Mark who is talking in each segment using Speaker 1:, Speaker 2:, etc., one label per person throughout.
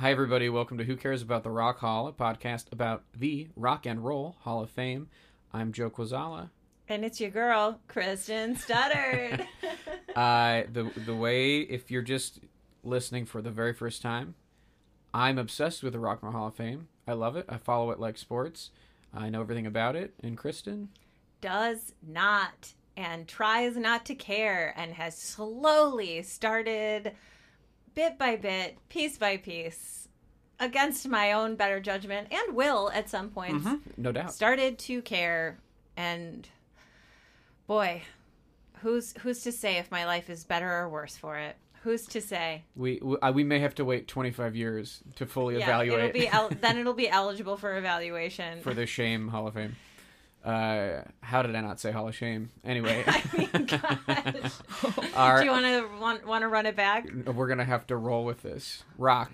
Speaker 1: Hi, everybody. Welcome to Who Cares About the Rock Hall, a podcast about the Rock and Roll Hall of Fame. I'm Joe Quazala.
Speaker 2: And it's your girl, Kristen Studdard.
Speaker 1: Uh, the, the way, if you're just listening for the very first time, I'm obsessed with the Rock and Roll Hall of Fame. I love it. I follow it like sports. I know everything about it. And Kristen?
Speaker 2: Does not and tries not to care and has slowly started bit by bit, piece by piece, against my own better judgment and will at some points,
Speaker 1: No doubt.
Speaker 2: started to care and boy, who's who's to say if my life is better or worse for it? Who's to say?
Speaker 1: we, we, uh, we may have to wait 25 years to fully evaluate
Speaker 2: it'll be el- then it'll be eligible for evaluation.
Speaker 1: for the Shame Hall of Fame. Uh, how did I not say Hall of Shame? Anyway,
Speaker 2: Do you want to want, want to run it back?
Speaker 1: we're gonna have to roll with this rock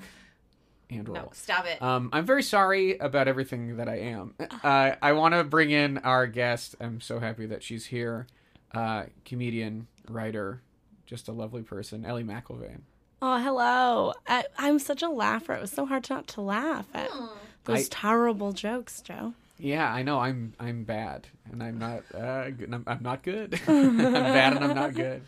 Speaker 1: and roll
Speaker 2: No, stop it.
Speaker 1: um i'm very sorry about everything that i am uh, i want to bring in our guest i'm so happy that she's here uh comedian writer just a lovely person ellie mcilvain
Speaker 3: Oh, hello. I, I'm such a laugher. It was so hard not to laugh at those
Speaker 1: I-
Speaker 3: terrible jokes, Joe.
Speaker 1: yeah i know i'm i'm bad and i'm not uh good, I'm, I'm not good i'm bad and i'm not good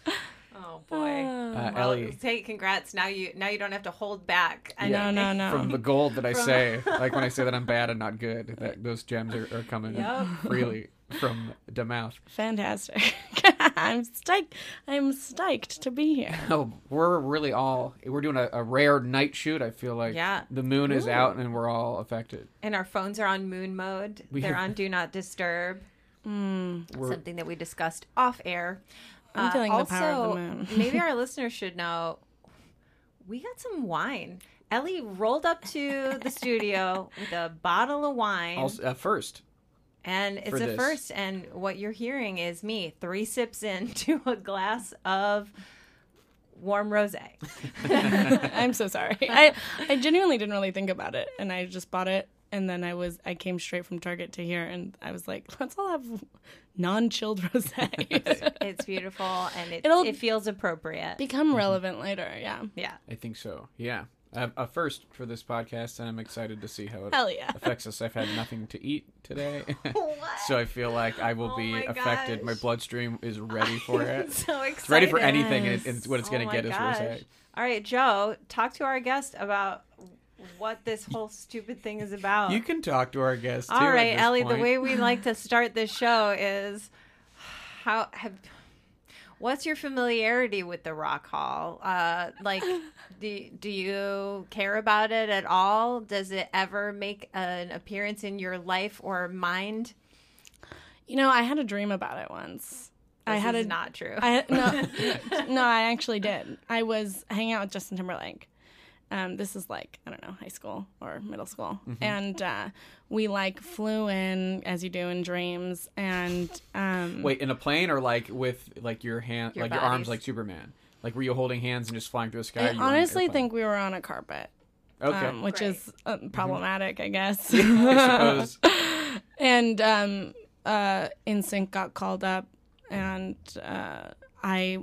Speaker 2: Oh boy.
Speaker 1: uh,
Speaker 2: Well,
Speaker 1: ellie
Speaker 2: Hey, congrats. Now you now you don't have to hold back. And
Speaker 1: Yeah.
Speaker 3: No, no, no.
Speaker 1: from the gold that I say, like when I say that I'm bad and not good, that those gems are, are coming
Speaker 2: Yup.
Speaker 1: freely from the mouth.
Speaker 3: Fantastic. I'm stoked. I'm stoked to be here.
Speaker 1: Oh, we're really all we're doing a, a rare night shoot. I feel like
Speaker 2: Yeah.
Speaker 1: the moon is out and we're all affected.
Speaker 2: And our phones are on moon mode.
Speaker 1: We- Mm.
Speaker 2: They're on do not disturb.
Speaker 1: We're-
Speaker 2: Something that we discussed off air. Uh,
Speaker 3: I'm feeling the power of the moon.
Speaker 2: maybe our listeners should know we got some wine. Ellie rolled up to the studio with a bottle of wine,
Speaker 1: Also, uh, first,
Speaker 2: and it's
Speaker 1: for
Speaker 2: a
Speaker 1: this.
Speaker 2: first. And what you're hearing is me three sips into a glass of warm rosé.
Speaker 3: I'm so sorry. I, I genuinely didn't really think about it, and I just bought it. And then I was I came straight from Target to here, and I was like, let's all have non-chilled rosé.
Speaker 2: It's beautiful, and it
Speaker 3: It'll-
Speaker 2: it feels appropriate.
Speaker 3: Become relevant later, yeah.
Speaker 2: yeah.
Speaker 1: I think so. Yeah, a, a first for this podcast, and I'm excited to see how it
Speaker 3: Hell yeah.
Speaker 1: affects us. I've had nothing to eat today, so I feel like I will
Speaker 2: Oh
Speaker 1: be
Speaker 2: my
Speaker 1: affected. My
Speaker 2: gosh.
Speaker 1: bloodstream is ready for it.
Speaker 2: so excited. Oh
Speaker 1: it's ready for anything, and, it,
Speaker 3: Yes.
Speaker 1: and what it's going to get is rosé.
Speaker 2: All right, Joe, talk to our guest about what this whole stupid thing is about.
Speaker 1: You can talk to our guest. too
Speaker 2: All
Speaker 1: at
Speaker 2: right,
Speaker 1: this
Speaker 2: Ellie,
Speaker 1: point.
Speaker 2: the way we like to start this show is how have what's your familiarity with the Rock Hall? Uh, like, do, do you care about it at all? Does it ever make an appearance in your life or mind?
Speaker 3: You know, I had a dream about it once. I
Speaker 2: This
Speaker 3: had
Speaker 2: is
Speaker 3: a
Speaker 2: not true.
Speaker 3: I no, no, I actually did. I was hanging out with Justin Timberlake. Um, this is like I don't know, high school or middle school,
Speaker 1: Mm-hmm.
Speaker 3: and uh, we like flew in as you do in dreams, and um,
Speaker 1: Wait, in a plane or like with like your hand,
Speaker 2: Mm-hmm. Your
Speaker 1: like your arms,
Speaker 2: bodies.
Speaker 1: like Superman? Like were you holding hands and just flying through the sky?
Speaker 3: I
Speaker 1: or you were on an
Speaker 3: honestly
Speaker 1: airplane?
Speaker 3: think we were on a carpet,
Speaker 1: okay. Mm-hmm.
Speaker 3: um, which is um, problematic, I guess.
Speaker 1: I suppose
Speaker 3: and um, uh, InSync got called up, and uh, I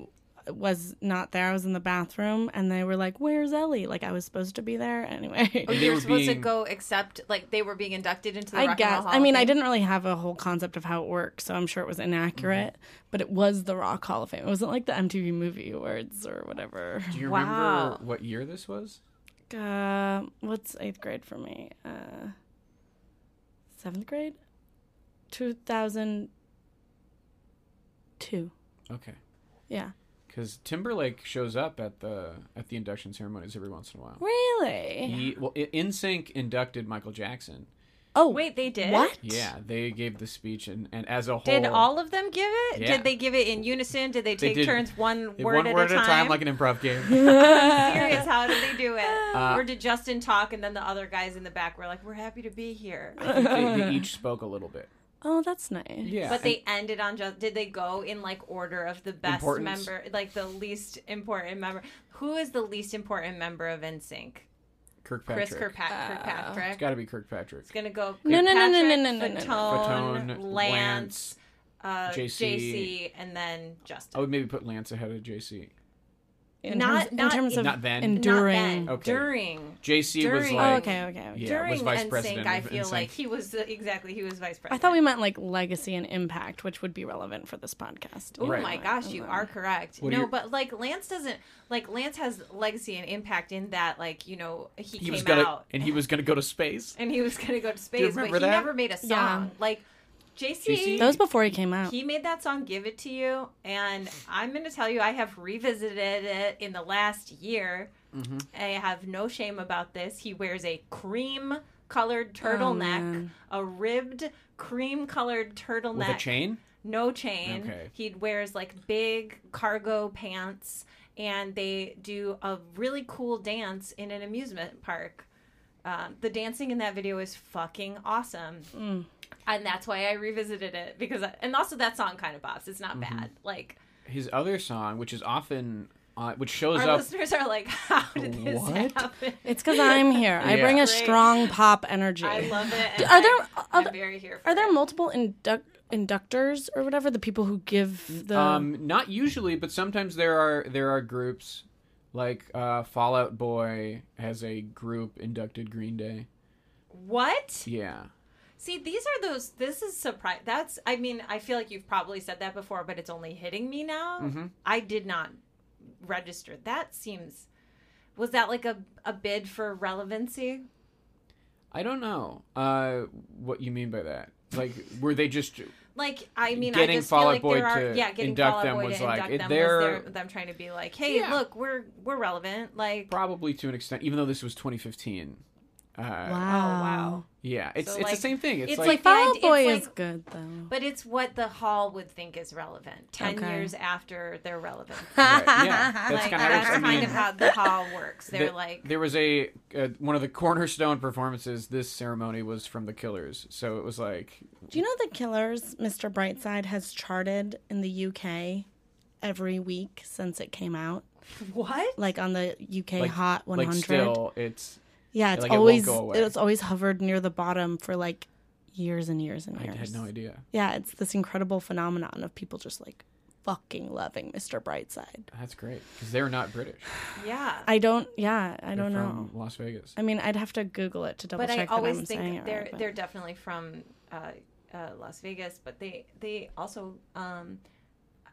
Speaker 3: was not there. I was in the bathroom, and they were like, "Where's Ellie?" Like I was supposed to be there anyway.
Speaker 1: they
Speaker 2: Oh, you were
Speaker 1: were
Speaker 2: supposed to
Speaker 1: being-
Speaker 2: go accept, like they were being inducted into the
Speaker 3: I
Speaker 2: Rock
Speaker 3: guess.
Speaker 2: and Roll Hall
Speaker 3: I mean,
Speaker 2: of
Speaker 3: I
Speaker 2: Fame.
Speaker 3: didn't really have a whole concept of how it worked, so I'm sure it was inaccurate.
Speaker 1: Mm-hmm.
Speaker 3: But it was the Rock Hall of Fame. It wasn't like the MTV Movie Awards or whatever.
Speaker 1: Do you
Speaker 2: Wow.
Speaker 1: remember what year this was?
Speaker 3: uh, what's eighth grade for me? Uh, seventh grade, two thousand two.
Speaker 1: Okay.
Speaker 3: Yeah.
Speaker 1: Because Timberlake shows up at the at the induction ceremonies every once in a while.
Speaker 3: Really?
Speaker 1: He well, I- NSYNC inducted Michael Jackson.
Speaker 3: Oh
Speaker 2: Wait, they did?
Speaker 3: What?
Speaker 1: Yeah, they gave the speech and, and as a whole,
Speaker 2: Did all of them give it?
Speaker 1: Oh. Yeah.
Speaker 2: Did they give it in unison? Did they
Speaker 1: They
Speaker 2: take
Speaker 1: did-
Speaker 2: turns one
Speaker 1: they-
Speaker 2: word,
Speaker 1: one
Speaker 2: at,
Speaker 1: word
Speaker 2: a time?
Speaker 1: like an improv game.
Speaker 2: I'm serious. How did they do it?
Speaker 1: Uh,
Speaker 2: or did Justin talk and then the other guys in the back were like, "We're happy to be here,"
Speaker 1: I think they, they each spoke a little bit.
Speaker 3: Oh, that's nice.
Speaker 1: Yeah,
Speaker 2: but they ended on just. Did they go in like order of the best
Speaker 1: Importance.
Speaker 2: member, like the least important member? Who is the least important member of NSYNC?
Speaker 1: and Kirkpatrick.
Speaker 2: Chris Kirkpa- Kirkpatrick.
Speaker 1: It's got to be Kirkpatrick.
Speaker 2: It's gonna go.
Speaker 3: No, no, no, no, no, no, no, no, no.
Speaker 2: Kirkpatrick,
Speaker 1: Fatone,
Speaker 2: Fatone, Lance, uh,
Speaker 1: JC.
Speaker 2: JC. and then Justin.
Speaker 1: I would maybe put Lance ahead of JC.
Speaker 3: In
Speaker 2: Not-
Speaker 3: terms, in
Speaker 2: not-
Speaker 3: terms of
Speaker 1: Not then. Not
Speaker 3: enduring.
Speaker 2: Not then.
Speaker 1: Okay.
Speaker 2: During.
Speaker 1: JC was
Speaker 2: During-
Speaker 3: Oh,
Speaker 1: like,
Speaker 3: okay, okay. okay.
Speaker 1: yeah,
Speaker 2: during
Speaker 1: was vice
Speaker 2: NSYNC,
Speaker 1: president.
Speaker 2: I
Speaker 1: of
Speaker 2: feel
Speaker 1: NSYNC.
Speaker 2: like he was the, exactly he was vice
Speaker 3: I
Speaker 2: president.
Speaker 3: thought we meant like legacy and impact, which would be relevant for this podcast.
Speaker 2: Oh
Speaker 1: Right.
Speaker 2: my gosh, you are correct.
Speaker 1: What are
Speaker 2: no,
Speaker 1: your-
Speaker 2: but like Lance doesn't like Lance has legacy and impact in that like you know he,
Speaker 1: he
Speaker 2: came
Speaker 1: was gonna
Speaker 2: out
Speaker 1: and he was gonna go to space.
Speaker 2: and he was gonna go to space, but
Speaker 1: remember
Speaker 2: he
Speaker 1: that?
Speaker 2: never made a song.
Speaker 3: Yeah.
Speaker 2: Like JC,
Speaker 1: JC?
Speaker 3: That was before he came out.
Speaker 2: he made that song "Give It to You," and I'm gonna tell you, I have revisited it in the last year. I have no shame about this. He wears a cream colored turtleneck,
Speaker 3: man.
Speaker 2: a ribbed cream colored turtleneck
Speaker 1: With a chain?
Speaker 2: no chain.
Speaker 1: Okay.
Speaker 2: He wears like big cargo pants, and they do a really cool dance in an amusement park. Um, the dancing in that video is fucking awesome,
Speaker 3: Mm.
Speaker 2: and that's why I revisited it because, I, and also that song kind of bops. It's not
Speaker 1: Mm-hmm.
Speaker 2: bad. Like
Speaker 1: His other song, which is often uh, which shows
Speaker 2: our
Speaker 1: up
Speaker 2: listeners are like, how did this
Speaker 1: What?
Speaker 2: happen?
Speaker 3: It's because I'm here. I
Speaker 1: Yeah.
Speaker 3: bring a
Speaker 1: Right.
Speaker 3: strong pop energy.
Speaker 2: I love it. and
Speaker 3: Are there-
Speaker 2: I,
Speaker 3: are
Speaker 2: am
Speaker 3: there-
Speaker 2: very here. For
Speaker 3: Are there
Speaker 2: it.
Speaker 3: multiple induc- inductors or whatever? The people who give the.
Speaker 1: Um, not usually, but sometimes there are there are groups like uh, Fallout Boy has a group inducted Green Day.
Speaker 2: what?
Speaker 1: Yeah,
Speaker 2: See, these are those. This is surprise. That's. I mean, I feel like you've probably said that before, but it's only hitting me now.
Speaker 1: Mm-hmm.
Speaker 2: I did not register. That seems. Was that like a a bid for relevancy?
Speaker 1: I don't know uh, what you mean by that. Like, were they just
Speaker 2: Like, I mean, I
Speaker 1: Getting
Speaker 2: just
Speaker 1: Fall
Speaker 2: feel
Speaker 1: Out
Speaker 2: like
Speaker 1: Boy
Speaker 2: there are.
Speaker 1: to
Speaker 2: Yeah, getting
Speaker 1: induct
Speaker 2: Fall Out
Speaker 1: them
Speaker 2: Boy
Speaker 1: was
Speaker 2: to
Speaker 1: like,
Speaker 2: induct them
Speaker 1: they're-
Speaker 2: was their, them trying to be like, hey,
Speaker 1: Yeah.
Speaker 2: look, we're we're relevant. Like,
Speaker 1: probably to an extent, even though this was 2015? Uh,
Speaker 2: oh wow.
Speaker 1: yeah, it's
Speaker 2: So,
Speaker 1: it's
Speaker 2: like,
Speaker 1: the same thing. It's,
Speaker 2: it's
Speaker 1: like,
Speaker 2: like-
Speaker 3: Fall Out
Speaker 2: It's
Speaker 3: Boy
Speaker 2: like-
Speaker 3: is good though.
Speaker 2: But it's what the hall would think is relevant. Ten
Speaker 3: Okay.
Speaker 2: years after they're relevant.
Speaker 1: Right, yeah, that's
Speaker 2: like
Speaker 1: kind of
Speaker 2: that's
Speaker 1: I
Speaker 2: kind
Speaker 1: mean,
Speaker 2: of how the hall works. They're
Speaker 1: the-
Speaker 2: like
Speaker 1: there was a uh, one of the cornerstone performances. This ceremony was from the Killers, so it was like
Speaker 3: Do you know the Killers, Mr. Brightside, has charted in the UK every week since it came out?
Speaker 2: what?
Speaker 3: Like on the UK
Speaker 1: like
Speaker 3: Hot 100.
Speaker 1: Like still, it's
Speaker 3: yeah, it's
Speaker 1: like it won't
Speaker 3: always
Speaker 1: go away.
Speaker 3: it's always hovered near the bottom for like years and years and years.
Speaker 1: I had no idea.
Speaker 3: Yeah, it's this incredible phenomenon of people just like fucking loving Mr. Brightside.
Speaker 1: That's great because they're not British.
Speaker 2: Yeah.
Speaker 3: I don't. Yeah, I don't know.
Speaker 1: from Las Vegas.
Speaker 3: I mean, I'd have to Google it to double
Speaker 2: but I
Speaker 3: check that
Speaker 2: always
Speaker 3: I'm saying
Speaker 2: think
Speaker 3: it
Speaker 2: they're
Speaker 3: right. but-
Speaker 2: they're definitely from uh, uh, Las Vegas, but they they also um,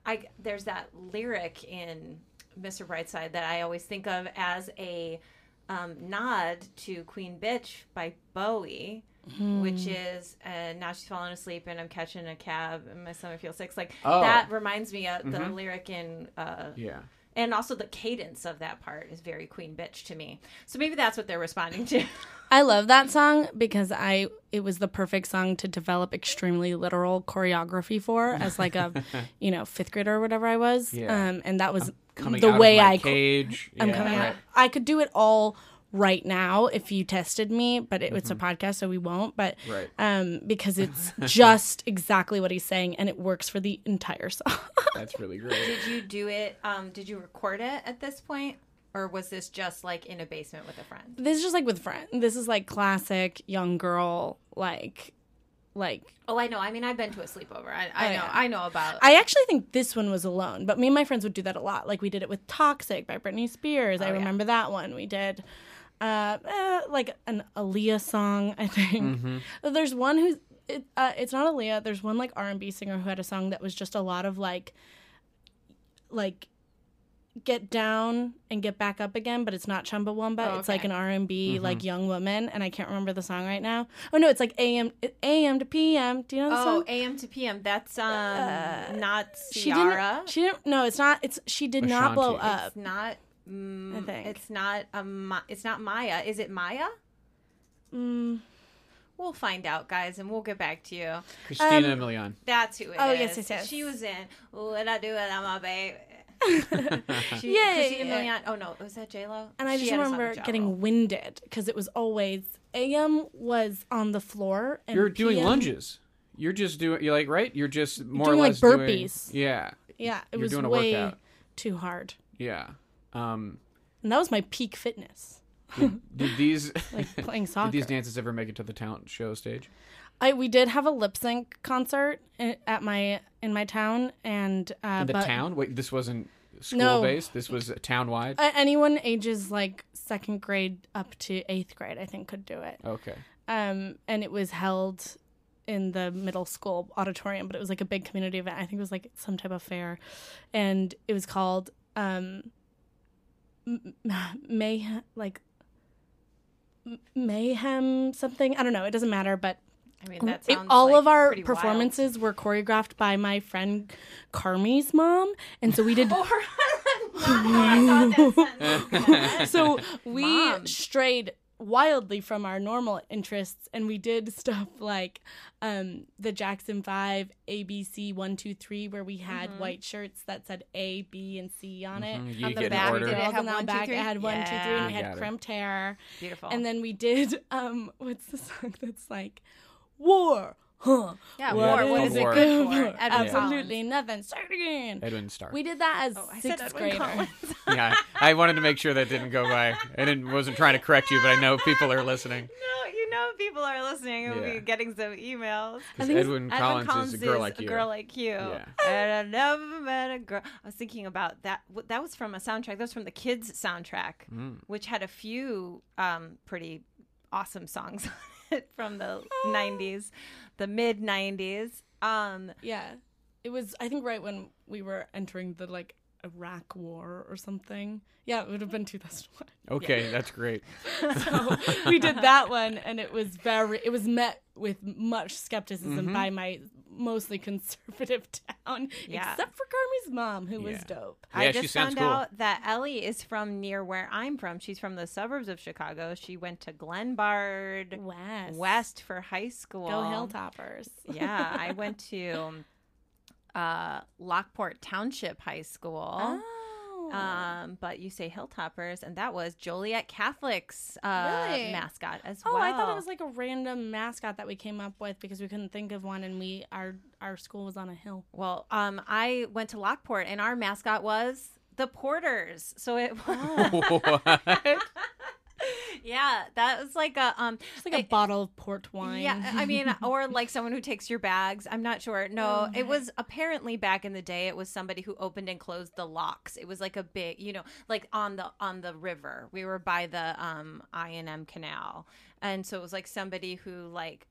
Speaker 2: I there's that lyric in Mr. Brightside that I always think of as a um, nod to Queen Bitch by Bowie.
Speaker 3: Hmm.
Speaker 2: Which is uh, now she's falling asleep and I'm catching a cab and my stomach feels sick. Like
Speaker 1: Oh.
Speaker 2: that reminds me of the
Speaker 3: Mm-hmm.
Speaker 2: lyric in uh,
Speaker 1: Yeah.
Speaker 2: and also the cadence of that part is very Queen Bitch to me. So maybe that's what they're responding to.
Speaker 3: I love that song because I it was the perfect song to develop extremely literal choreography for as like a you know fifth grader or whatever I was.
Speaker 1: Yeah.
Speaker 3: Um, and that was
Speaker 1: Coming
Speaker 3: the
Speaker 1: out
Speaker 3: way
Speaker 1: of my
Speaker 3: I co-
Speaker 1: cage.
Speaker 3: I'm
Speaker 1: yeah,
Speaker 3: coming
Speaker 1: right.
Speaker 3: out. I could do it all right now if you tested me, but it, it's a podcast, so we won't. But
Speaker 1: Right.
Speaker 3: um, because it's just exactly what he's saying, and it works for the entire song.
Speaker 1: That's really great.
Speaker 2: did you do it? Um, did you record it at this point, or was this just like in a basement with a friend?
Speaker 3: this is just like with friend. This is like classic young girl like like
Speaker 2: Oh, I know. I mean, I've been to a sleepover. I, I know.
Speaker 3: yeah.
Speaker 2: Oh, I know about.
Speaker 3: I actually think this one was alone, but me and my friends would do that a lot. Like we did it with "Toxic" by Britney Spears. I remember that one. We did uh, uh, like an Aaliyah song, I
Speaker 1: Mm-hmm.
Speaker 3: think. There's one who's it, uh, it's not Aaliyah. There's one like R and B singer who had a song that was just a lot of like like get down and get back up again, but it's not Chumbawamba.
Speaker 2: Oh,
Speaker 3: It's like
Speaker 2: okay.
Speaker 3: an R and B
Speaker 1: Mm-hmm.
Speaker 3: like young woman, and I can't remember the song right now. Oh no, it's like AM AM to PM. Do you know the
Speaker 2: Oh,
Speaker 3: song?
Speaker 2: AM to PM. That's um not
Speaker 3: She
Speaker 2: Ciara.
Speaker 3: didn't. She didn't. No, it's not. It's she did not blow
Speaker 1: Ashanti.
Speaker 3: up.
Speaker 2: it's not. Mm,
Speaker 3: I think.
Speaker 2: it's not a. Ma- It's not Maya. Is it Maya?
Speaker 3: Mm.
Speaker 2: We'll find out, guys, and we'll get back to you.
Speaker 1: Christina
Speaker 3: Um,
Speaker 1: Milian.
Speaker 2: That's who it is.
Speaker 3: Oh, yes, yes, yes.
Speaker 2: She was in What I Do It, I'm a Baby. she,
Speaker 3: Yeah,
Speaker 2: Christina
Speaker 3: yeah,
Speaker 2: Milian- Oh, no. Was that J-Lo?
Speaker 3: And I
Speaker 2: She
Speaker 3: just
Speaker 2: had a song with
Speaker 3: remember
Speaker 2: Ja Rule.
Speaker 3: getting winded because it was always AM was on the floor. And
Speaker 1: You're doing
Speaker 3: PM
Speaker 1: lunges. You're just doing. You're like right. You're just more
Speaker 3: doing,
Speaker 1: or
Speaker 3: like,
Speaker 1: less
Speaker 3: burpees.
Speaker 1: Doing, yeah,
Speaker 3: Yeah, it
Speaker 1: You're
Speaker 3: was
Speaker 1: doing a
Speaker 3: way
Speaker 1: workout.
Speaker 3: too hard,
Speaker 1: yeah. Um,
Speaker 3: and that was my peak fitness,
Speaker 1: did these
Speaker 3: like playing
Speaker 1: did
Speaker 3: soccer.
Speaker 1: these dances ever make it to the talent show stage?
Speaker 3: I we did have a lip sync concert i- at my in my town and uh,
Speaker 1: In the
Speaker 3: but
Speaker 1: town? Wait, this wasn't school
Speaker 3: No. Uh,
Speaker 1: based. This was town wide.
Speaker 3: a- anyone ages like second grade up to eighth grade I think could do it.
Speaker 1: Okay.
Speaker 3: Um, and it was held in the middle school auditorium, but it was like a big community event. I think it was like some type of fair, and it was called um, m- m- may like m- mayhem something. I don't know. It doesn't matter, but
Speaker 2: I mean, that
Speaker 3: It-
Speaker 2: sounds
Speaker 3: all
Speaker 2: like
Speaker 3: of our
Speaker 2: pretty wild.
Speaker 3: performances were choreographed by my friend Carmi's mom, and so we did.
Speaker 2: Or- I thought that sounded like that.
Speaker 3: so we
Speaker 2: Mom.
Speaker 3: strayed wildly from our normal interests, and we did stuff like um, the Jackson Five, ABC One Two Three, where we
Speaker 2: Mm-hmm.
Speaker 3: had white shirts that said A, B, and C uh, on it.
Speaker 1: Mhm, you
Speaker 3: on
Speaker 1: get
Speaker 3: the
Speaker 1: in
Speaker 3: back,
Speaker 1: order.
Speaker 3: it
Speaker 1: Did it
Speaker 3: all
Speaker 2: have
Speaker 3: on the
Speaker 2: one, two,
Speaker 3: back.
Speaker 2: three?
Speaker 3: It had one, two, three,
Speaker 2: Yeah.
Speaker 3: and we
Speaker 1: You
Speaker 3: had
Speaker 1: got it.
Speaker 3: crimped hair.
Speaker 2: Beautiful.
Speaker 3: And then we did um, what's the song that's like war, huh?
Speaker 2: yeah,
Speaker 1: What
Speaker 2: war.
Speaker 1: is
Speaker 2: What is
Speaker 1: war?
Speaker 2: it good for? Edwin
Speaker 3: Absolutely
Speaker 2: Collins.
Speaker 3: nothing. Start again.
Speaker 1: Edwin Stark.
Speaker 3: We did that as
Speaker 2: Oh, I said
Speaker 3: sixth
Speaker 2: Edwin
Speaker 3: grader.
Speaker 2: Collins.
Speaker 1: yeah, I wanted to make sure that didn't go by. I didn't wasn't trying to correct you, but I know people are listening.
Speaker 2: No, you know people are listening and we'll
Speaker 1: Yeah.
Speaker 2: be getting some emails.
Speaker 1: 'Cause Edwin, Collins, is a girl like you.
Speaker 2: girl like you.
Speaker 1: Yeah.
Speaker 2: And I never met a girl. I was thinking about that. w- That was from a soundtrack. That was from the kids' soundtrack,
Speaker 1: Mm.
Speaker 2: which had a few um, pretty awesome songs on it from the
Speaker 3: Ah.
Speaker 2: '90s, the mid '90s. Um,
Speaker 3: Yeah. It was I think right when we were entering the like Iraq war or something. Yeah, it would have been 2001.
Speaker 1: okay, that's great.
Speaker 3: So we did that one and it was very it was met with much skepticism
Speaker 1: Mm-hmm.
Speaker 3: by my mostly conservative town
Speaker 2: Yeah.
Speaker 3: except for Carmi's mom who was
Speaker 1: Yeah.
Speaker 3: dope.
Speaker 2: I
Speaker 1: Yeah, she
Speaker 2: just
Speaker 1: sounds
Speaker 2: found
Speaker 1: cool.
Speaker 2: out that Ellie is from near where I'm from. She's from the suburbs of Chicago. She went to Glenbard
Speaker 3: West.
Speaker 2: West for high school.
Speaker 3: Go Hilltoppers.
Speaker 2: yeah, I went to uh, Lockport Township High School.
Speaker 3: Oh.
Speaker 2: Um, but you say Hilltoppers, and that was Joliet Catholic's uh,
Speaker 3: Really?
Speaker 2: mascot as
Speaker 3: Oh,
Speaker 2: well.
Speaker 3: I thought it was like a random mascot that we came up with because we couldn't think of one, and we our our school was on a hill.
Speaker 2: Well, um, I went to Lockport, and our mascot was the Porters. So it was.
Speaker 3: Oh.
Speaker 1: What?
Speaker 2: yeah, that was like a um,
Speaker 3: It's like a bottle of port wine.
Speaker 2: Yeah, I mean, or like someone who takes your bags. I'm not sure. No, it was apparently back in the day. It was somebody who opened and closed the locks. It was like a big, you know, like on the on the river. We were by the um I and M Canal, and so it was like somebody who like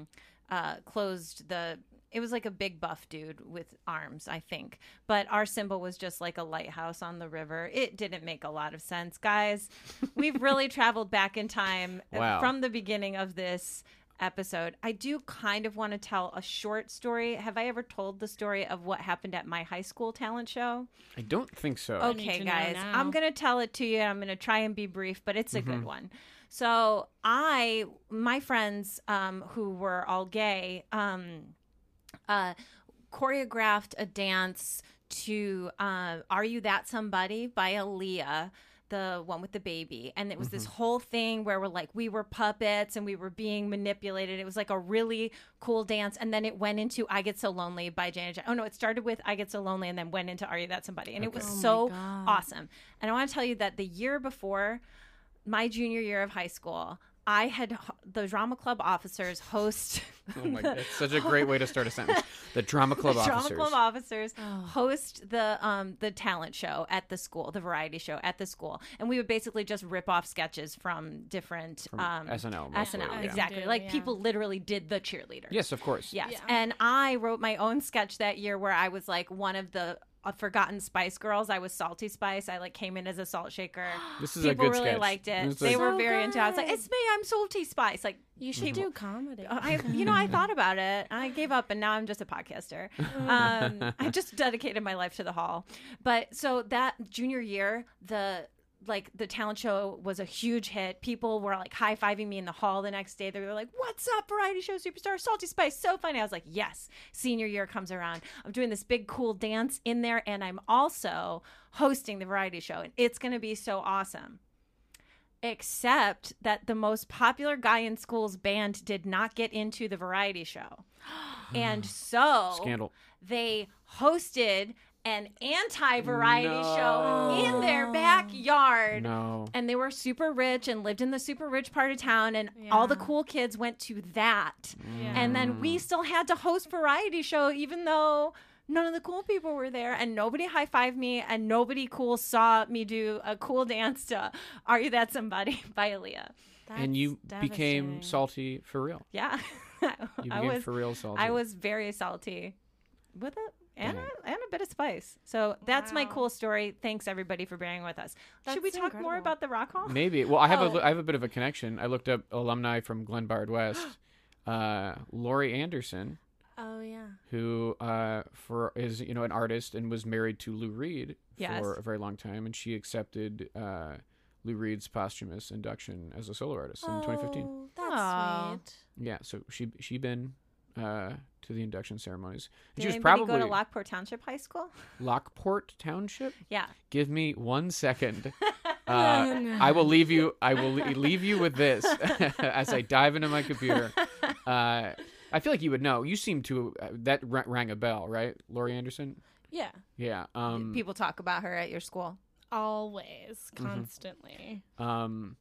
Speaker 2: uh closed the. It was like a big buff dude with arms, I think. But our symbol was just like a lighthouse on the river. It didn't make a lot of sense, guys. We've really traveled back in time uh,
Speaker 1: Wow.
Speaker 2: from the beginning of this episode. I do kind of want to tell a short story. Have I ever told the story of what happened at my high school talent show?
Speaker 1: I don't think so.
Speaker 3: need
Speaker 2: Okay,
Speaker 3: to know
Speaker 2: guys,
Speaker 3: now.
Speaker 2: I'm gonna tell it to you. and I'm gonna try and be brief, but it's a good one. So I, my friends, um, who were all gay, um, uh, choreographed a dance to uh, "Are You That Somebody" by Aaliyah. The one with the baby, and it was this whole thing where we're like, we were puppets and we were being manipulated. It was like a really cool dance, and then it went into "I Get So Lonely" by Janet. Ja- Oh no, it started with "I Get So Lonely" and then went into "Are You That Somebody," and it was so awesome. And I want to tell you that the year before my junior year of high school, I had h- the drama club officers host.
Speaker 1: Oh my god, that's such a great way to start a sentence. The drama club
Speaker 2: drama
Speaker 1: officers.
Speaker 2: club officers
Speaker 3: Oh.
Speaker 2: host the um the talent show at the school, the variety show at the school, and we would basically just rip off sketches from different um,
Speaker 1: SNL mostly,
Speaker 2: SNL
Speaker 1: yeah.
Speaker 2: exactly.
Speaker 3: Do,
Speaker 2: like
Speaker 3: yeah.
Speaker 2: people literally did the cheerleader.
Speaker 1: yes, of course.
Speaker 2: Yes. And I wrote my own sketch that year where I was like one of the a forgotten Spice Girls. I was Salty Spice. I like came in as a salt shaker.
Speaker 1: This is a
Speaker 2: People
Speaker 1: good
Speaker 2: really
Speaker 1: sketch.
Speaker 2: liked it.
Speaker 1: This is-
Speaker 2: they were
Speaker 3: So
Speaker 2: very into. it. I was like,
Speaker 3: good.
Speaker 2: "It's me. I'm Salty Spice." Like
Speaker 3: You
Speaker 1: Mm-hmm.
Speaker 3: should do comedy.
Speaker 2: Uh, I, you know, I thought about it. I gave up, and now I'm just a podcaster. Um, I just dedicated my life to the hall. But so that junior year, the like the talent show was a huge hit. People were like high fiving me in the hall the next day. They were like, "What's up, variety show superstar, Salty Spice, so funny." I was like, "Yes." Senior year comes around. I'm doing this big cool dance in there, and I'm also hosting the variety show, and it's going to be so awesome except that the most popular guy in school's band did not get into the variety show. and so
Speaker 1: Scandal.
Speaker 2: they hosted an anti variety
Speaker 1: No.
Speaker 2: show in their backyard.
Speaker 1: No.
Speaker 2: And they were super rich and lived in the super rich part of town, and all the
Speaker 3: Yeah.
Speaker 2: cool kids went to that. And then
Speaker 1: Mm.
Speaker 2: we still had to host variety show, even though none of the cool people were there, and nobody high fived me, and nobody cool saw me do a cool dance to "Are You That Somebody" by Aaliyah.
Speaker 1: and you
Speaker 3: That's
Speaker 1: became
Speaker 3: devastating.
Speaker 1: salty for real.
Speaker 2: Yeah,
Speaker 1: You
Speaker 2: I
Speaker 1: became
Speaker 2: was
Speaker 1: for real salty.
Speaker 2: I was very salty with it. And
Speaker 1: Dang.
Speaker 2: a, and a bit of spice. So that's my
Speaker 3: Wow.
Speaker 2: cool story. Thanks everybody for bearing with us. Should
Speaker 3: That's
Speaker 2: we talk more
Speaker 3: incredible.
Speaker 2: about the Rock Hall?
Speaker 1: Maybe. Well, I have
Speaker 2: Oh.
Speaker 1: a I have a bit of a connection. I looked up alumni from Glenbard West. Uh, Laurie Anderson,
Speaker 3: Oh yeah.
Speaker 1: who uh, for is you know an artist and was married to Lou Reed
Speaker 2: Yes.
Speaker 1: for a very long time, and she accepted uh, Lou Reed's posthumous induction as a solo artist in 2015.
Speaker 3: Oh, that's
Speaker 2: Aw.
Speaker 3: sweet.
Speaker 1: Yeah, so she she been uh, to the induction ceremonies. And
Speaker 2: Did
Speaker 1: she was
Speaker 2: anybody
Speaker 1: probably
Speaker 2: go to Lockport Township High School?
Speaker 1: Lockport Township.
Speaker 2: Yeah.
Speaker 1: Give me one second. Uh, I will leave you. I will le- leave you with this as I dive into my computer. Uh, I feel like you would know. You seem to uh, that ra- rang a bell, right, Laurie Anderson?
Speaker 3: Yeah.
Speaker 1: Yeah. Um,
Speaker 2: People talk about her at your school.
Speaker 3: Always,
Speaker 1: Mm-hmm.
Speaker 3: constantly.
Speaker 1: Um,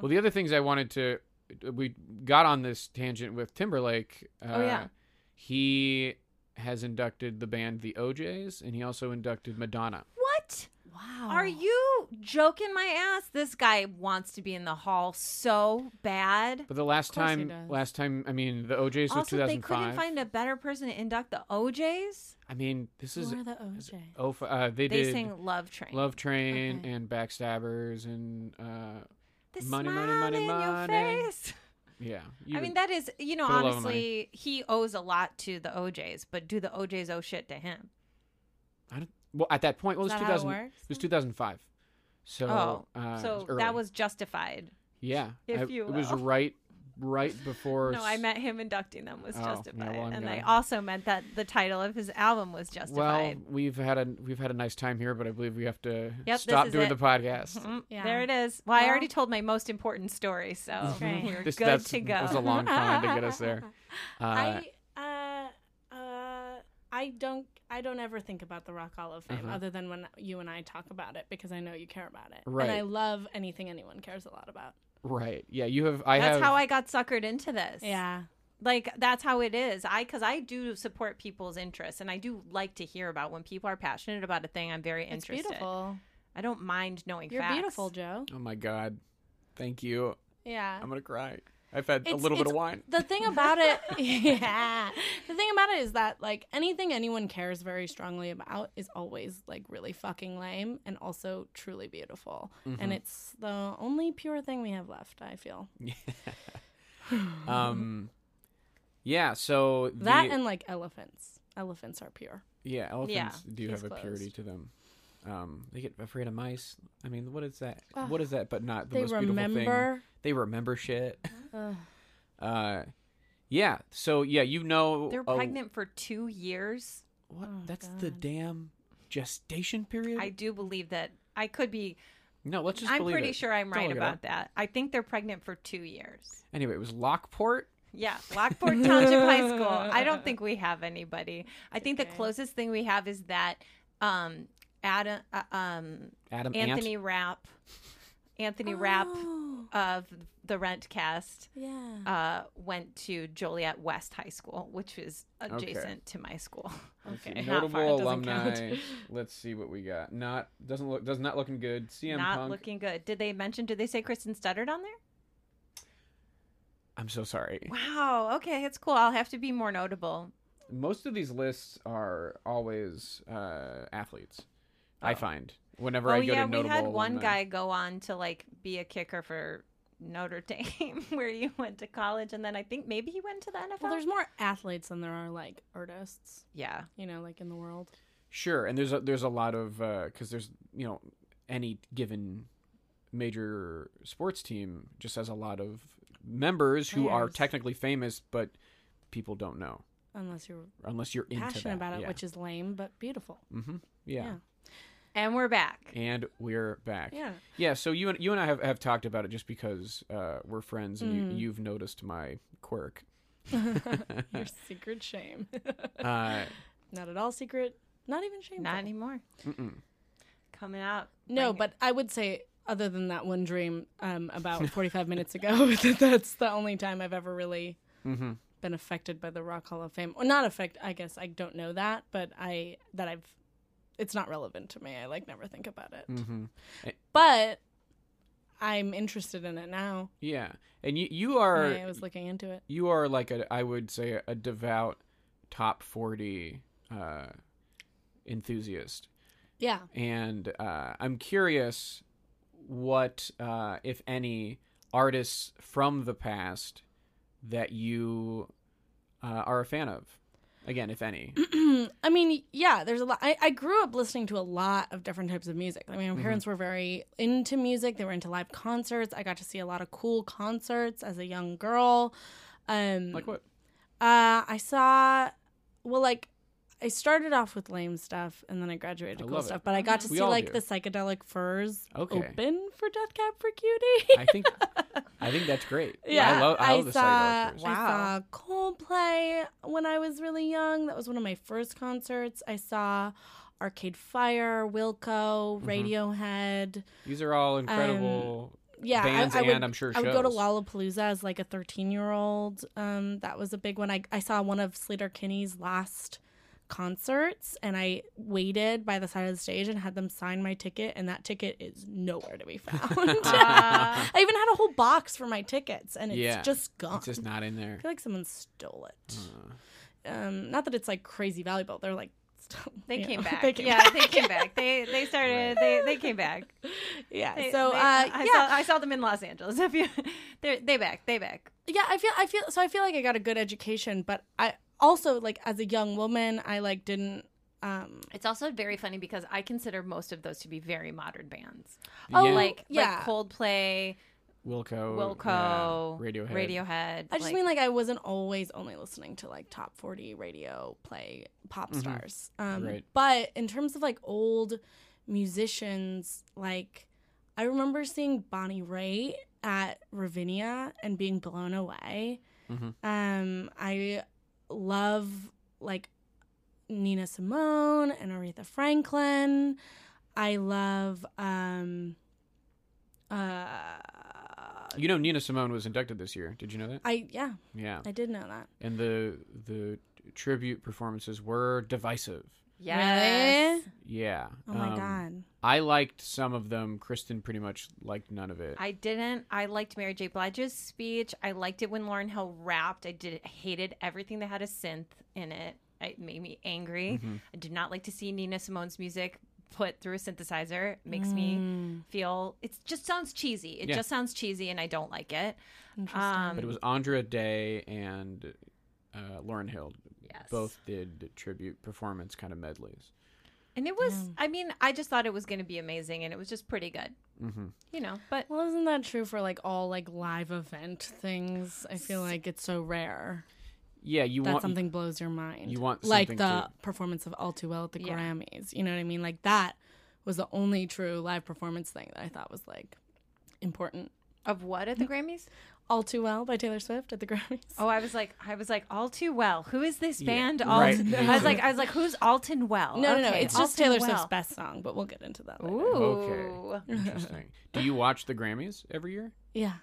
Speaker 1: Well, the other things I wanted to, uh, we got on this tangent with Timberlake. Uh,
Speaker 2: Oh, yeah.
Speaker 1: He has inducted the band The OJ's, and he also inducted Madonna.
Speaker 2: What?
Speaker 3: Wow.
Speaker 2: Are you joking my ass? This guy wants to be in the hall so bad.
Speaker 1: But the last
Speaker 3: course he
Speaker 1: time,
Speaker 3: does.
Speaker 1: last time, I mean, The OJ's was
Speaker 2: also, they
Speaker 1: 2005.
Speaker 2: couldn't find a better person to induct the OJs.
Speaker 1: I mean, this
Speaker 3: Who
Speaker 1: is
Speaker 3: are the OJ?
Speaker 1: oh, uh, they,
Speaker 2: They
Speaker 1: did
Speaker 2: sing Love Train.
Speaker 1: Love Train
Speaker 3: Okay.
Speaker 1: and Backstabbers and uh,
Speaker 2: the
Speaker 1: money,
Speaker 2: smile
Speaker 1: money, money,
Speaker 2: in your
Speaker 1: money.
Speaker 2: face.
Speaker 1: yeah. You
Speaker 2: I mean,
Speaker 1: would-
Speaker 2: that is, you know,
Speaker 1: For the love of
Speaker 2: honestly, he owes a lot to the OJs, but do the OJs owe shit to him?
Speaker 1: I don't, well, at that point, well,
Speaker 3: Is
Speaker 1: it was
Speaker 3: that how it
Speaker 1: 2000. It,
Speaker 3: works?
Speaker 1: was 2005. So,
Speaker 2: oh,
Speaker 1: uh, it
Speaker 2: so
Speaker 1: early.
Speaker 2: that was justified.
Speaker 1: Yeah.
Speaker 2: if
Speaker 1: I-
Speaker 2: you
Speaker 1: It was
Speaker 2: will.
Speaker 1: right right before
Speaker 2: No, I meant him inducting them was
Speaker 1: Oh, yeah,
Speaker 2: justified,
Speaker 1: well, I'm
Speaker 2: and I
Speaker 1: gonna-
Speaker 2: also meant that the title of his album was
Speaker 1: Well,
Speaker 2: justified.
Speaker 1: we've had a we've had a nice time here, but I believe we have to
Speaker 2: this
Speaker 1: stop
Speaker 2: is
Speaker 1: doing
Speaker 2: it.
Speaker 1: the podcast.
Speaker 2: Mm,
Speaker 3: Yeah.
Speaker 2: There it is. Well, I
Speaker 3: Well-
Speaker 2: already told my most important story, so
Speaker 3: Right.
Speaker 2: we're
Speaker 1: This-
Speaker 2: good
Speaker 1: that's-
Speaker 2: to go.
Speaker 1: That was a long con to get us there. Uh,
Speaker 3: I uh uh I don't I don't ever think about the Rock Hall of Fame
Speaker 1: Uh-huh.
Speaker 3: other than when you and I talk about it because I know you care about it.
Speaker 1: Right.
Speaker 3: And I love anything anyone cares a lot about.
Speaker 1: right? Yeah, you have. I
Speaker 2: that's
Speaker 1: have.
Speaker 2: how I got suckered into this.
Speaker 3: Yeah.
Speaker 2: like that's how it is i because i do support people's interests and i do like to hear about when people are passionate about a thing i'm very
Speaker 3: It's
Speaker 2: interested
Speaker 3: beautiful.
Speaker 2: i don't mind knowing
Speaker 3: You're
Speaker 2: facts.
Speaker 3: beautiful, Joe.
Speaker 1: oh my god! Thank you.
Speaker 3: Yeah.
Speaker 1: I'm gonna cry. I've had a
Speaker 3: It's-
Speaker 1: little bit
Speaker 3: it's-
Speaker 1: of wine.
Speaker 3: The thing about it, yeah. The thing about it is that like anything anyone cares very strongly about is always like really fucking lame and also truly beautiful.
Speaker 1: Mm-hmm.
Speaker 3: And it's the only pure thing we have left. I feel
Speaker 2: Mm-hmm.
Speaker 1: Um, yeah. So the,
Speaker 3: that and like elephants. Elephants are pure.
Speaker 1: yeah, elephants do
Speaker 3: he's
Speaker 1: have a purity
Speaker 3: closed.
Speaker 1: to them. Um, they get afraid of mice. I mean, what is that? what is that? But not the
Speaker 3: they
Speaker 1: most beautiful thing.
Speaker 3: remember.
Speaker 1: They remember shit.
Speaker 3: Ugh.
Speaker 1: Uh, yeah. So yeah, you know
Speaker 2: they're
Speaker 1: a-
Speaker 2: pregnant for two years
Speaker 1: What? That's the damn gestation period.
Speaker 2: i do believe that i could be
Speaker 1: no, let's just.
Speaker 2: i'm
Speaker 1: believe
Speaker 2: pretty
Speaker 1: it.
Speaker 2: sure i'm
Speaker 1: Don't
Speaker 2: right
Speaker 1: look it
Speaker 2: about
Speaker 1: up.
Speaker 2: that i think they're pregnant for two years
Speaker 1: Anyway, it was Lockport.
Speaker 2: yeah lockport township high school i don't think we have anybody i think the closest thing we have is that um adam uh, um
Speaker 1: Adam Ant-
Speaker 2: Anthony Rapp. Anthony Rapp
Speaker 3: Oh.
Speaker 2: of the Rent cast
Speaker 3: Yeah.
Speaker 2: uh, went to Joliet West High School, which is adjacent to my school.
Speaker 1: Let's see,
Speaker 2: not far,
Speaker 1: Notable
Speaker 2: it doesn't count.
Speaker 1: alumni. Let's see what we got. Not doesn't look does not looking good. CM
Speaker 2: Not
Speaker 1: Punk.
Speaker 2: looking good. Did they mention? Did they say Kristen stuttered on there?
Speaker 1: I'm so sorry.
Speaker 2: Wow. Okay, it's cool. I'll have to be more notable.
Speaker 1: most of these lists are always uh, athletes. I find whenever
Speaker 2: oh
Speaker 1: I go
Speaker 2: yeah,
Speaker 1: to notable
Speaker 2: we had one
Speaker 1: alumni.
Speaker 2: guy go on to like be a kicker for Notre Dame, where you went to college, and then I think maybe he went to the NFL.
Speaker 3: Well, there's more athletes than there are like artists,
Speaker 2: yeah,
Speaker 3: you know, like in the world.
Speaker 1: Sure, and there's a, there's a lot of because there's you know any given major sports team just has a lot of members who are
Speaker 3: Players.
Speaker 1: technically famous, but people don't know
Speaker 3: Unless you're
Speaker 1: unless you're into
Speaker 3: passionate
Speaker 1: that.
Speaker 3: about it,
Speaker 1: yeah.
Speaker 3: which is lame but beautiful.
Speaker 1: hmm yeah.
Speaker 3: Yeah.
Speaker 2: and we're back.
Speaker 1: And we're back.
Speaker 3: Yeah.
Speaker 1: Yeah. So you and you and I have, have talked about it just because uh, we're friends and you, you've noticed my quirk.
Speaker 3: Your secret shame.
Speaker 1: Uh,
Speaker 3: not at all secret. Not even shameful.
Speaker 2: Not anymore. Coming out.
Speaker 3: No, but I would say, other than that one dream um, about 45 minutes ago, that that's the only time I've ever really
Speaker 1: mm-hmm.
Speaker 3: been affected by the Rock Hall of Fame. Or not affect. I guess I don't know that, but I that I've. It's not relevant to me. I like never think about it.
Speaker 1: Mm-hmm.
Speaker 3: But I'm interested in it now.
Speaker 1: yeah. And you you are
Speaker 3: I was looking into it.
Speaker 1: you are like a I would say a devout top forty uh, enthusiast,
Speaker 3: Yeah.
Speaker 1: and uh, I'm curious what uh, if any artists from the past that you uh, are a fan of. Again, if any.
Speaker 3: I mean, yeah, there's a lot. I, I grew up listening to a lot of different types of music. I mean,
Speaker 1: Mm-hmm.
Speaker 3: my parents were very into music, they were into live concerts. I got to see a lot of cool concerts as a young girl. Um,
Speaker 1: like what?
Speaker 3: uh, I saw, well, like, I started off with lame stuff and then I graduated to
Speaker 1: I
Speaker 3: cool
Speaker 1: love it.
Speaker 3: stuff, but I got to
Speaker 1: We
Speaker 3: see,
Speaker 1: all
Speaker 3: like,
Speaker 1: do.
Speaker 3: the psychedelic furs
Speaker 1: Okay.
Speaker 3: open for Death Cab for Cutie.
Speaker 1: I think I think that's great.
Speaker 3: Yeah,
Speaker 1: I love I, love the
Speaker 3: saw,
Speaker 1: psychedelic
Speaker 2: Wow.
Speaker 1: wow.
Speaker 3: I saw Coldplay when I was really young. That was one of my first concerts. I saw Arcade Fire,
Speaker 1: Mm-hmm.
Speaker 3: Wilco, Radiohead.
Speaker 1: These are all
Speaker 3: Um,
Speaker 1: incredible.
Speaker 3: Yeah,
Speaker 1: Bands
Speaker 3: I, I would,
Speaker 1: and I'm sure
Speaker 3: I would go to
Speaker 1: shows.
Speaker 3: Lollapalooza as like a 13 year old. Um, that was a big one. I I saw one of Slater Kinney's last concerts and I waited by the side of the stage and had them sign my ticket and that ticket is nowhere to be found.
Speaker 2: Uh,
Speaker 3: I even had a whole box for my tickets and it's
Speaker 1: Yeah.
Speaker 3: just gone.
Speaker 1: It's just not in there. Uh,
Speaker 3: I feel like someone stole it. Um, not that it's like crazy valuable. They're like, still,
Speaker 2: they
Speaker 3: you
Speaker 2: came
Speaker 3: know,
Speaker 2: back.
Speaker 3: They came
Speaker 2: yeah,
Speaker 3: back.
Speaker 2: they came back. They they started. They they came back.
Speaker 3: yeah.
Speaker 2: They-
Speaker 3: so,
Speaker 2: they-
Speaker 3: uh,
Speaker 2: I
Speaker 3: yeah,
Speaker 2: saw, I saw them in Los Angeles. If you, they they back. They back.
Speaker 3: yeah. I feel, I feel. So I feel like I got a good education, but I also like as a young woman, I like didn't. Um,
Speaker 2: It's also very funny because I consider most of those to be very modern bands.
Speaker 3: Oh,
Speaker 1: yeah.
Speaker 2: like
Speaker 3: yeah.
Speaker 2: like Coldplay,
Speaker 1: Wilco,
Speaker 2: Wilco,
Speaker 1: yeah, Oh, Radiohead.
Speaker 2: Radiohead.
Speaker 3: I just mean like I wasn't always only listening to like top forty radio play pop stars. Um,
Speaker 1: Right.
Speaker 3: But in terms of like old musicians, like I remember seeing Bonnie Raitt at Ravinia and being blown away.
Speaker 1: Mhm.
Speaker 3: Um, I love like Nina Simone and Aretha Franklin. I love um, uh,
Speaker 1: You know, Nina Simone was inducted this year. Did you know that?
Speaker 3: I yeah,
Speaker 1: yeah.
Speaker 3: I did know that.
Speaker 1: And the the tribute performances were divisive.
Speaker 2: yes.
Speaker 3: Really?
Speaker 1: Yeah.
Speaker 3: Oh my
Speaker 1: Um,
Speaker 3: god.
Speaker 1: I liked some of them. Kristen pretty much liked none of it.
Speaker 2: I didn't. I liked Mary J. Blige's speech. I liked it when Lauren Hill rapped. I did hated everything that had a synth in it. It made me angry.
Speaker 1: Mm-hmm.
Speaker 2: I do not like to see Nina Simone's music put through a synthesizer. It makes me feel it just sounds cheesy. It
Speaker 1: Yeah.
Speaker 2: just sounds cheesy, and I don't like it. Um,
Speaker 1: but it was Andra Day and uh, Lauren Hill. Yes. Both did tribute performance kind of medleys.
Speaker 2: And it was. I mean, I just thought it was going to be amazing, and it was just pretty good.
Speaker 1: Mm-hmm.
Speaker 2: You know, but
Speaker 3: Well, isn't that true for like all like live event things? I feel like it's so rare
Speaker 1: Yeah, you
Speaker 3: that
Speaker 1: want
Speaker 3: something blows your mind.
Speaker 1: you want
Speaker 3: like the
Speaker 1: something to-
Speaker 3: performance of All Too Well at the
Speaker 2: Yeah.
Speaker 3: Grammys. You know what I mean? Like that was the only true live performance thing that I thought was like important.
Speaker 2: of what at the Grammys?
Speaker 3: All Too Well by Taylor Swift at the Grammys.
Speaker 2: Oh, I was like, I was like, all too well. Who is this band?
Speaker 1: right,
Speaker 2: All
Speaker 1: me
Speaker 2: I was
Speaker 1: too.
Speaker 2: like, I was like, who's Alton Well?
Speaker 3: no, no, no!
Speaker 2: Okay,
Speaker 3: It's just
Speaker 2: Alton
Speaker 3: Taylor
Speaker 2: Well.
Speaker 3: Swift's best song, but we'll get into that. Later.
Speaker 2: Ooh.
Speaker 1: Okay. Interesting. do you watch the Grammys every year?
Speaker 3: Yeah.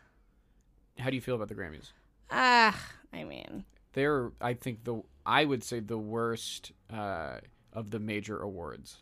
Speaker 1: How do you feel about the Grammys?
Speaker 3: Ah, I mean,
Speaker 1: They're, I think the, I would say the worst uh, of the major awards.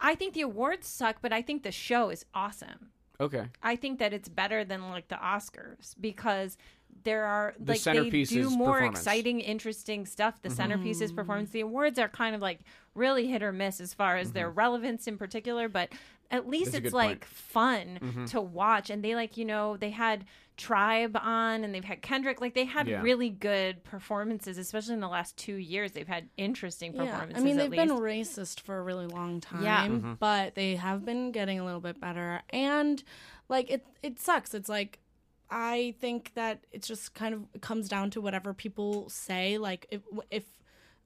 Speaker 2: I think the awards suck, but I think the show is awesome.
Speaker 1: Okay.
Speaker 2: I think that it's better than like the Oscars because there are like they
Speaker 1: centerpiece
Speaker 2: do
Speaker 1: is
Speaker 2: more
Speaker 1: performance. Mm-hmm.
Speaker 2: exciting, interesting stuff. The centerpiece is performance. The awards are kind of like really hit or miss as far as their relevance in particular, but at
Speaker 1: Mm-hmm.
Speaker 2: least
Speaker 1: That's a
Speaker 2: it's
Speaker 1: good point. Mm-hmm.
Speaker 2: like fun to watch. And they like you know they had Tribe on, and they've had Kendrick. Like they had
Speaker 1: Yeah.
Speaker 2: really good performances, especially in the last two years. They've had interesting
Speaker 3: Yeah,
Speaker 2: performances.
Speaker 3: I mean
Speaker 2: at least.
Speaker 3: they've been racist for a really long time,
Speaker 2: Yeah.
Speaker 3: but they have been getting a little bit better. And like it, it sucks. It's like I think that it just kind of comes down to whatever people say. Like if, if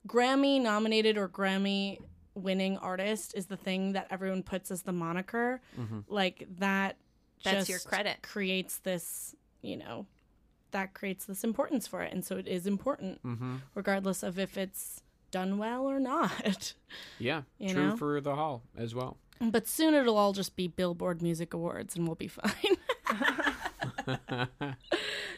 Speaker 3: Grammy nominated or Grammy winning artist is the thing that everyone puts as the moniker, like that.
Speaker 2: That's your
Speaker 3: just
Speaker 2: credit.
Speaker 3: Creates this, you know, that creates this importance for it, and so it is important
Speaker 1: Mm-hmm.
Speaker 3: regardless of if it's done well or not.
Speaker 1: Yeah,
Speaker 3: You
Speaker 1: true
Speaker 3: know?
Speaker 1: for the hall as well.
Speaker 3: But soon it'll all just be Billboard Music Awards and we'll be fine.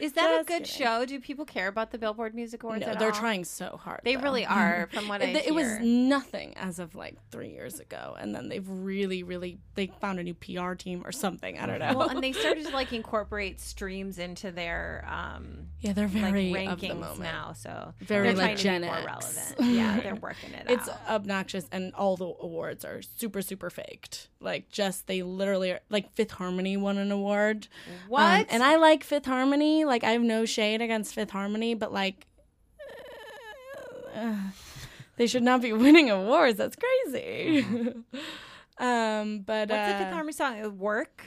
Speaker 2: Is that
Speaker 3: Just
Speaker 2: a good
Speaker 3: kidding.
Speaker 2: show? Do people care about the Billboard Music Awards?
Speaker 3: No,
Speaker 2: at
Speaker 3: they're
Speaker 2: all?
Speaker 3: trying so hard.
Speaker 2: They
Speaker 3: though.
Speaker 2: really are. From what I
Speaker 3: It, it was
Speaker 2: hear.
Speaker 3: nothing as of like three years ago, and then they've really, really they found a new PR team or something. I don't know.
Speaker 2: well, and they started to like incorporate streams into their um
Speaker 3: yeah, they're
Speaker 2: like
Speaker 3: very of the
Speaker 2: rankings
Speaker 3: moment.
Speaker 2: now. So
Speaker 3: Very,
Speaker 2: they're trying
Speaker 3: like,
Speaker 2: to be
Speaker 3: Gen
Speaker 2: more
Speaker 3: X.
Speaker 2: relevant. Yeah, they're working it
Speaker 3: It's
Speaker 2: out.
Speaker 3: obnoxious, and all the awards are super, super faked. Like, just they literally are, like Fifth Harmony won an award.
Speaker 2: What?
Speaker 3: Um, and I like Fifth Harmony. Like I have no shade against Fifth Harmony, but like uh, they should not be winning awards. That's crazy. um,
Speaker 2: Mm-hmm.
Speaker 3: but
Speaker 2: What's
Speaker 3: uh,
Speaker 2: the Fifth Harmony song? Uh, Work,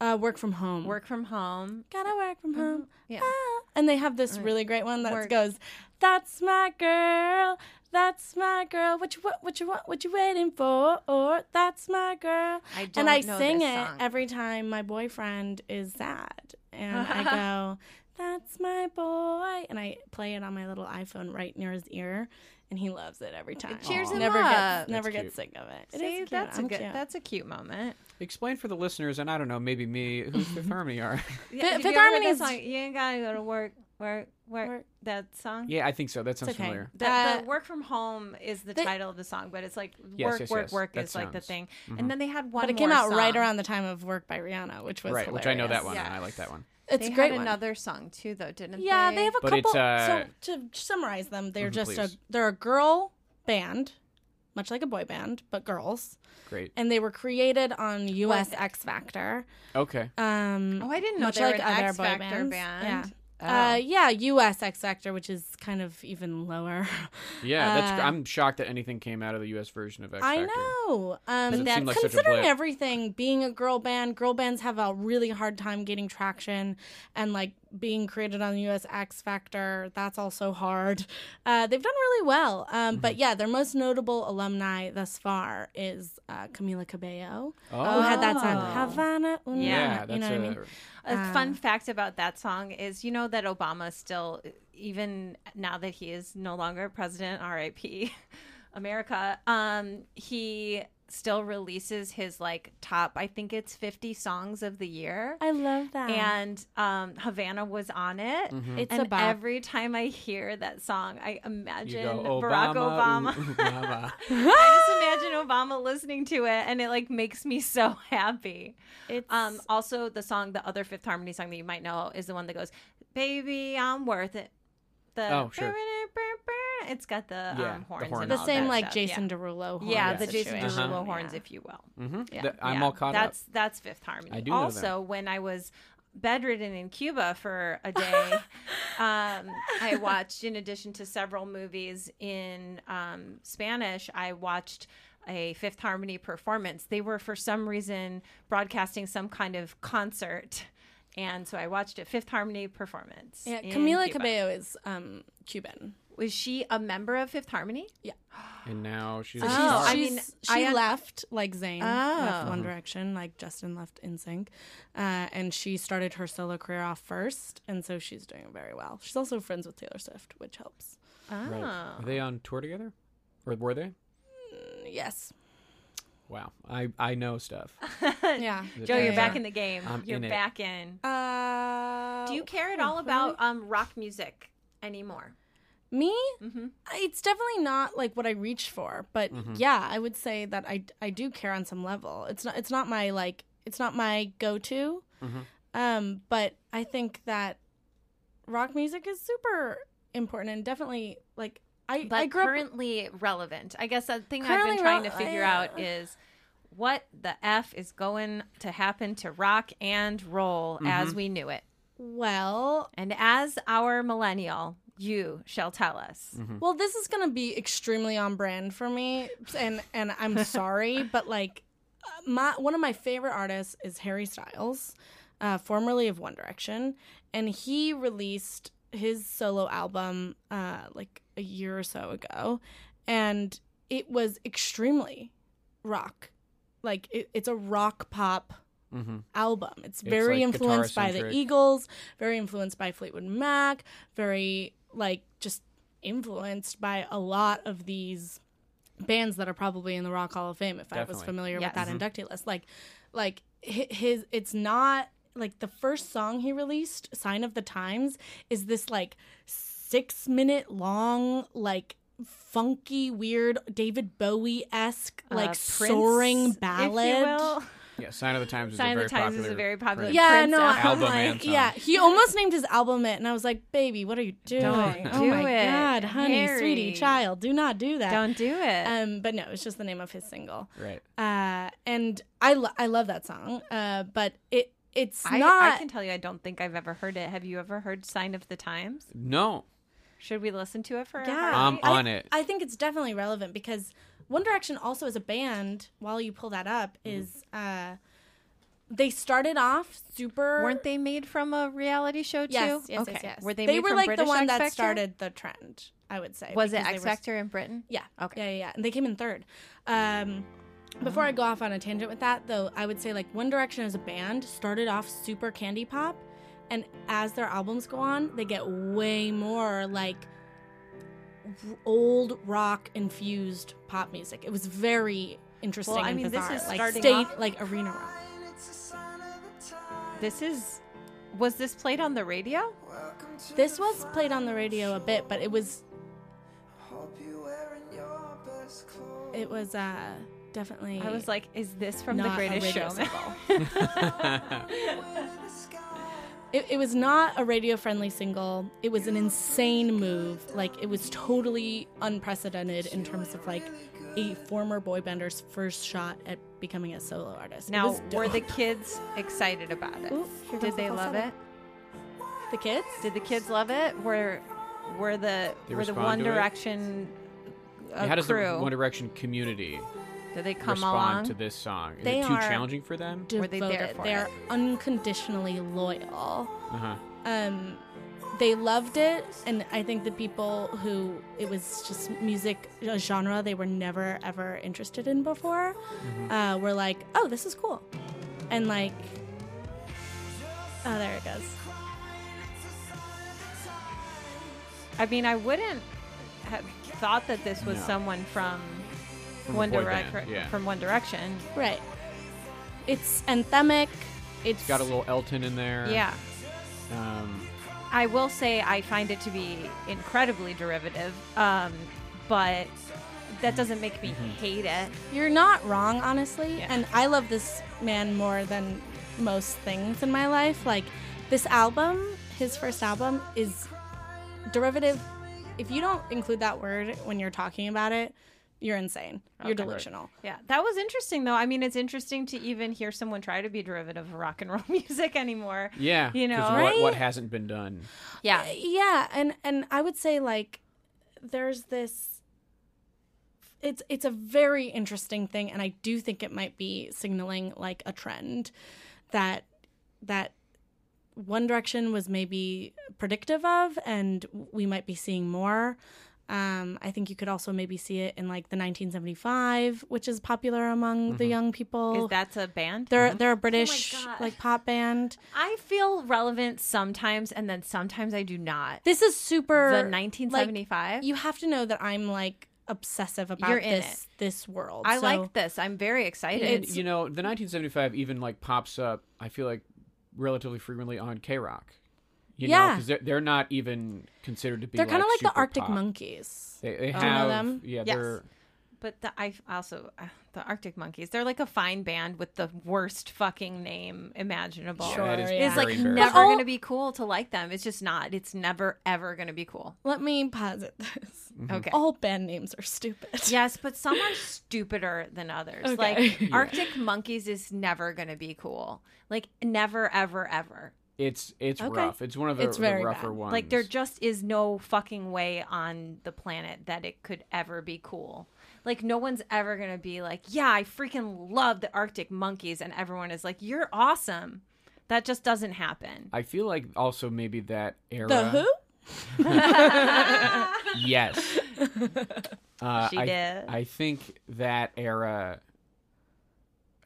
Speaker 3: uh, work from home.
Speaker 2: work from home.
Speaker 3: Gotta work from home.
Speaker 2: Yeah.
Speaker 3: Ah. And they have this really great one that
Speaker 2: Work.
Speaker 3: goes, "That's my girl. That's my girl. What you what? What you want? What you waiting for? Or that's my girl."
Speaker 2: I
Speaker 3: and
Speaker 2: don't
Speaker 3: I
Speaker 2: know
Speaker 3: sing
Speaker 2: this
Speaker 3: it
Speaker 2: song.
Speaker 3: every time my boyfriend is sad, and I go, "That's my boy," and I play it on my little iPhone right near his ear, and he loves it every time.
Speaker 2: cheers him
Speaker 3: never
Speaker 2: up.
Speaker 3: Gets, never
Speaker 1: That's
Speaker 3: gets sick of it. It is
Speaker 2: See,
Speaker 3: cute.
Speaker 2: that's
Speaker 3: I'm
Speaker 2: a good.
Speaker 3: cute.
Speaker 2: That's a cute moment.
Speaker 1: Explain for the listeners, and I don't know, maybe me, who Fifth Harmony are.
Speaker 2: Yeah, have you
Speaker 3: Fifth
Speaker 2: ever heard
Speaker 3: Harmony
Speaker 2: that
Speaker 3: is-
Speaker 2: song, You ain't gotta go to work, work, work.
Speaker 3: Work.
Speaker 2: That song.
Speaker 1: yeah, I think so. That sounds
Speaker 3: okay.
Speaker 1: familiar.
Speaker 2: The,
Speaker 3: Uh,
Speaker 2: the work from home is the
Speaker 3: they-
Speaker 2: title of the song, but it's like
Speaker 1: Yes,
Speaker 2: work,
Speaker 1: yes,
Speaker 2: work,
Speaker 1: yes.
Speaker 2: work
Speaker 1: That
Speaker 2: is like the
Speaker 1: sounds- mm-hmm.
Speaker 2: thing. And then they had one.
Speaker 3: but it came
Speaker 2: more
Speaker 3: out right
Speaker 2: song.
Speaker 3: around the time of work by Rihanna, which was
Speaker 1: right, which I know that
Speaker 3: hilarious.
Speaker 1: one, and I
Speaker 2: Yes.
Speaker 1: like that one.
Speaker 3: It's
Speaker 2: they
Speaker 3: a great.
Speaker 2: had
Speaker 3: one.
Speaker 2: another song too, though, didn't they?
Speaker 3: Yeah, they have a
Speaker 1: But
Speaker 3: couple.
Speaker 1: it's, uh,
Speaker 3: so to summarize them, they're
Speaker 1: Mhm,
Speaker 3: just
Speaker 1: please.
Speaker 3: a they're a girl band, much like a boy band, but girls,
Speaker 1: Great.
Speaker 3: and they were created on U.S. X Factor.
Speaker 1: Okay.
Speaker 3: Um,
Speaker 2: Oh, I didn't know
Speaker 3: much
Speaker 2: they were
Speaker 3: like
Speaker 2: an
Speaker 3: other
Speaker 2: X
Speaker 3: boy
Speaker 2: Factor
Speaker 3: bands.
Speaker 2: band. Oh.
Speaker 3: Yeah. Uh, yeah, U.S. X Factor, which is kind of even lower.
Speaker 1: Yeah, that's.
Speaker 3: Uh,
Speaker 1: I'm shocked that anything came out of the U.S. version of X
Speaker 3: I
Speaker 1: Factor.
Speaker 3: know.
Speaker 1: Doesn't
Speaker 3: Um,
Speaker 1: seem like such a
Speaker 3: considering
Speaker 1: blip.
Speaker 3: everything, being a girl band, girl bands have a really hard time getting traction, and like being created on the U.S. X Factor, that's also hard. Uh, they've done really well, um,
Speaker 1: Mm-hmm.
Speaker 3: but yeah, their most notable alumni thus far is uh, Camila Cabello,
Speaker 1: Oh.
Speaker 3: who had that
Speaker 2: Oh.
Speaker 3: song Havana. Una,
Speaker 1: Yeah,
Speaker 2: Yeah,
Speaker 1: that's
Speaker 3: you know what I
Speaker 1: a.
Speaker 3: mean.
Speaker 2: A
Speaker 3: um,
Speaker 2: fun fact about that song is you know that Obama still, even now that he is no longer president, RIP America, um, he still releases his like top, I think it's 50 songs of the year.
Speaker 3: I love
Speaker 1: Ah.
Speaker 3: that.
Speaker 2: and um, Havana was on it.
Speaker 3: It's
Speaker 2: and
Speaker 3: a bop.
Speaker 2: every time I hear that song, I
Speaker 1: Mm-hmm. You
Speaker 2: imagine
Speaker 1: go,
Speaker 2: Barack Obama.
Speaker 1: ooh, Obama. Mm-hmm.
Speaker 2: I just imagine Obama listening to it, and it like makes me so happy.
Speaker 3: it's
Speaker 2: Um, also, the song, the other Fifth Harmony song that you might know, is the one that goes, "Baby, I'm worth it." The
Speaker 1: Oh, sure.
Speaker 2: It's got the
Speaker 1: Yeah,
Speaker 2: um,
Speaker 1: the Uh-huh.
Speaker 2: horns.
Speaker 1: horn.
Speaker 2: and
Speaker 3: the
Speaker 2: all
Speaker 3: same
Speaker 2: that
Speaker 3: like
Speaker 2: stuff.
Speaker 3: Jason
Speaker 2: Yeah.
Speaker 3: Derulo. horn
Speaker 2: Yeah, the Jason
Speaker 3: situation.
Speaker 2: Derulo
Speaker 3: Yeah.
Speaker 2: horns, if you will.
Speaker 1: Mhm.
Speaker 3: Yeah.
Speaker 1: Th- I'm
Speaker 2: Yeah,
Speaker 1: all caught
Speaker 2: that's,
Speaker 1: up.
Speaker 2: That's Fifth Harmony.
Speaker 1: I do know them.
Speaker 2: also, when I was bedridden in Cuba for a day, um, I watched, in addition to several movies in um, Spanish, I watched a Fifth Harmony performance. They were, for some reason, broadcasting some kind of concert. And so I watched a Fifth Harmony performance.
Speaker 3: Yeah,
Speaker 2: in
Speaker 3: Camila
Speaker 2: Cuba.
Speaker 3: Cabello is um, Cuban.
Speaker 2: Was she a member of Fifth Harmony?
Speaker 1: And now she's.
Speaker 3: So
Speaker 1: a
Speaker 3: she's,
Speaker 2: Oh,
Speaker 1: star.
Speaker 2: I
Speaker 3: she's-
Speaker 2: mean,
Speaker 3: she
Speaker 2: I un-
Speaker 3: left like Zayn left
Speaker 2: Oh.
Speaker 3: One Direction, like Justin left NSYNC, uh, and she started her solo career off first, and so she's doing very well. She's also friends with Taylor Swift, which helps.
Speaker 2: Oh.
Speaker 1: Right. Are they on tour together, or were they?
Speaker 3: Yes,
Speaker 1: Wow, I I know stuff.
Speaker 3: yeah.
Speaker 2: Joe, you're
Speaker 3: Yeah.
Speaker 2: back in the game.
Speaker 1: I'm
Speaker 2: you're
Speaker 1: in it.
Speaker 2: back in.
Speaker 3: Uh,
Speaker 2: Do you care at all about um, rock music anymore?
Speaker 3: me? I- It's definitely not like what I reach for, but yeah, I would say that I I do care on some level. It's not it's not my like it's not my go to, um, but I think that rock music is super important and definitely like I
Speaker 2: but
Speaker 3: I grew up
Speaker 2: currently relevant. I guess the thing I've
Speaker 3: Currently
Speaker 2: been trying
Speaker 3: rel- uh,
Speaker 2: to figure
Speaker 3: yeah.
Speaker 2: out is what the f is going to happen to rock and roll as we knew it,
Speaker 3: well.
Speaker 2: and as our millennial, you shall tell us.
Speaker 1: Mm-hmm.
Speaker 3: Well, this is gonna be extremely on brand for me, and and I'm sorry, but like uh, my one of my favorite artists is Harry Styles, uh, formerly of One Direction, and he released his solo album uh, like a year or so ago, and it was extremely rock, like it, it's a rock pop
Speaker 1: Mm-hmm.
Speaker 3: album.
Speaker 1: It's,
Speaker 3: It's very
Speaker 1: like,
Speaker 3: influenced by the
Speaker 1: guitar-centric.
Speaker 3: Eagles, very influenced by Fleetwood Mac, very like just influenced by a lot of these bands that are probably in the Rock Hall of Fame if I was
Speaker 1: Definitely. Mm-hmm.
Speaker 3: familiar
Speaker 2: Yes.
Speaker 3: with that inductee list. Like like hi- his it's not like the first song he released, Sign of the Times, is this like 6 minute long like funky weird David Bowie-esque
Speaker 2: Uh,
Speaker 3: like
Speaker 2: Prince,
Speaker 3: soaring
Speaker 2: if you
Speaker 3: ballad.
Speaker 2: will.
Speaker 1: Yeah, Sign of the Times is
Speaker 2: Sign
Speaker 1: a
Speaker 2: of the
Speaker 1: very
Speaker 2: Times is
Speaker 1: popular.
Speaker 2: a very popular-
Speaker 1: print.
Speaker 2: Yeah.
Speaker 3: Yeah,
Speaker 2: Prince
Speaker 3: no,
Speaker 2: album.
Speaker 3: I'm
Speaker 1: Album and
Speaker 3: like,
Speaker 1: song.
Speaker 3: yeah. He almost named his album it, and I was like, "Baby, what are you doing?
Speaker 2: Don't
Speaker 3: oh
Speaker 2: do
Speaker 3: my
Speaker 2: it,
Speaker 3: god, honey,
Speaker 2: Harry.
Speaker 3: sweetie, child, do not do that."
Speaker 2: Don't do it.
Speaker 3: Um, but no, it's just the name of his single.
Speaker 1: Right.
Speaker 3: Uh, and I lo- I love that song. Uh, but it it's
Speaker 2: I,
Speaker 3: not.
Speaker 2: I can tell you, I don't think I've ever heard it. Have you ever heard "Sign of the Times"?
Speaker 1: No,
Speaker 2: Should we listen to it for?
Speaker 3: yeah,
Speaker 2: A
Speaker 1: I'm
Speaker 2: heartbeat?
Speaker 3: I-
Speaker 1: on it.
Speaker 3: I think it's definitely relevant because One Direction also as a band. While you pull that up, is uh, they started off super.
Speaker 2: Weren't they made from a reality show too?
Speaker 3: Yes, yes,
Speaker 2: okay.
Speaker 3: yes, yes.
Speaker 2: Were they?
Speaker 3: They
Speaker 2: made
Speaker 3: were
Speaker 2: from
Speaker 3: like
Speaker 2: British
Speaker 3: the one
Speaker 2: X
Speaker 3: that
Speaker 2: Factor?
Speaker 3: started the trend. I would say.
Speaker 2: Was it
Speaker 3: because they
Speaker 2: X
Speaker 3: were-
Speaker 2: Factor in Britain?
Speaker 3: Yeah.
Speaker 2: Okay.
Speaker 3: Yeah, yeah, yeah. And they came in third. Um, before I go off on a tangent with that, though, I would say like One Direction as a band started off super candy pop, and as their albums go on, they get way more like r- old rock infused pop music. It was very interesting.
Speaker 2: Well, I
Speaker 3: and
Speaker 2: mean, this
Speaker 3: bizarre.
Speaker 2: is
Speaker 3: like
Speaker 2: starting
Speaker 3: state
Speaker 2: off-
Speaker 3: like arena rock.
Speaker 2: This is. Was this played on the radio?
Speaker 3: This was played on the radio a bit, but it was it was uh definitely
Speaker 2: I was like, is this from the
Speaker 3: Not a
Speaker 2: Greatest
Speaker 3: radio
Speaker 2: Showman?
Speaker 3: It, it was not a radio friendly single. It was an insane move. Like, it was totally unprecedented in terms of like a former boy bander's first shot at becoming a solo artist. It
Speaker 2: now,
Speaker 3: was
Speaker 2: were the
Speaker 3: dope.
Speaker 2: kids excited about it?
Speaker 3: Oop, here
Speaker 2: Did
Speaker 3: goes the
Speaker 2: they love
Speaker 3: falsetto.
Speaker 2: it?
Speaker 3: the kids?
Speaker 2: Did the kids love it? Were were the
Speaker 1: They
Speaker 2: were the
Speaker 1: respond
Speaker 2: One
Speaker 1: to it?
Speaker 2: Direction uh,
Speaker 1: How does
Speaker 2: crew?
Speaker 1: the One Direction community
Speaker 2: did they come
Speaker 1: respond
Speaker 2: along?
Speaker 1: to this song? Is
Speaker 3: They
Speaker 1: it too
Speaker 3: are-
Speaker 1: challenging for them?
Speaker 3: Devoted.
Speaker 2: were they there for
Speaker 3: They're
Speaker 2: it?
Speaker 3: unconditionally loyal.
Speaker 1: Uh huh.
Speaker 3: um, they loved it, and I think the people who it was just music a genre they were never ever interested in before
Speaker 1: Mm-hmm.
Speaker 3: uh, were like, "Oh, this is cool," and like, oh, there it goes.
Speaker 2: I mean, I wouldn't have thought that this was
Speaker 1: No.
Speaker 2: someone from,
Speaker 1: From a
Speaker 2: One
Speaker 1: boy
Speaker 2: Direction.
Speaker 1: band, yeah.
Speaker 2: From One Direction.
Speaker 3: Right. It's anthemic. It's
Speaker 1: It's got a little Elton in there.
Speaker 2: Yeah.
Speaker 1: Um,
Speaker 2: I will say I find it to be incredibly derivative, um, but that doesn't make me hate it.
Speaker 3: You're not wrong, honestly.
Speaker 2: Yeah.
Speaker 3: And I love this man more than most things in my life. Like, this album, his first album, is derivative. If you don't include that word when you're talking about it, you're insane. You're delusional.
Speaker 2: Yeah, that was interesting though. I mean, it's interesting to even hear someone try to be derivative of rock and roll music anymore. Eh,
Speaker 1: yeah.
Speaker 2: You
Speaker 1: 'cause
Speaker 2: know,
Speaker 1: what,
Speaker 3: Right?
Speaker 1: what hasn't been done?
Speaker 2: Yeah.
Speaker 3: Uh, Yeah, and and I would say like there's this it's it's a very interesting thing and I do think it might be signaling like a trend that that one direction was maybe predictive of and we might be seeing more um, I think you could also maybe see it in like the 1975, which is popular among the young people.
Speaker 2: Mm-hmm. Is that Mm-hmm. a band?
Speaker 3: they're they're a British
Speaker 2: God.
Speaker 3: like pop band.
Speaker 2: I feel relevant sometimes, and then sometimes I do not.
Speaker 3: This is super
Speaker 2: The
Speaker 3: like,
Speaker 2: 1975?
Speaker 3: you have to know that I'm like obsessive about
Speaker 2: You're in
Speaker 3: this this world.
Speaker 2: I
Speaker 3: So
Speaker 2: like this. I'm very excited.
Speaker 1: And you know, the 1975 even like pops up. I feel like relatively frequently on K Rock. You know,
Speaker 3: Yeah.
Speaker 1: because they're, they're not even considered to be.
Speaker 3: They're
Speaker 1: kind of
Speaker 3: like the Arctic
Speaker 1: pop.
Speaker 3: Monkeys.
Speaker 1: They, they
Speaker 3: you know
Speaker 1: have
Speaker 3: them?
Speaker 1: yeah.
Speaker 3: Yes.
Speaker 1: They're
Speaker 2: But the I also uh, the Arctic Monkeys. They're like a fine band with the worst fucking name imaginable.
Speaker 3: Sure,
Speaker 1: That is
Speaker 3: yeah.
Speaker 2: It's
Speaker 1: very
Speaker 2: like
Speaker 1: embarrassing.
Speaker 2: never
Speaker 3: all-
Speaker 2: gonna be cool to like them. It's just not. It's never ever gonna be cool.
Speaker 3: Let me posit this.
Speaker 1: Mm-hmm.
Speaker 2: Okay.
Speaker 3: All band names are stupid.
Speaker 2: Yes, but some are stupider than others.
Speaker 3: Okay.
Speaker 2: Like
Speaker 3: Yeah.
Speaker 2: Arctic Monkeys is never gonna be cool. Like never, ever, ever.
Speaker 1: It's it's
Speaker 3: Okay.
Speaker 1: rough. It's one of the,
Speaker 3: It's
Speaker 1: the
Speaker 3: very
Speaker 1: rougher
Speaker 3: bad.
Speaker 1: ones.
Speaker 2: Like there just is no fucking way on the planet that it could ever be cool. Like no one's ever gonna be like, yeah, I freaking love the Arctic Monkeys, and everyone is like, you're awesome. That just doesn't happen.
Speaker 1: I feel like also maybe that era.
Speaker 3: The Who?
Speaker 1: Yes. uh,
Speaker 2: She
Speaker 1: I,
Speaker 2: did.
Speaker 1: I think that era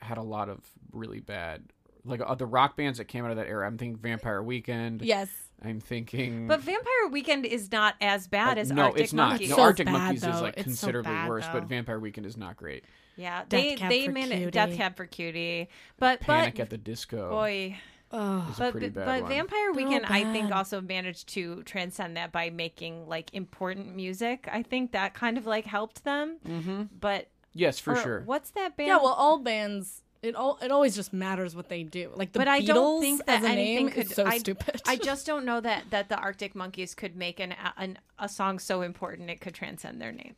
Speaker 1: had a lot of really bad, like uh, the rock bands that came out of that era. I'm thinking Vampire Weekend.
Speaker 3: Yes.
Speaker 1: I'm thinking.
Speaker 2: But Vampire Weekend is not as bad
Speaker 1: Uh,
Speaker 2: as
Speaker 1: no,
Speaker 2: Arctic
Speaker 1: it's not.
Speaker 2: Monkeys.
Speaker 1: No,
Speaker 3: So
Speaker 1: Arctic
Speaker 3: bad,
Speaker 1: Monkeys is
Speaker 3: though.
Speaker 1: like
Speaker 3: It's so
Speaker 1: considerably
Speaker 3: bad,
Speaker 1: worse,
Speaker 3: though.
Speaker 1: but Vampire Weekend is not great.
Speaker 2: yeah,
Speaker 3: Death
Speaker 2: they
Speaker 3: Cab
Speaker 2: they
Speaker 3: for
Speaker 2: managed
Speaker 3: Cutie.
Speaker 2: Death Cab for Cutie, but
Speaker 1: Panic
Speaker 2: but
Speaker 1: at the Disco.
Speaker 2: boy,
Speaker 3: Oh.
Speaker 1: is a
Speaker 2: but
Speaker 1: pretty bad
Speaker 2: but
Speaker 1: one.
Speaker 2: Vampire Weekend, I think
Speaker 3: bad.
Speaker 2: also managed to transcend that by making like important music. I think that kind of like helped them. Mm-hmm. But
Speaker 1: Yes, for
Speaker 2: or
Speaker 1: sure.
Speaker 2: what's that band?
Speaker 3: Yeah, well, all bands. It all it always just matters what they do. Like the
Speaker 2: but
Speaker 3: Beatles
Speaker 2: I don't think that
Speaker 3: as a
Speaker 2: anything
Speaker 3: name
Speaker 2: could.
Speaker 3: is so
Speaker 2: I,
Speaker 3: stupid.
Speaker 2: I just don't know that that the Arctic Monkeys could make an, an a song so important it could transcend their name.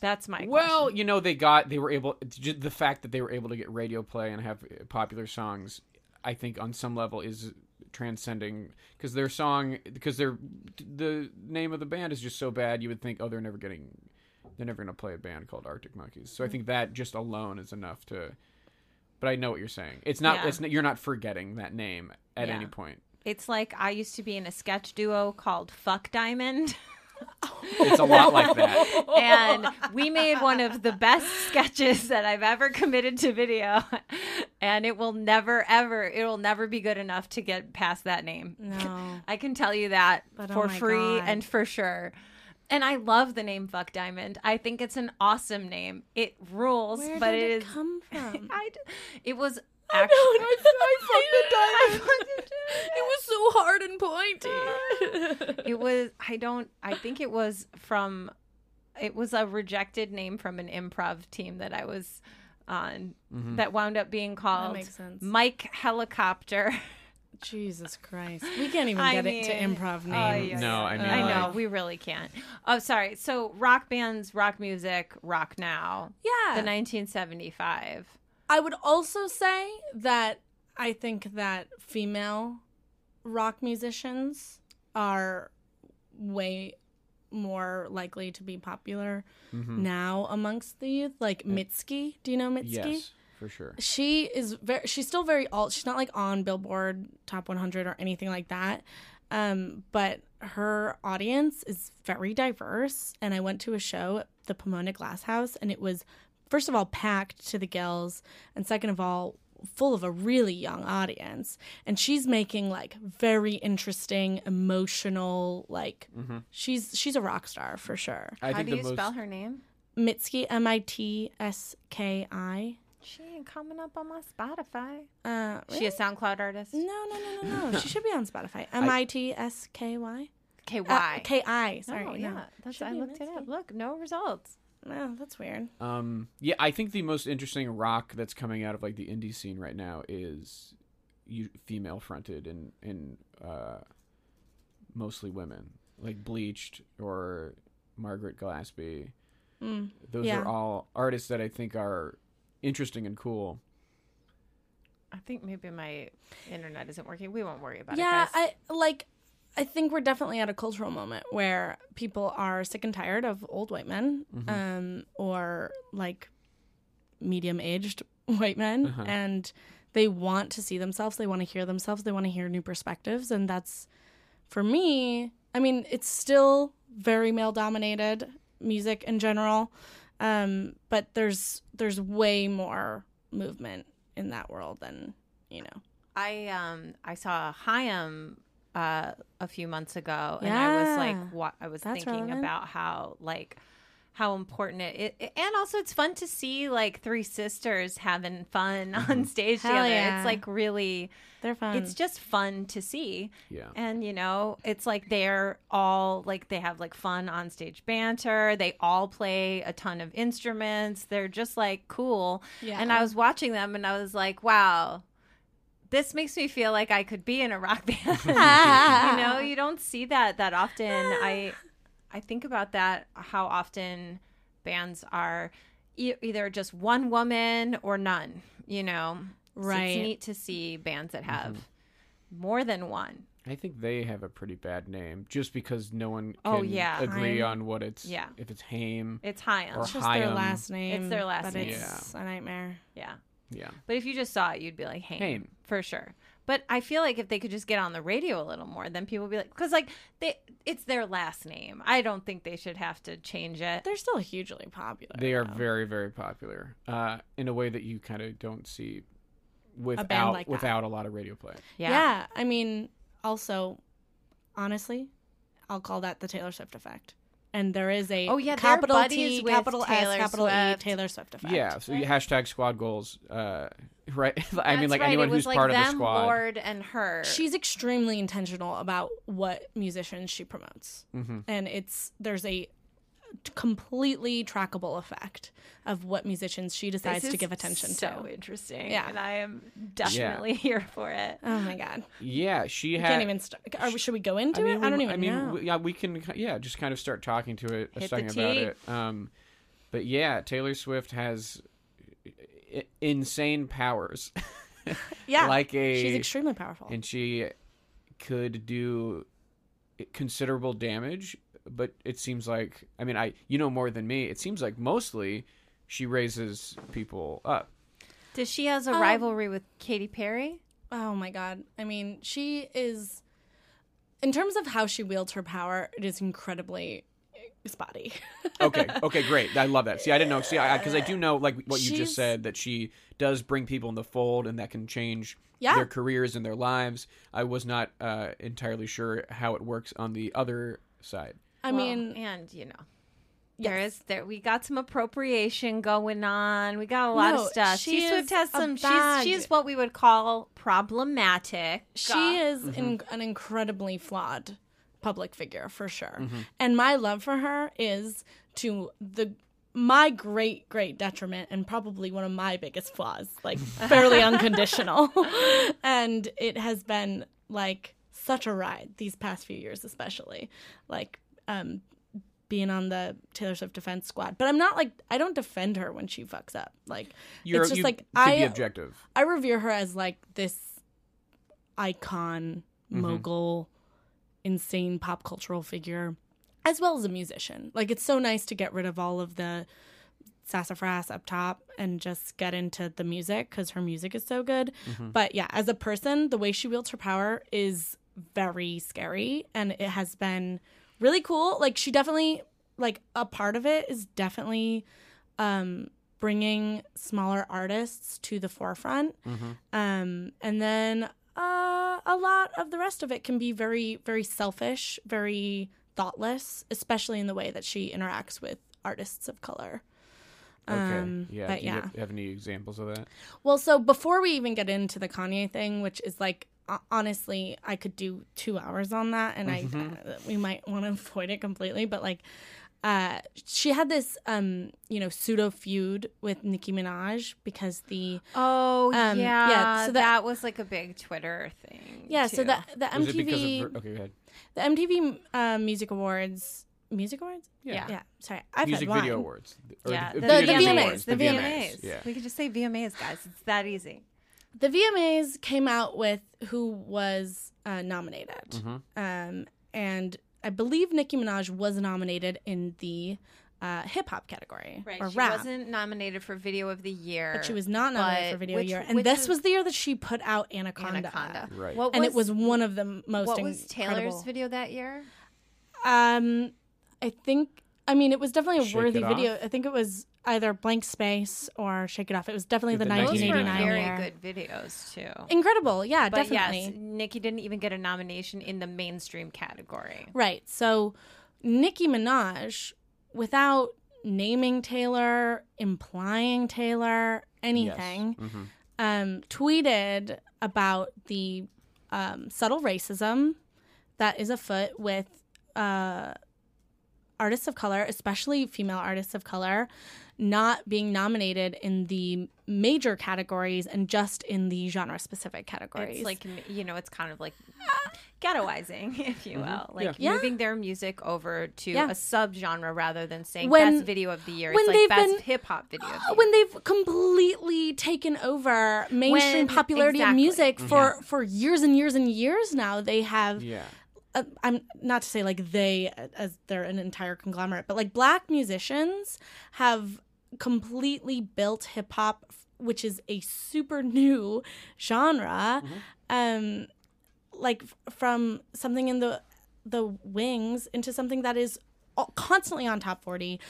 Speaker 2: That's my
Speaker 1: Well,
Speaker 2: question.
Speaker 1: you know, they got they were able j- the fact that they were able to get radio play and have uh, popular songs. I think on some level is transcending because their song because their the name of the band is just so bad you would think oh they're never getting they're never going to play a band called Arctic Monkeys.
Speaker 2: Mm.
Speaker 1: So I think that just alone is enough to. But I know what you're saying. It's not.
Speaker 2: Yeah.
Speaker 1: It's not, you're not forgetting that name at
Speaker 2: Yeah.
Speaker 1: any point.
Speaker 2: It's like I used to be in a sketch duo called Fuck Diamond.
Speaker 1: It's a lot like that.
Speaker 2: and we made one of the best sketches that I've ever committed to video. And it will never, ever, it will never be good enough to get past that name.
Speaker 3: no.
Speaker 2: I can tell you that
Speaker 3: Mm. But oh
Speaker 2: for
Speaker 3: my
Speaker 2: free
Speaker 3: God.
Speaker 2: and for sure. And I love the name Fuck Diamond. I think it's an awesome name. It rules,
Speaker 3: Where
Speaker 2: but it
Speaker 3: did it
Speaker 2: is.
Speaker 3: come from?
Speaker 2: I d- it was
Speaker 3: I
Speaker 2: actually.
Speaker 3: know, and I, I fucked the diamond.
Speaker 2: fucking did it.
Speaker 3: it was so hard and pointy.
Speaker 2: it was i don't i think it was from it was a rejected name from an improv team that i was on
Speaker 1: Mm-hmm.
Speaker 2: that wound up being called
Speaker 3: makes sense.
Speaker 2: mike helicopter
Speaker 3: Jesus Christ, we can't even
Speaker 2: I
Speaker 3: get it to
Speaker 2: mean,
Speaker 3: improv
Speaker 2: oh,
Speaker 3: name.
Speaker 2: yeah,
Speaker 1: No, I mean,
Speaker 2: i
Speaker 1: like-
Speaker 2: know we really can't oh sorry so rock bands rock music rock now
Speaker 3: Yeah.
Speaker 2: the 1975
Speaker 3: I would also say that I think that female rock musicians are way more likely to be popular
Speaker 1: Hmm. Mm-hmm.
Speaker 3: now amongst the youth. Like Mitski, do you know Mitski?
Speaker 1: Yes, for sure.
Speaker 3: She is very. She's still very alt. She's not like on Billboard Top 100 or anything like that. Um, but her audience is very diverse. And I went to a show at the Pomona Glass House, and it was first of all packed to the gills, and second of all full of a really young audience. And she's making like very interesting, emotional. Like she's she's a rock star for sure.
Speaker 1: I
Speaker 2: how
Speaker 1: think
Speaker 2: do
Speaker 1: the
Speaker 2: you
Speaker 1: most
Speaker 2: spell her name
Speaker 3: Mitski M I T S K I.
Speaker 2: she ain't coming up on my spotify
Speaker 3: Uh,
Speaker 2: she a soundcloud artist
Speaker 3: No, no, no, no, no. she should be on Spotify. M I T S K Y.
Speaker 2: okay
Speaker 3: Uh,
Speaker 2: why
Speaker 3: K I.
Speaker 2: no,
Speaker 3: Sorry. no.
Speaker 2: Oh, yeah that's
Speaker 3: Should
Speaker 2: i
Speaker 3: be
Speaker 2: looked it
Speaker 3: Mitski.
Speaker 2: up look no results
Speaker 3: No, that's weird.
Speaker 1: Um, yeah, I think the most interesting rock that's coming out of like the indie scene right now is you, female fronted and and uh, mostly women, like Bleached or Margaret Gillespie.
Speaker 2: Hmm.
Speaker 1: Those
Speaker 3: yeah.
Speaker 1: are all artists that I think are interesting and cool.
Speaker 2: I think maybe my internet isn't working. We won't worry about
Speaker 3: yeah,
Speaker 2: it. guys.
Speaker 3: I like. I think we're definitely at a cultural moment where people are sick and tired of old white men, um, or like medium aged white men, and they want to see themselves. They want to hear themselves. They want to hear new perspectives, and that's for me, I mean, it's still very male dominated music in general, um, but there's there's way more movement in that world than you know.
Speaker 2: I, um I saw Chaim uh, a few months ago, and I was
Speaker 3: Yeah.
Speaker 2: like, what I was
Speaker 3: That's
Speaker 2: thinking
Speaker 3: relevant.
Speaker 2: about how like how important it is. And also, it's fun to see like three sisters having fun on stage
Speaker 3: Mm-hmm. Hell
Speaker 2: together.
Speaker 3: yeah.
Speaker 2: It's like really,
Speaker 3: They're fun.
Speaker 2: it's just fun to see.
Speaker 1: Yeah.
Speaker 2: And, you know, it's like they're all like, they have like fun on stage banter. They all play a ton of instruments. They're just like cool.
Speaker 3: Yeah.
Speaker 2: And I was watching them and I was like, wow, this makes me feel like I could be in a rock band. you know, you don't see that that often. I I think about that how often bands are e- either just one woman or none, you know. So
Speaker 3: Right.
Speaker 2: it's neat to see bands that have
Speaker 1: Mm-hmm.
Speaker 2: more than one.
Speaker 1: I think they have a pretty bad name just because no one can
Speaker 2: Oh, yeah.
Speaker 1: agree on what it's
Speaker 2: Yeah.
Speaker 1: if it's Haim.
Speaker 2: It's high
Speaker 1: Or
Speaker 2: on.
Speaker 3: It's just their
Speaker 1: Chaim.
Speaker 3: last name.
Speaker 2: It's their last
Speaker 3: but
Speaker 2: name.
Speaker 3: It's a nightmare.
Speaker 2: Yeah.
Speaker 1: yeah.
Speaker 2: But if you just saw it, you'd be like, "Hey,
Speaker 1: Haim.
Speaker 2: for sure." But I feel like if they could just get on the radio a little more, then people would be like, "Cause like they, it's their last name. I don't think they should have to change it."
Speaker 3: They're still hugely popular.
Speaker 1: They are
Speaker 3: though.
Speaker 1: very very popular. Uh in a way that you kind of don't see without
Speaker 3: like that.
Speaker 1: without a lot of radio play.
Speaker 3: Yeah. I mean, also, honestly, I'll call that the Taylor Swift effect. And there is a
Speaker 2: Oh, yeah, they're
Speaker 3: capital T,
Speaker 2: buddies with
Speaker 3: capital
Speaker 2: Taylor
Speaker 3: S, capital
Speaker 2: Swift.
Speaker 3: E, Taylor Swift effect.
Speaker 1: Yeah, so you hashtag squad goals uh right I mean
Speaker 2: That's
Speaker 1: like
Speaker 2: right.
Speaker 1: anyone
Speaker 2: it was
Speaker 1: who's
Speaker 2: like
Speaker 1: part
Speaker 2: them,
Speaker 1: of the squad.
Speaker 2: Lord and her.
Speaker 3: She's extremely intentional about what musicians she promotes.
Speaker 1: Mhm.
Speaker 3: And it's there's a completely trackable effect of what musicians she
Speaker 2: This
Speaker 3: decides to
Speaker 2: is
Speaker 3: give attention
Speaker 2: so
Speaker 3: to.
Speaker 2: interesting.
Speaker 3: Yeah.
Speaker 2: and I am definitely here for it.
Speaker 3: Oh my god.
Speaker 1: Yeah, she
Speaker 3: We
Speaker 1: had
Speaker 3: can't even st- are, we- should we go into
Speaker 1: I mean,
Speaker 3: it?
Speaker 1: we-
Speaker 3: I don't even
Speaker 1: I mean,
Speaker 3: know.
Speaker 1: We, yeah, we can. Yeah, just kind of start talking to it,
Speaker 2: Hit the
Speaker 1: talking
Speaker 2: tea.
Speaker 1: about it. Um, but yeah, Taylor Swift has uh, i- insane powers,
Speaker 3: yeah.
Speaker 1: like a
Speaker 3: She's extremely powerful.
Speaker 1: and she could do considerable damage. But it seems like I mean I you know more than me. It seems like mostly she raises people up.
Speaker 2: Does she has a
Speaker 3: Um,
Speaker 2: rivalry with Katy Perry?
Speaker 3: Oh my god. I mean, she is in terms of how she wields her power, it is incredibly spotty.
Speaker 1: Okay, okay, great. I love that. See, I didn't know. See, I because I, do know like what you
Speaker 3: She's-
Speaker 1: just said that she does bring people in the fold and that can change
Speaker 3: Yeah.
Speaker 1: their careers and their lives. I was not uh, entirely sure how it works on the other side.
Speaker 3: I
Speaker 2: Well,
Speaker 3: mean,
Speaker 2: and you know. There is there we got some appropriation going on. We got a lot
Speaker 3: No,
Speaker 2: of stuff.
Speaker 3: she
Speaker 2: T Swift
Speaker 3: is
Speaker 2: has
Speaker 3: a
Speaker 2: some she's
Speaker 3: bag.
Speaker 2: she's what we would call problematic.
Speaker 3: she is in, an incredibly flawed public figure for sure. And my love for her is to the my great great detriment and probably one of my biggest flaws, like fairly unconditional. and it has been like such a ride these past few years especially. Like um being on the Taylor Swift defense squad, but I'm not like I don't defend her when she fucks up. Like
Speaker 1: You're,
Speaker 3: it's just
Speaker 1: you
Speaker 3: like
Speaker 1: could be
Speaker 3: I
Speaker 1: objective.
Speaker 3: I revere her as like this icon, mogul, insane pop cultural figure, as well as a musician. Like it's so nice to get rid of all of the sassafras up top and just get into the music because her music is so good. But yeah, as a person, the way she wields her power is very scary and it has been really cool. Like she definitely like a part of it is definitely um bringing smaller artists to the forefront.
Speaker 1: Mm-hmm.
Speaker 3: Um and then uh a lot of the rest of it can be very very selfish, very thoughtless, especially in the way that she interacts with artists of color.
Speaker 1: Okay.
Speaker 3: Um,
Speaker 1: yeah.
Speaker 3: but
Speaker 1: Do you
Speaker 3: yeah.
Speaker 1: have- have any examples of that?
Speaker 3: Well, so before we even get into the Kanye thing, which is like ho- honestly, I could do two hours on that, and I
Speaker 1: Mm-hmm.
Speaker 3: uh, we might want to avoid it completely. But like, uh, she had this um, you know pseudo feud with Nicki Minaj because the
Speaker 2: Oh
Speaker 3: Um,
Speaker 2: yeah.
Speaker 3: yeah, so
Speaker 2: So
Speaker 3: the-
Speaker 2: that was like a big Twitter thing.
Speaker 3: yeah, so
Speaker 2: too.
Speaker 3: the the
Speaker 1: Was it because
Speaker 3: MTV
Speaker 1: of her? oh. Okay, go ahead.
Speaker 3: the MTV uh, Music Awards music awards
Speaker 2: Yeah.
Speaker 3: yeah sorry I've
Speaker 1: Music
Speaker 3: had wine.
Speaker 1: video awards. Or
Speaker 2: yeah,
Speaker 1: the,
Speaker 2: the,
Speaker 3: video
Speaker 2: the
Speaker 3: music
Speaker 2: VMAs,
Speaker 3: awards,
Speaker 2: the
Speaker 3: the
Speaker 2: VMAs.
Speaker 1: Yeah.
Speaker 2: We could just say VMAs, guys. It's that easy.
Speaker 3: the VMAs came out with who was uh, nominated, um, and I believe Nicki Minaj was nominated in the uh, hip hop category
Speaker 2: Right.
Speaker 3: or
Speaker 2: she
Speaker 3: rap.
Speaker 2: wasn't nominated for Video of the Year.
Speaker 3: but she was not nominated
Speaker 2: but
Speaker 3: for video
Speaker 2: which-
Speaker 3: year, and
Speaker 2: which
Speaker 3: this was the year that she put out Anaconda,
Speaker 2: Anaconda.
Speaker 1: Right.
Speaker 2: What
Speaker 3: and it was one of the m- most
Speaker 2: what was
Speaker 3: incredible-
Speaker 2: Taylor's video that year?
Speaker 3: Um, I think. I mean, it was definitely a
Speaker 1: Shake
Speaker 3: worthy
Speaker 1: It
Speaker 3: video.
Speaker 1: Off?
Speaker 3: I think it was either Blank Space or Shake It Off. It was definitely
Speaker 1: The
Speaker 3: the,
Speaker 2: Those were
Speaker 3: 1989
Speaker 2: very
Speaker 3: year.
Speaker 2: good videos too.
Speaker 3: Incredible, yeah,
Speaker 2: But
Speaker 3: definitely.
Speaker 2: yes, Nikki didn't even get a nomination in the mainstream category.
Speaker 3: Right. So Nicki Minaj, without naming Taylor, implying Taylor, anything, um, tweeted about the um, subtle racism that is afoot with uh, artists of color, especially female artists of color, not being nominated in the major categories and just in the genre specific categories.
Speaker 2: It's like you know, it's kind of like ghettoizing, if you will, like
Speaker 3: Mm-hmm. Yeah.
Speaker 2: moving their music over to
Speaker 3: Yeah.
Speaker 2: a subgenre rather than saying
Speaker 3: When-
Speaker 2: best video of the year.
Speaker 3: when
Speaker 2: it's like
Speaker 3: they've
Speaker 2: best
Speaker 3: been-
Speaker 2: hip hop video. Of the
Speaker 3: Uh,
Speaker 2: year.
Speaker 3: when they've completely taken over mainstream
Speaker 2: When-
Speaker 3: popularity of
Speaker 2: exactly. Mm-hmm.
Speaker 3: music for for years and years and years now they have
Speaker 1: Yeah.
Speaker 3: uh, I'm not to say like they uh, as they're an entire conglomerate but like black musicians have completely built hip hop f- which is a super new genre
Speaker 1: Mm-hmm.
Speaker 3: um like f- from something in the the wings into something that is all- constantly on top 40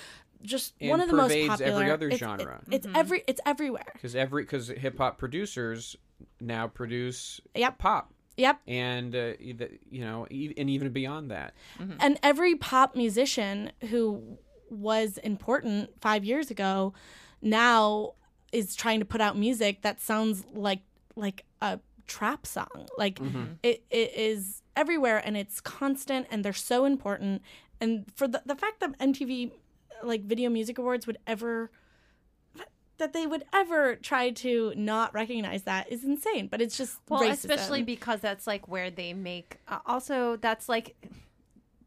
Speaker 3: just
Speaker 1: And
Speaker 3: one of the most
Speaker 1: pervades every
Speaker 3: popular
Speaker 1: other
Speaker 3: it's-
Speaker 1: genre.
Speaker 3: it- it's every it's everywhere
Speaker 1: Because every because hip hop producers now produce
Speaker 3: Yep.
Speaker 1: pop
Speaker 3: yep
Speaker 1: and uh, e- the- you know e- and even beyond that.
Speaker 3: Mm-hmm. and every pop musician who was important 5 years ago now is trying to put out music that sounds like like a trap song like it, it is everywhere and it's constant and they're so important and for the, the fact that MTV like Video Music Awards would ever that they would ever try to not recognize that is insane but it's just
Speaker 2: Well,
Speaker 3: racism.
Speaker 2: especially because that's like where they make. Uh, also, that's like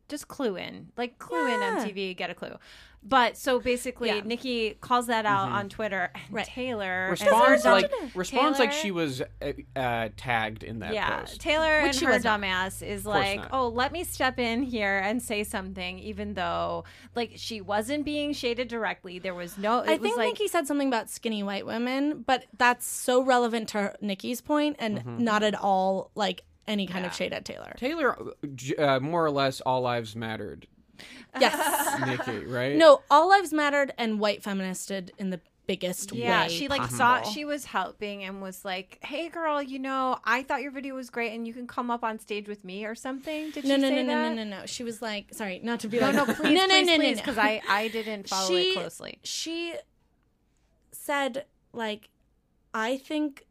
Speaker 2: just clue in, like clue
Speaker 3: Yeah.
Speaker 2: in MTV, get a clue. But so basically,
Speaker 3: Yeah.
Speaker 2: Nikki calls that out on Twitter, and
Speaker 3: Right.
Speaker 2: Taylor and her
Speaker 1: Mm-hmm. Responds
Speaker 2: dumb-
Speaker 1: like responds like
Speaker 2: Taylor-
Speaker 1: she was uh, uh, tagged in that
Speaker 2: yeah,
Speaker 1: post.
Speaker 2: Taylor
Speaker 3: Which
Speaker 2: and
Speaker 3: she
Speaker 2: her
Speaker 3: was not.
Speaker 2: dumbass is like,
Speaker 1: not.
Speaker 2: oh, let me step in here and say something, even though like she wasn't being shaded directly. There was no. It
Speaker 3: I
Speaker 2: was
Speaker 3: think
Speaker 2: like
Speaker 3: Nikki said something about skinny white women, but that's so relevant to her- Nikki's point and not at all like any kind of shade at Taylor.
Speaker 1: Taylor, uh, j- uh, more or less, all lives mattered.
Speaker 3: Yes.
Speaker 1: Nikki, right?
Speaker 3: no, all lives mattered and white feminists did in the biggest
Speaker 2: Yeah,
Speaker 3: way.
Speaker 2: she like
Speaker 3: possible.
Speaker 2: saw she was helping and was like, "Hey, girl, you know, I thought your video was great, and you can come up on stage with me or something." Did
Speaker 3: No,
Speaker 2: she
Speaker 3: no,
Speaker 2: say
Speaker 3: no,
Speaker 2: that?
Speaker 3: no, no, no, no. She was like, sorry, not to be like,
Speaker 2: no, please,
Speaker 3: no, no,
Speaker 2: please,
Speaker 3: no, no,
Speaker 2: please,
Speaker 3: no.
Speaker 2: because I I didn't follow it closely.
Speaker 3: She said, like, I think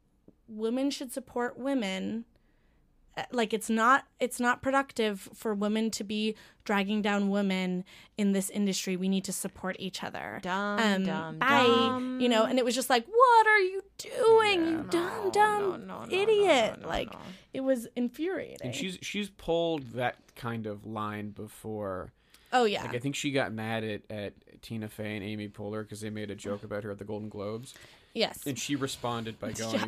Speaker 3: women should support women. Uh, Like it's not it's not productive for women to be dragging down women in this industry. We need to support each other. Um,
Speaker 2: Dumb, dumb,
Speaker 3: I,
Speaker 2: dumb.
Speaker 3: you know, and it was just like, what are you doing, you dumb, dumb idiot? like it was infuriating.
Speaker 1: And she's she's pulled that kind of line before.
Speaker 3: oh yeah,
Speaker 1: Like I think she got mad at, at Tina Fey and Amy Poehler because they made a joke about her at the Golden Globes,
Speaker 3: yes.
Speaker 1: and she responded by going,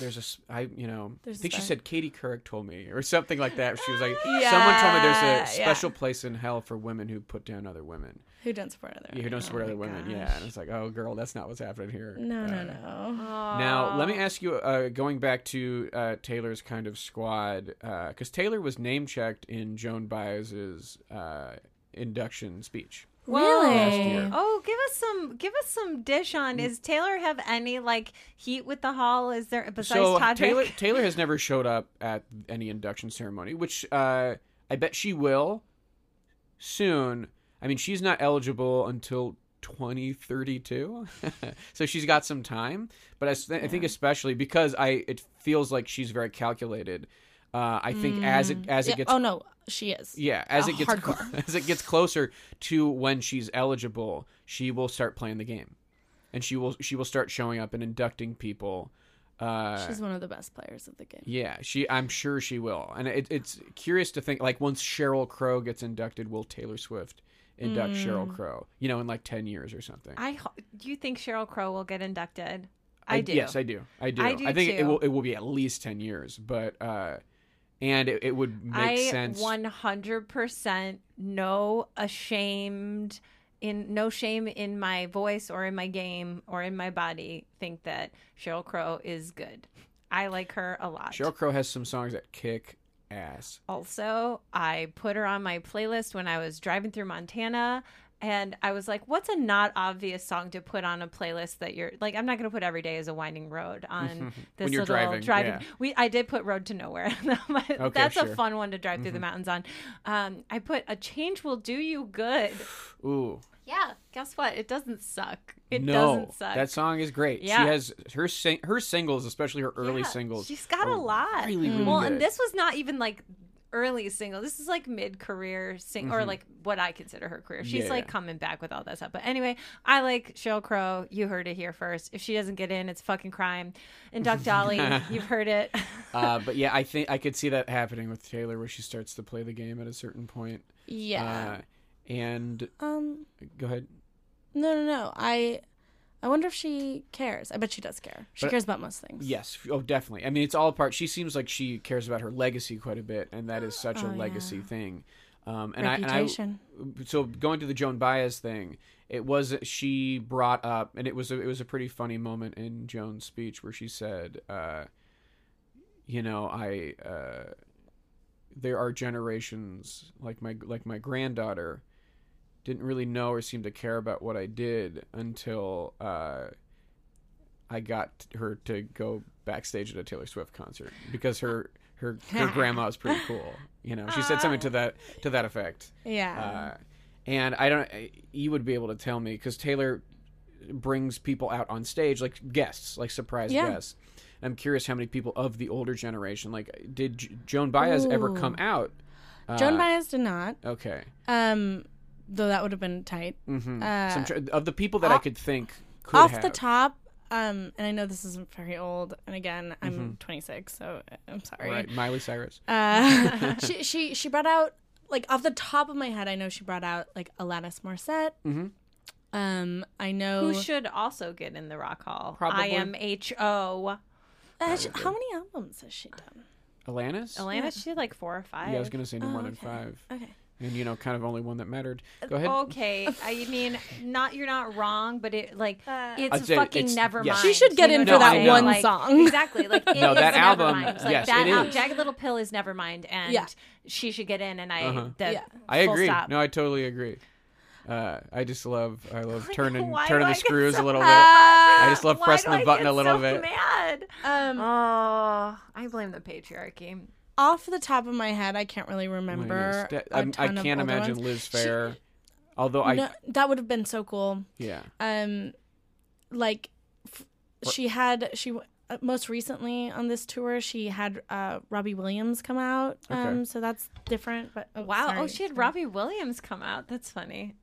Speaker 1: "There's a s- I you know
Speaker 3: There's
Speaker 1: I think she
Speaker 3: a-
Speaker 1: said Katie Couric told me or something like that. She was like, someone told me there's a
Speaker 3: Yeah, yeah.
Speaker 1: special place in hell for women who put down other women,
Speaker 3: Who don't support other?
Speaker 1: who don't support other women. Yeah, and it's like, oh girl, that's not what's happening here. Uh,
Speaker 3: No, no, no.
Speaker 1: Now, let me ask you, uh, going back to uh, Taylor's kind of squad, because Taylor was name checked in Joan Baez's uh, induction speech.
Speaker 3: Really?
Speaker 2: Oh, give us some give us some dish on.
Speaker 3: Mm.
Speaker 2: Is Taylor have any like heat with the hall? Is there besides
Speaker 1: so uh,
Speaker 2: Todrick?
Speaker 1: Taylor Taylor has never showed up at any induction ceremony, which uh, I bet she will soon. I mean, she's not eligible until 2032, so she's got some time. But I, s- I think especially because I it feels like she's very calculated. Uh, I think as it as it
Speaker 3: Mm. Yeah,
Speaker 1: gets
Speaker 3: oh no, she is.
Speaker 1: Yeah, as
Speaker 3: Uh,
Speaker 1: it gets cl-
Speaker 3: hardcore.
Speaker 1: as it gets closer to when she's eligible, she will start playing the game, and she will she will start showing up and inducting people. Uh,
Speaker 3: She's one of the best players of the game.
Speaker 1: yeah, she I'm sure she will, and it, it's curious to think like once Cheryl Crow gets inducted, will Taylor Swift induct Cheryl Crow? You know, in like ten years or something.
Speaker 2: Mm. I ho- do you think Cheryl Crow will get inducted? I, do.
Speaker 1: Yes, I do. I do.
Speaker 2: I do
Speaker 1: think it
Speaker 2: too.
Speaker 1: will it will be at least ten years, but uh, and it, it would make
Speaker 2: I
Speaker 1: sense.
Speaker 2: 100% no ashamed in no shame in my voice or in my game or in my body think that Cheryl Crow is good. I like her a lot.
Speaker 1: Cheryl Crow has some songs that kick ass.
Speaker 2: Also, I put her on my playlist when I was driving through Montana. And I was like, what's a not obvious song to put on a playlist that you're like, I'm not going to put Every Day is a Winding Road on this
Speaker 1: you're
Speaker 2: little
Speaker 1: driving, yeah.
Speaker 2: We, I did put Road to Nowhere. That's
Speaker 1: sure. Mm-hmm.
Speaker 2: a fun one to drive through the mountains on. Um, I put A Change Will Do You Good
Speaker 1: Ooh,
Speaker 2: Yeah. Guess what? It doesn't suck. It
Speaker 1: no,
Speaker 2: doesn't suck.
Speaker 1: that song is great.
Speaker 2: Yeah.
Speaker 1: She has her sing- her singles, especially her early
Speaker 2: Yeah,
Speaker 1: singles.
Speaker 2: She's got a
Speaker 1: are
Speaker 2: lot.
Speaker 1: Really, really
Speaker 2: well,
Speaker 1: good.
Speaker 2: and this was not even like early single. This is like mid career sing or like what I consider her career.
Speaker 1: Mm-hmm.
Speaker 2: She's
Speaker 1: Yeah,
Speaker 2: like
Speaker 1: yeah.
Speaker 2: coming back with all that stuff. But anyway, I like Sheryl Crow. You heard it here first. If she doesn't get in, it's a fucking crime. And Duck Dolly, you've heard it.
Speaker 1: uh, but yeah, I think I could see that happening with Taylor, where she starts to play the game at a certain point.
Speaker 3: Yeah.
Speaker 1: Uh, and
Speaker 3: um.
Speaker 1: go ahead.
Speaker 3: No, no, no. I, I wonder if she cares. I bet she does care. She
Speaker 1: But-
Speaker 3: cares about most things.
Speaker 1: Yes. Oh, definitely. I mean, it's all part. She seems like she cares about her legacy quite a bit, and that is such
Speaker 3: Oh,
Speaker 1: a
Speaker 3: yeah.
Speaker 1: legacy thing. Um, and
Speaker 3: Reputation.
Speaker 1: I, and I, so going to the Joan Baez thing, it was she brought up, and it was a, it was a pretty funny moment in Joan's speech where she said, uh, you know, I uh, there are generations like my like my granddaughter didn't really know or seem to care about what I did until uh, I got her to go backstage at a Taylor Swift concert because her her her grandma was pretty cool. You know, she said something to that to that effect.
Speaker 3: yeah.
Speaker 1: Uh, and I don't. You would be able to tell me because Taylor brings people out on stage, like guests, like surprise
Speaker 3: Yeah.
Speaker 1: guests. And I'm curious how many people of the older generation, like, did J- Joan Baez ever
Speaker 3: Ooh.
Speaker 1: come out? Uh,
Speaker 3: Joan Baez did not.
Speaker 1: Okay.
Speaker 3: Um, though that would have been tight.
Speaker 1: Mm-hmm. so I'm tr- of the people that I could think could
Speaker 3: off
Speaker 1: have,
Speaker 3: the top um and i know this isn't very old and again i'm 26 so uh, i'm sorry
Speaker 1: Mm-hmm. right? Miley Cyrus.
Speaker 3: uh, she, she she brought out like off the top of my head i know she brought out like alanis morissette
Speaker 1: Mhm.
Speaker 3: um i know
Speaker 2: Who should also get in the Rock Hall?
Speaker 1: Probably.
Speaker 2: I M H O.
Speaker 3: uh, sh- how many albums has she done
Speaker 1: Alanis.
Speaker 2: Atlanta, she did like four or five.
Speaker 1: Yeah, I was gonna say no more than five,
Speaker 3: okay Uh,
Speaker 1: and you know, kind of only one that mattered. Go ahead.
Speaker 2: Okay, I mean, not you're not wrong, but it like
Speaker 1: I'd
Speaker 2: it's
Speaker 1: say
Speaker 2: fucking
Speaker 1: it's-
Speaker 2: never
Speaker 1: yes.
Speaker 2: mind.
Speaker 3: Uh, She should get
Speaker 2: You know what
Speaker 3: in
Speaker 1: for
Speaker 2: I'm
Speaker 1: that
Speaker 2: saying?
Speaker 1: one
Speaker 2: Like,
Speaker 3: song.
Speaker 2: exactly. Like it
Speaker 1: No,
Speaker 2: is
Speaker 1: that album,
Speaker 2: Nevermind. Like,
Speaker 1: yes,
Speaker 2: that
Speaker 1: it
Speaker 2: al-
Speaker 1: is.
Speaker 2: Jagged Little Pill is Nevermind, and
Speaker 3: Yeah.
Speaker 2: she should get in. And I,
Speaker 1: Uh-huh.
Speaker 2: the,
Speaker 3: Yeah.
Speaker 1: I agree.
Speaker 2: Full stop.
Speaker 1: No, I totally agree. Uh, I just love I love turning
Speaker 2: Why
Speaker 1: turning
Speaker 2: do I
Speaker 1: the
Speaker 2: get
Speaker 1: screws a
Speaker 2: so
Speaker 1: little bit.
Speaker 2: mad?
Speaker 1: I just love
Speaker 2: Why
Speaker 1: pressing
Speaker 2: do
Speaker 1: the
Speaker 2: I
Speaker 1: button
Speaker 2: get
Speaker 1: a little
Speaker 2: so
Speaker 1: bit.
Speaker 2: Mad.
Speaker 3: um
Speaker 1: Uh,
Speaker 2: Oh, I blame the patriarchy.
Speaker 3: off the top of my head i can't really
Speaker 1: My
Speaker 3: remember
Speaker 1: goodness.
Speaker 3: a
Speaker 1: That- I'm- I
Speaker 3: ton of
Speaker 1: can't
Speaker 3: older
Speaker 1: imagine
Speaker 3: ones.
Speaker 1: Liz
Speaker 3: She-
Speaker 1: Fair. although I
Speaker 3: no, that would have been so cool
Speaker 1: yeah
Speaker 3: um like f- she had she w- uh, most recently on this tour she had uh robbie williams come out
Speaker 1: Okay.
Speaker 3: um so that's different but oh,
Speaker 2: Wow. Oh,
Speaker 3: sorry.
Speaker 2: she had Robbie Williams come out. That's funny.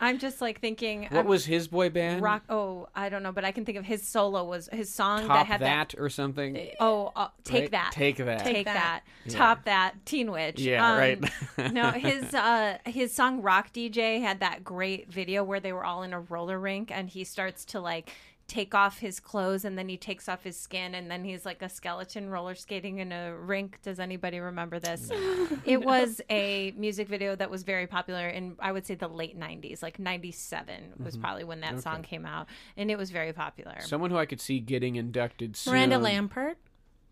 Speaker 2: I'm just like thinking.
Speaker 1: what
Speaker 2: I'm-
Speaker 1: was his boy band
Speaker 2: rock? Oh, I don't know, but I can think of his solo was his song
Speaker 1: top
Speaker 2: that
Speaker 1: that,
Speaker 2: had that
Speaker 1: or something
Speaker 2: Oh, uh, take
Speaker 1: Right?
Speaker 2: that.
Speaker 1: Take that.
Speaker 2: Take,
Speaker 3: Take
Speaker 2: that.
Speaker 3: that.
Speaker 2: Top that. Teen Witch.
Speaker 1: Yeah,
Speaker 2: Um,
Speaker 1: right.
Speaker 2: no, his uh, his song Rock DJ had that great video where they were all in a roller rink and he starts to like take off his clothes and then he takes off his skin and then he's like a skeleton roller skating in a rink. Does anybody remember this? It was a music video that was very popular in I would say the late 90s, like 97 was
Speaker 1: Mm-hmm.
Speaker 2: probably when that song came out and it was very popular.
Speaker 1: someone who I could see getting inducted soon
Speaker 3: miranda lampert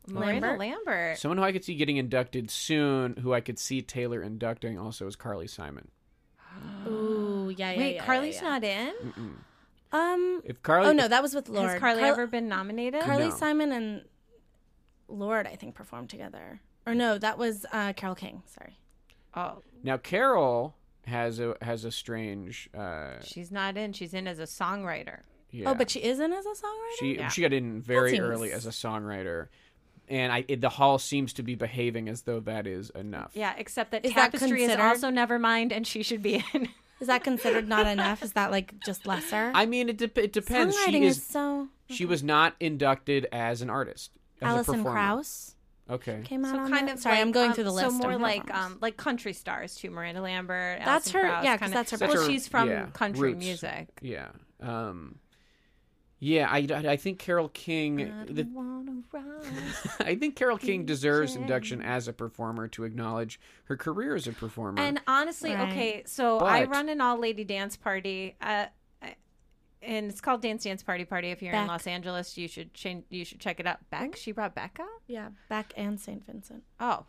Speaker 2: Miranda
Speaker 3: Lambert?
Speaker 2: Lambert.
Speaker 1: someone who I could see getting inducted soon who I could see Taylor inducting also is Carly Simon
Speaker 3: ooh yeah yeah
Speaker 2: Wait,
Speaker 3: yeah,
Speaker 2: Carly's
Speaker 3: yeah,
Speaker 2: not in?
Speaker 3: yeah. um
Speaker 1: if Carly
Speaker 3: oh no that was with lord
Speaker 2: Has Carly
Speaker 3: Carl-
Speaker 2: ever been nominated?
Speaker 3: Carly
Speaker 1: No.
Speaker 3: simon and lord i think performed together or no that was uh carol king sorry
Speaker 2: oh,
Speaker 1: now Carol has a has a strange uh
Speaker 2: she's not in. She's in as a songwriter.
Speaker 1: yeah
Speaker 3: oh but she isn't as a songwriter
Speaker 1: She
Speaker 2: Yeah.
Speaker 1: she got in very
Speaker 3: seems-
Speaker 1: early as a songwriter, and I it, the hall seems to be behaving as though that is enough.
Speaker 2: Yeah, except that
Speaker 3: Is that
Speaker 2: Tapestry is
Speaker 3: considered-
Speaker 2: also Nevermind, and she should be in.
Speaker 3: is that considered not enough is that like just lesser
Speaker 1: I mean it. De- it depends.
Speaker 3: songwriting
Speaker 1: She is,
Speaker 3: is so
Speaker 1: she was not inducted as an artist. As a
Speaker 3: Alison
Speaker 1: performer.
Speaker 3: Krauss
Speaker 1: Okay.
Speaker 3: came out.
Speaker 2: so
Speaker 3: on
Speaker 2: kind
Speaker 3: that.
Speaker 2: of
Speaker 3: sorry,
Speaker 2: like,
Speaker 3: I'm going
Speaker 2: um,
Speaker 3: through the list.
Speaker 2: So
Speaker 3: of
Speaker 2: more like
Speaker 3: performers.
Speaker 2: um like country stars too. Miranda Lambert.
Speaker 3: That's
Speaker 2: Alison
Speaker 3: her-
Speaker 2: Krauss,
Speaker 3: yeah, 'cause
Speaker 2: kinda-
Speaker 3: that's her
Speaker 1: That's
Speaker 2: Well,
Speaker 1: her-
Speaker 2: she's from
Speaker 1: yeah,
Speaker 2: country
Speaker 1: roots.
Speaker 2: music.
Speaker 1: Yeah. Um. Yeah, I, I I think Carol King.
Speaker 2: um,
Speaker 3: Uh,
Speaker 1: the- I think Carol King deserves induction as a performer to acknowledge her career as a performer.
Speaker 2: And honestly,
Speaker 3: Right.
Speaker 2: okay, so I
Speaker 1: But-
Speaker 2: run an all lady dance party. Uh, I- and it's called Dance Dance Party Party. If you're in
Speaker 3: Beck.
Speaker 2: Los Angeles, you should change, you should check it out. Beck, she brought Becca.
Speaker 3: yeah, Beck and Saint Vincent.
Speaker 2: Oh,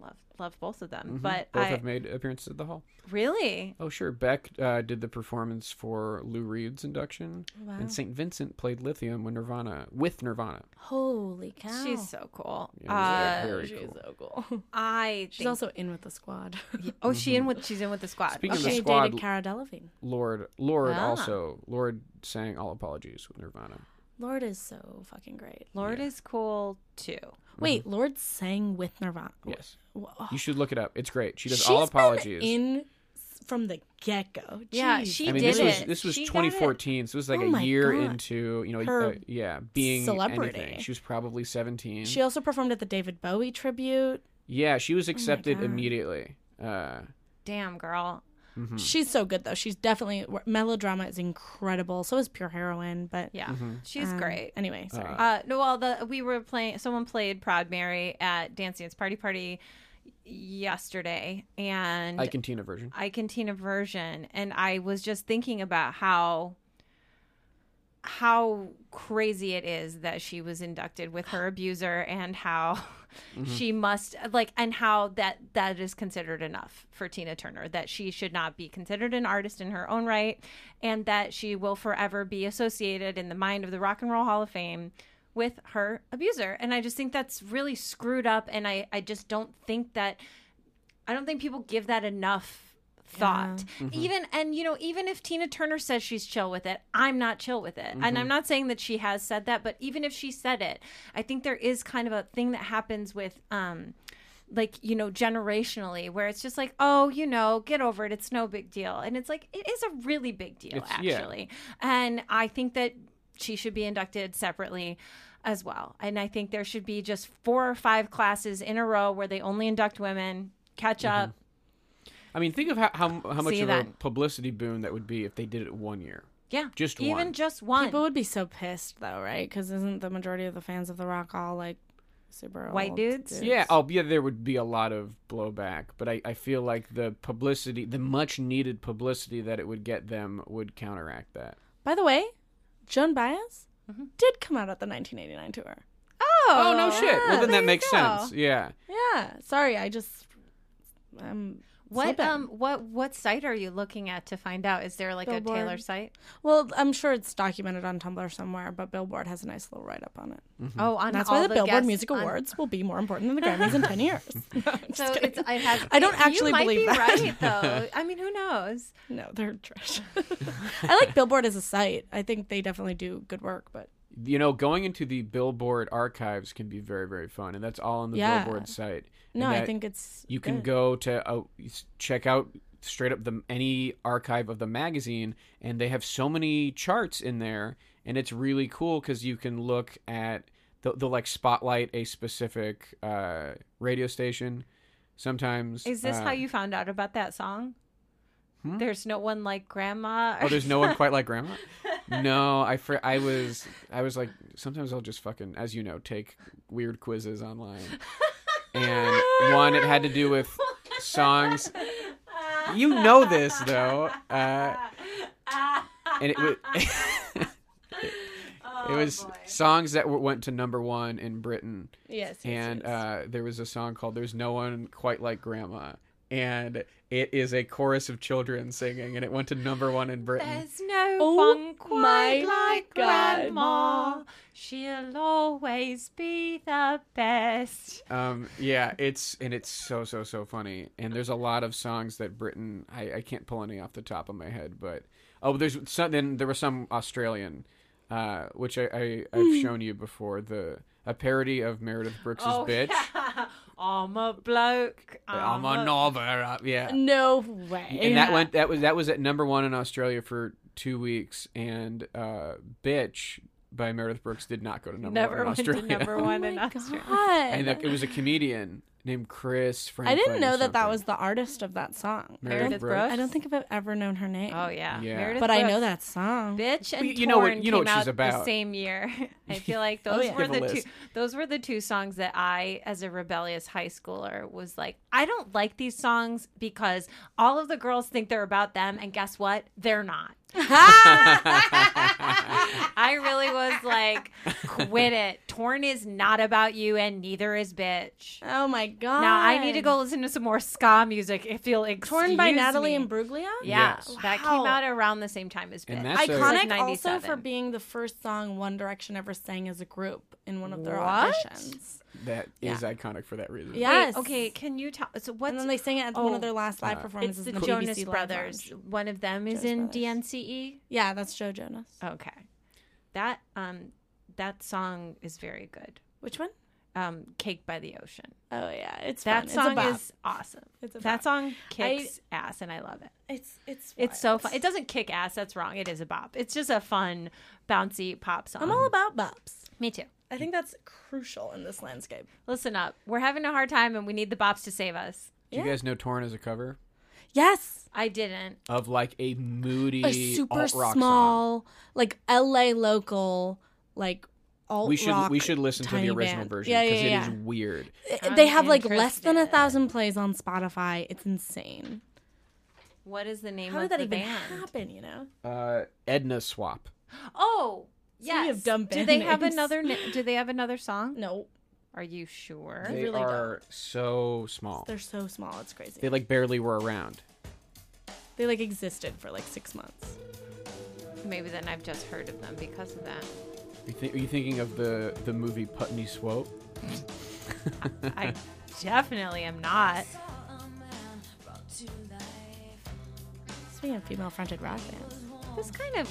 Speaker 2: love love both of them. But
Speaker 1: Mm-hmm. Both
Speaker 2: I
Speaker 1: have made appearances at the hall.
Speaker 2: really
Speaker 1: Oh, sure. Beck uh, did the performance for Lou Reed's induction,
Speaker 3: Wow.
Speaker 1: and St. Vincent played Lithium when Nirvana with Nirvana.
Speaker 3: Holy cow.
Speaker 2: she's so cool.
Speaker 1: Yeah,
Speaker 2: uh,
Speaker 1: very
Speaker 3: she's
Speaker 1: cool.
Speaker 3: so cool.
Speaker 2: I
Speaker 3: She's
Speaker 2: think,
Speaker 3: also in with the squad.
Speaker 2: oh she in with she's in with the squad.
Speaker 1: Mm-hmm. Speaking of
Speaker 3: she
Speaker 1: the
Speaker 2: Okay.
Speaker 1: squad-
Speaker 3: dated Cara Delevingne.
Speaker 1: Lord, Lord
Speaker 2: Ah.
Speaker 1: also, Lord sang All Apologies with Nirvana.
Speaker 3: Lord is so fucking great.
Speaker 2: Lord is cool too.
Speaker 3: Wait, Lord sang with Nirvana.
Speaker 1: Mm-hmm. Yes.
Speaker 3: Whoa.
Speaker 1: You should look it up. It's great. She does
Speaker 3: She's
Speaker 1: All
Speaker 3: been
Speaker 1: Apologies.
Speaker 3: in s- from the get go.
Speaker 2: Yeah, she
Speaker 1: I mean,
Speaker 2: did
Speaker 1: this was
Speaker 2: it.
Speaker 1: this was
Speaker 2: She got it.
Speaker 1: 2014, so it was like
Speaker 3: Oh
Speaker 1: a
Speaker 3: my
Speaker 1: year
Speaker 3: God.
Speaker 1: into you know,
Speaker 3: Her
Speaker 1: uh, yeah, being
Speaker 3: celebrity.
Speaker 1: anything. She was probably 17.
Speaker 3: She also performed at the David Bowie tribute.
Speaker 1: yeah, she was accepted
Speaker 3: Oh God.
Speaker 1: immediately. Uh, mm-hmm.
Speaker 2: Damn girl.
Speaker 1: Hmm.
Speaker 3: She's so good though. She's definitely melodrama is incredible. So is pure heroine, but
Speaker 2: Yeah.
Speaker 1: Mm-hmm.
Speaker 2: She's
Speaker 3: um,
Speaker 2: great.
Speaker 3: Anyway, sorry.
Speaker 2: Uh, no, well, the we were playing. Someone played Proud Mary at Dance Dance Party Party yesterday, and
Speaker 1: I can Tina version.
Speaker 2: I Cantina version, and I was just thinking about how how crazy it is that she was inducted with her abuser and how she must like and how that that is considered enough for Tina Turner that she should not be considered an artist in her own right and that she will forever be associated in the mind of the Rock and Roll Hall of Fame with her abuser and I just think that's really screwed up and I I just don't think that I don't think people give that enough thought.
Speaker 1: Mm-hmm.
Speaker 2: Even and you know, even if Tina Turner says she's chill with it, I'm not chill with it. And
Speaker 1: Mm-hmm.
Speaker 2: I'm not saying that she has said that, but even if she said it, I think there is kind of a thing that happens with um like you know generationally where it's just like oh you know get over it it's no big deal and it's like it is a really big deal
Speaker 1: It's- yeah.
Speaker 2: actually and i think that she should be inducted separately as well and i think there should be just four or five classes in a row where they only induct women catch
Speaker 1: Mm-hmm.
Speaker 2: up
Speaker 1: I mean, think of how how, how much
Speaker 2: See
Speaker 1: of
Speaker 2: that.
Speaker 1: a publicity boon that would be if they did it one year.
Speaker 2: yeah
Speaker 1: Just
Speaker 2: even
Speaker 1: one.
Speaker 2: just one
Speaker 3: People would be so pissed though, right? Because isn't the majority of the fans of the Rock all like super
Speaker 2: White
Speaker 3: old
Speaker 2: dudes?
Speaker 1: Yeah, oh yeah, there would be a lot of blowback, but I, I feel like the publicity, the much needed publicity that it would get them, would counteract that.
Speaker 3: By the way, Joan Baez
Speaker 2: Mm-hmm.
Speaker 3: did come out at the 1989 tour.
Speaker 1: Oh, no shit. well, then
Speaker 2: there
Speaker 1: that
Speaker 2: you
Speaker 1: makes
Speaker 2: go.
Speaker 1: sense. Yeah.
Speaker 3: Yeah. Sorry, I just um
Speaker 2: what
Speaker 3: slipping.
Speaker 2: um what what site are you looking at to find out is there like a taylor
Speaker 3: Billboard.
Speaker 2: site
Speaker 3: Well, I'm sure it's documented on Tumblr somewhere, but Billboard has a nice little write up on it.
Speaker 1: Mm-hmm.
Speaker 2: oh on
Speaker 3: That's
Speaker 2: all
Speaker 3: why the, Billboard
Speaker 2: guests
Speaker 3: Music
Speaker 2: on-
Speaker 3: Awards will be more important than the Grammys in 10 years.
Speaker 2: so it's i have
Speaker 3: I don't
Speaker 2: you
Speaker 3: actually
Speaker 2: might
Speaker 3: believe
Speaker 2: be
Speaker 3: that.
Speaker 2: right though i mean who knows
Speaker 3: No, they're trash. I like Billboard as a site. I think they definitely do good work, but
Speaker 1: You know, going into the Billboard archives can be very, very fun, and that's all on the
Speaker 3: Yeah.
Speaker 1: Billboard site.
Speaker 3: no,
Speaker 1: And
Speaker 3: I
Speaker 1: that
Speaker 3: think it's
Speaker 1: you can
Speaker 3: good.
Speaker 1: go to uh, s- check out straight up the any archive of the magazine, and they have so many charts in there, and it's really cool because you can look at they'll, they'll like spotlight a specific uh, radio station. Sometimes
Speaker 2: is this
Speaker 1: uh, Hmm?
Speaker 2: how you found out about that song there's no one like grandma
Speaker 1: Oh, there's no one quite like grandma. No, I fr- I was I was like sometimes I'll just fucking as you know take weird quizzes online, and one it had to do with songs. You know this though, uh, and it was
Speaker 3: Oh,
Speaker 1: it was songs that were, went to number one in Britain
Speaker 3: Yes. yes,
Speaker 1: and
Speaker 3: yes.
Speaker 1: uh, there was a song called "There's No One Quite Like Grandma," and it is a chorus of children singing, and it went to number one in Britain.
Speaker 2: There's no
Speaker 3: Oh
Speaker 2: one quite
Speaker 3: my
Speaker 2: like
Speaker 3: God.
Speaker 2: grandma. She'll always be the best.
Speaker 1: Um, yeah, it's and it's so so so funny. And there's a lot of songs that Britain. I, I can't pull any off the top of my head, but oh, there's some. Then there was some Australian, uh, which I, I I've
Speaker 3: Hmm.
Speaker 1: shown you before the a parody of Meredith Brooks's
Speaker 3: Oh,
Speaker 1: bitch.
Speaker 2: Oh, I'm a bloke.
Speaker 1: I'm a novel. uh, Yeah.
Speaker 3: no way.
Speaker 1: and that went that was that was at number one in Australia for two weeks, and uh, "Bitch" by Meredith Brooks did not go to number
Speaker 2: Never
Speaker 1: one in
Speaker 2: went
Speaker 1: Australia.
Speaker 2: to number
Speaker 3: Oh
Speaker 2: one
Speaker 3: my
Speaker 2: in
Speaker 3: god.
Speaker 2: Australia.
Speaker 1: and it was a comedian named Chris Franklin.
Speaker 3: I didn't
Speaker 1: or
Speaker 3: know that that
Speaker 1: something.
Speaker 3: was the artist of that song. I
Speaker 1: Meredith
Speaker 3: don't-
Speaker 2: Brooks?
Speaker 3: I don't think I've e-, ever known her name.
Speaker 2: Oh yeah,
Speaker 1: Yeah.
Speaker 2: Meredith
Speaker 3: But I
Speaker 2: Brooks.
Speaker 3: know that song.
Speaker 2: Bitch and
Speaker 1: you- you know what-
Speaker 2: Torn
Speaker 1: you know
Speaker 2: came
Speaker 1: what she's
Speaker 2: out the
Speaker 1: about.
Speaker 2: same year. I feel like those
Speaker 3: Oh, yeah.
Speaker 2: were
Speaker 1: Give a
Speaker 2: the
Speaker 1: list.
Speaker 2: two. Those were the two songs that I, as a rebellious high schooler, was like, I don't like these songs because all of the girls think they're about them, and guess what? They're not. I really was like, quit it. Torn is not about you, and neither is bitch.
Speaker 3: Oh my god.
Speaker 2: Now I need to go listen to some more ska music. If you'll excuse
Speaker 3: Torn by
Speaker 2: me.
Speaker 3: Natalie Imbruglia.
Speaker 2: Yeah,
Speaker 1: Yes.
Speaker 2: that
Speaker 3: Wow.
Speaker 2: came out around the same time as bitch.
Speaker 1: And that's a-
Speaker 3: Iconic
Speaker 2: Like
Speaker 3: also
Speaker 2: 97.
Speaker 3: for being the first song One Direction ever sang as a group in one of their
Speaker 2: What?
Speaker 3: auditions.
Speaker 1: That is iconic for that reason.
Speaker 3: Yeah.
Speaker 2: Wait,
Speaker 3: Yes.
Speaker 2: okay, can you tell? So what's
Speaker 3: And then they sang it at one
Speaker 2: Oh.
Speaker 3: of their last live
Speaker 2: it's
Speaker 3: performances.
Speaker 2: the
Speaker 3: in the
Speaker 2: Jonas
Speaker 3: BBC Live
Speaker 2: Brothers.
Speaker 3: Lounge.
Speaker 2: One of them is
Speaker 3: Jonas
Speaker 2: in
Speaker 3: Brothers.
Speaker 2: DNCE.
Speaker 3: Yeah, that's Joe Jonas.
Speaker 2: E? Okay, that um that song is very good.
Speaker 3: Which one?
Speaker 2: Um, Cake by the Ocean.
Speaker 3: Oh yeah, it's
Speaker 2: That
Speaker 3: fun.
Speaker 2: song
Speaker 3: it's a bop.
Speaker 2: is awesome.
Speaker 3: It's a
Speaker 2: that
Speaker 3: bop.
Speaker 2: song kicks ass, and I love it.
Speaker 3: It's it's
Speaker 2: It's so
Speaker 3: wild.
Speaker 2: fun. It doesn't kick ass. That's wrong. It is a bop. It's just a fun, bouncy pop song.
Speaker 3: I'm all about bops.
Speaker 2: Me too.
Speaker 3: I think that's crucial in this landscape.
Speaker 2: Listen up. We're having a hard time, and we need the bops to save us.
Speaker 1: Do you guys know Torn as a cover
Speaker 3: Yes,
Speaker 2: I didn't.
Speaker 1: of like a moody,
Speaker 3: a super
Speaker 1: alt-rock Song?
Speaker 3: small, like L.A. local, like alt
Speaker 1: We should
Speaker 3: rock
Speaker 1: we should listen to the
Speaker 3: tiny
Speaker 1: original
Speaker 3: band.
Speaker 1: version
Speaker 3: Yeah,
Speaker 1: because
Speaker 3: yeah, yeah.
Speaker 1: it is weird.
Speaker 3: It- They have like less than a
Speaker 2: interested.
Speaker 3: thousand plays on Spotify. It's insane.
Speaker 2: What is the name
Speaker 3: How
Speaker 2: of
Speaker 3: did that
Speaker 2: the
Speaker 3: even
Speaker 2: band?
Speaker 3: happen? You know,
Speaker 1: Uh, Edna Swap.
Speaker 2: Oh,
Speaker 3: Speaking
Speaker 2: yes.
Speaker 3: of dumb
Speaker 2: do
Speaker 3: band
Speaker 2: they have
Speaker 3: names.
Speaker 2: another? na- Do they have another song?
Speaker 3: no,
Speaker 2: Are you sure?
Speaker 1: They
Speaker 3: really
Speaker 1: are so small.
Speaker 3: they're so small. It's crazy.
Speaker 1: They like barely were around.
Speaker 3: They like existed for like six months.
Speaker 2: Maybe then I've just heard of them because of that.
Speaker 1: You thi- are you thinking of the the movie Putney Swope?
Speaker 2: I definitely am not.
Speaker 3: Speaking of female fronted rock bands,
Speaker 2: This kind of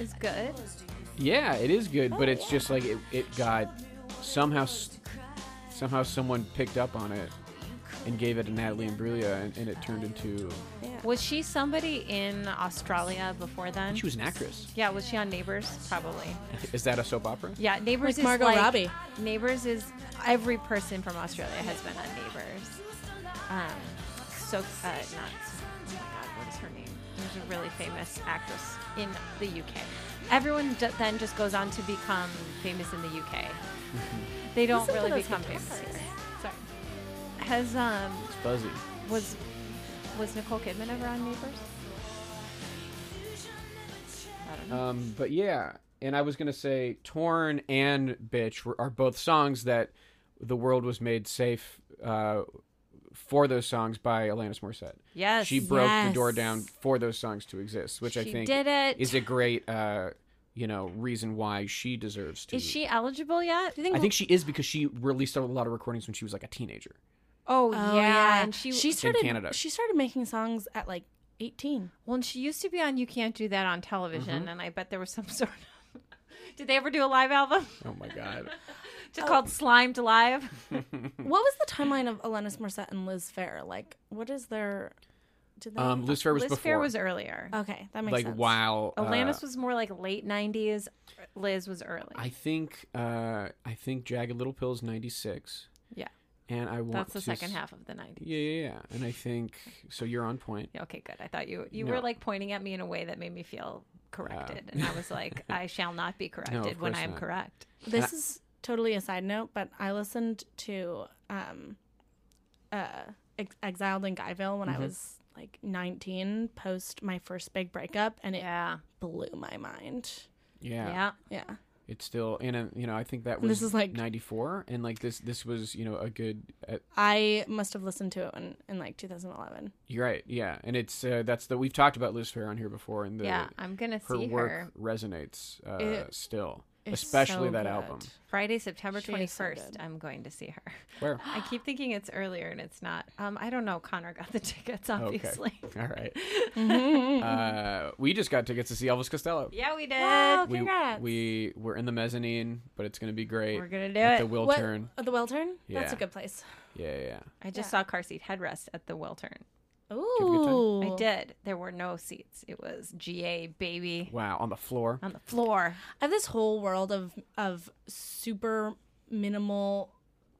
Speaker 2: is good.
Speaker 1: Yeah, it is good,
Speaker 3: Oh,
Speaker 1: but it's just like it, it got somehow s- somehow someone picked up on it and gave it to Natalie Imbruglia, and, and it turned into
Speaker 2: Was she somebody in Australia before then?
Speaker 1: she was an actress.
Speaker 2: yeah, was she on Neighbors? Probably.
Speaker 1: Is that a soap opera?
Speaker 2: Yeah, Neighbors
Speaker 3: Like
Speaker 2: is
Speaker 3: Margot
Speaker 2: like
Speaker 3: Robbie.
Speaker 2: Neighbors is every person from Australia has been on Neighbors. Um, so uh, not. Oh my God, what is her name? There's a really famous actress in the UK. Everyone d- then just goes on to become famous in the UK. They don't
Speaker 3: Listen to
Speaker 2: really
Speaker 3: those
Speaker 2: become famous
Speaker 3: guitars.
Speaker 2: here. Sorry. Has um
Speaker 1: It's fuzzy.
Speaker 2: was was Nicole Kidman ever on Neighbors? I don't know.
Speaker 1: Um, but yeah, and I was gonna say "Torn" and "Bitch" were, are both songs that the world was made safe uh, for those songs by Alanis Morissette.
Speaker 2: Yes.
Speaker 1: she broke the door
Speaker 3: Yes.
Speaker 1: down for those songs to exist, which I
Speaker 2: She
Speaker 1: think
Speaker 2: did it.
Speaker 1: is a great, uh, you know, reason why she deserves to.
Speaker 2: Is she eligible yet?
Speaker 1: I think she is because she released a lot of recordings when she was like a teenager.
Speaker 2: Oh,
Speaker 3: Oh,
Speaker 2: yeah. and she
Speaker 3: she started
Speaker 1: Canada.
Speaker 3: She started making songs at like eighteen.
Speaker 2: well, and she used to be on You Can't Do That on television,
Speaker 1: Mm-hmm.
Speaker 2: and I bet there was some sort of. Did they ever do a live album
Speaker 1: Oh my god! Oh.
Speaker 2: just called Slimed Live?
Speaker 1: Hmm.
Speaker 3: What was the timeline of Alanis Morissette and Liz Fair? Like, what is their? Did they?
Speaker 1: Um, Liz Fair was
Speaker 2: Liz
Speaker 1: before. Uh,
Speaker 2: Fair was earlier.
Speaker 3: okay, that makes
Speaker 1: like uh,
Speaker 3: sense.
Speaker 1: wow,
Speaker 2: Alanis was more like late '90s. Liz was early.
Speaker 1: I think uh, I think Jagged Little Pill is '96,
Speaker 2: yeah,
Speaker 1: and I want
Speaker 2: that's the
Speaker 1: to
Speaker 2: second
Speaker 1: s-
Speaker 2: half of the '90s.
Speaker 1: Yeah, yeah, yeah. And I think so. You're on point.
Speaker 2: Yeah, Okay, good. I thought you you
Speaker 1: No.
Speaker 2: were like pointing at me in a way that made me feel corrected, and I was like, I shall not be corrected when
Speaker 1: course
Speaker 2: I am
Speaker 1: not.
Speaker 2: correct.
Speaker 3: This is totally a side note, but I listened to um, uh, Ex- Exiled in Guyville when I was like 19, post my first big breakup, and it
Speaker 2: Yeah,
Speaker 3: blew my mind.
Speaker 1: Yeah,
Speaker 2: yeah.
Speaker 3: Yeah,
Speaker 1: It's still and uh, you know I think that was
Speaker 3: This is like-
Speaker 1: '94, and like this this was you know a good. Uh,
Speaker 3: I must have listened to it in, in like 2011.
Speaker 1: you're right. Yeah, and it's uh, that's the we've talked about Liz Fair on here before, and the
Speaker 2: yeah, I'm gonna
Speaker 1: her
Speaker 2: see
Speaker 1: work
Speaker 2: her
Speaker 1: resonates uh,
Speaker 3: It-
Speaker 1: still,
Speaker 3: It's
Speaker 1: especially
Speaker 3: so
Speaker 1: that
Speaker 3: good.
Speaker 1: album.
Speaker 2: Friday, September
Speaker 3: She is so
Speaker 2: 21st.
Speaker 3: good.
Speaker 2: I'm going to see her.
Speaker 1: Where?
Speaker 2: I keep thinking it's earlier and it's not. Um, I don't know. Connor got the tickets, obviously.
Speaker 1: All right. uh, we just got tickets to see Elvis Costello.
Speaker 2: Yeah, we did.
Speaker 3: Wow.
Speaker 1: We,
Speaker 3: Congrats.
Speaker 1: Uh, we we're in the mezzanine, but it's gonna be great.
Speaker 2: We're gonna do
Speaker 1: At
Speaker 2: it.
Speaker 1: The will
Speaker 3: What-
Speaker 1: turn.
Speaker 3: uh, The Will Turn? That's a
Speaker 1: Yeah.
Speaker 3: good place.
Speaker 1: Yeah, yeah.
Speaker 2: I just saw car seat headrest at the Will Turn.
Speaker 3: Ooh.
Speaker 2: I did. There were no seats. It was GA baby
Speaker 1: Wow, on the floor.
Speaker 2: on the floor.
Speaker 3: I have this whole world of of super minimal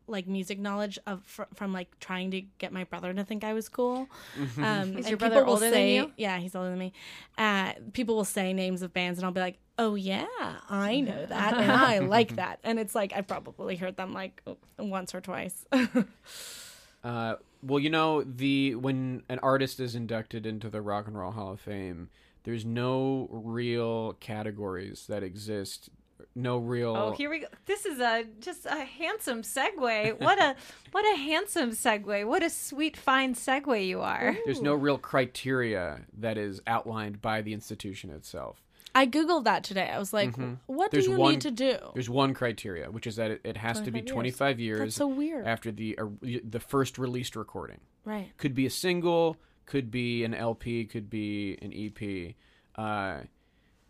Speaker 3: like music knowledge of fr- from like trying to get my brother to think I was cool.
Speaker 1: Mm-hmm.
Speaker 3: Um,
Speaker 2: Is
Speaker 3: and
Speaker 2: your brother
Speaker 3: people will
Speaker 2: older than
Speaker 3: say,
Speaker 2: you?
Speaker 3: Yeah, he's older than me. Uh, people will say names of bands, and I'll be like, "Oh yeah, I know that, and I like that." And it's like I've probably heard them like once or twice.
Speaker 1: Uh, well, you know the when an artist is inducted into the Rock and Roll Hall of Fame, There's no real categories that exist. No real.
Speaker 2: Oh, here we go. This is a just a handsome segue. What a what a handsome segue. What a sweet fine segue you are.
Speaker 1: There's no real criteria that is outlined by the institution itself.
Speaker 3: I googled that today. I was like, what
Speaker 1: Mm-hmm. There's
Speaker 3: do you
Speaker 1: one-
Speaker 3: need to do?
Speaker 1: There's one criteria, which is that it, it has to be 25 years,
Speaker 3: That's so weird.
Speaker 1: after the uh, the first released recording.
Speaker 3: Right.
Speaker 1: Could be a single, could be an LP, could be an EP. Uh,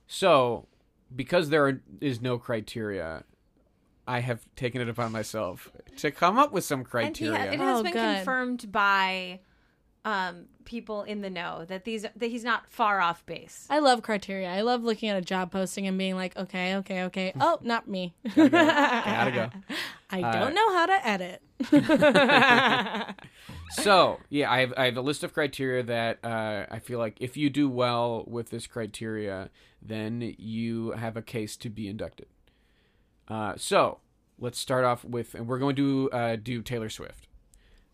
Speaker 1: so, because there are, is no criteria, I have taken it upon myself to come up with some
Speaker 2: And he
Speaker 1: criteria.
Speaker 2: ha- it has
Speaker 3: Oh,
Speaker 2: been
Speaker 3: good.
Speaker 2: confirmed by um, people in the know that these that he's not far off base.
Speaker 3: I love criteria. I love looking at a job posting and being like, okay, okay, okay. Oh, not me.
Speaker 1: Gotta go.
Speaker 3: I
Speaker 1: Uh,
Speaker 3: don't know how to edit.
Speaker 1: so yeah I have, I have a list of criteria that uh, i feel like if you do well with this criteria then you have a case to be inducted uh, so let's start off with and we're going to uh, do taylor swift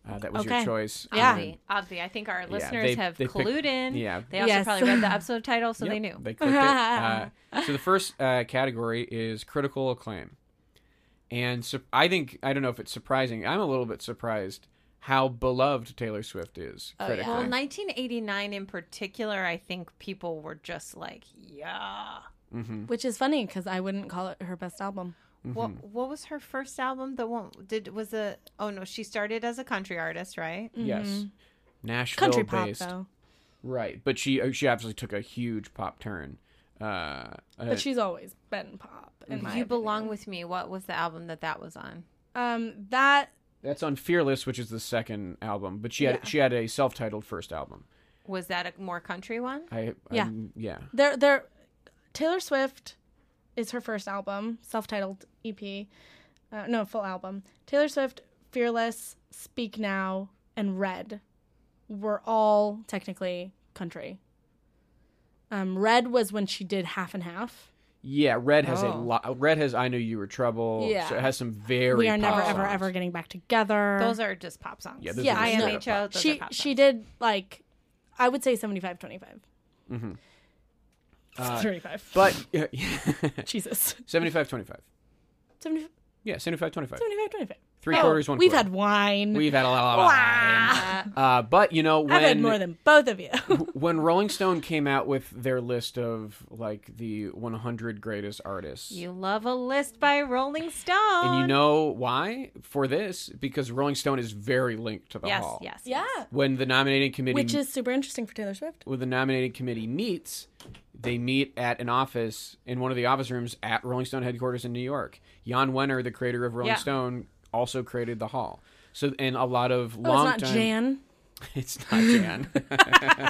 Speaker 1: uh, that was your
Speaker 3: Okay.
Speaker 1: choice
Speaker 3: Yeah.
Speaker 1: Um,
Speaker 2: Obvi, obvi. I think our listeners
Speaker 1: they-
Speaker 2: have
Speaker 1: they picked-
Speaker 2: clued in.
Speaker 1: yeah.
Speaker 2: They also
Speaker 3: Yes.
Speaker 2: probably read the episode title, so
Speaker 1: yep,
Speaker 2: they knew.
Speaker 1: they clicked it. Uh, so the first uh, category is critical acclaim and su- i think i don't know if it's surprising i'm a little bit surprised how beloved taylor swift is critically.
Speaker 2: Oh, Well, 1989 in particular, I think people were just like, yeah.
Speaker 3: Which is funny because I wouldn't call it her best album.
Speaker 2: What
Speaker 1: Mm-hmm.
Speaker 2: What was her first album? The one did was a oh no, she started as a country artist, right?
Speaker 1: Yes. Nashville
Speaker 3: Mm-hmm. Country pop,
Speaker 1: based.
Speaker 3: though.
Speaker 1: Right. But she uh, she absolutely took a huge pop turn. Uh, uh,
Speaker 3: But she's always been pop. In my
Speaker 2: Mm-hmm. you
Speaker 3: opinion.
Speaker 2: belong with me. What was the album that that was on?
Speaker 3: Um, that
Speaker 1: that's on Fearless, which is the second album, but she had she had a self-titled first album.
Speaker 2: Was that a more country one?
Speaker 1: I
Speaker 3: Yeah.
Speaker 1: I'm- yeah.
Speaker 3: there there Taylor Swift is her first album, self-titled EP. Uh, no, full album. Taylor Swift, Fearless, Speak Now, and Red were all technically country. Um, Red was when she did half and half.
Speaker 1: Yeah, Red has a
Speaker 2: Oh.
Speaker 1: lot. Red has "I Knew You Were Trouble."
Speaker 3: Yeah.
Speaker 1: so it has some very.
Speaker 3: we are
Speaker 1: pop
Speaker 3: never ever
Speaker 1: songs.
Speaker 3: ever getting back together.
Speaker 2: Those are just pop songs.
Speaker 1: Yeah, those
Speaker 3: Yeah,
Speaker 1: are
Speaker 3: I
Speaker 1: just
Speaker 3: am
Speaker 1: straight up
Speaker 2: IMHO.
Speaker 1: pop.
Speaker 2: Those are
Speaker 3: she
Speaker 2: pop
Speaker 3: she
Speaker 2: songs.
Speaker 3: did like I would say 75 25.
Speaker 1: Mhm.
Speaker 3: 35.
Speaker 1: Uh, But yeah,
Speaker 3: Jesus.
Speaker 1: 75 25.
Speaker 3: 75
Speaker 1: Yeah, 75 25.
Speaker 3: 75 25.
Speaker 1: Three quarters, one
Speaker 3: Oh, We've
Speaker 1: quarter.
Speaker 3: had wine. Ah,
Speaker 1: We've had a lot of wine. Uh, but you know when
Speaker 3: I've had more than both of you.
Speaker 1: when Rolling Stone came out with their list of like the 100 greatest artists,
Speaker 2: You love a list by Rolling Stone.
Speaker 1: and you know why for this because Rolling Stone is very linked to the
Speaker 2: yes,
Speaker 1: Hall.
Speaker 2: yes,
Speaker 3: yeah.
Speaker 2: yes.
Speaker 1: When the nominating committee,
Speaker 3: Which is super interesting for Taylor Swift. Oh,
Speaker 1: when the nominating committee meets, they meet at an office in one of the office rooms at Rolling Stone headquarters in New York. Jan Wenner, the creator of Rolling
Speaker 2: Yeah.
Speaker 1: Stone, also created the Hall. So and a lot of
Speaker 3: Oh,
Speaker 1: long
Speaker 3: it's not
Speaker 1: time.
Speaker 3: Jan.
Speaker 1: It's not Jan.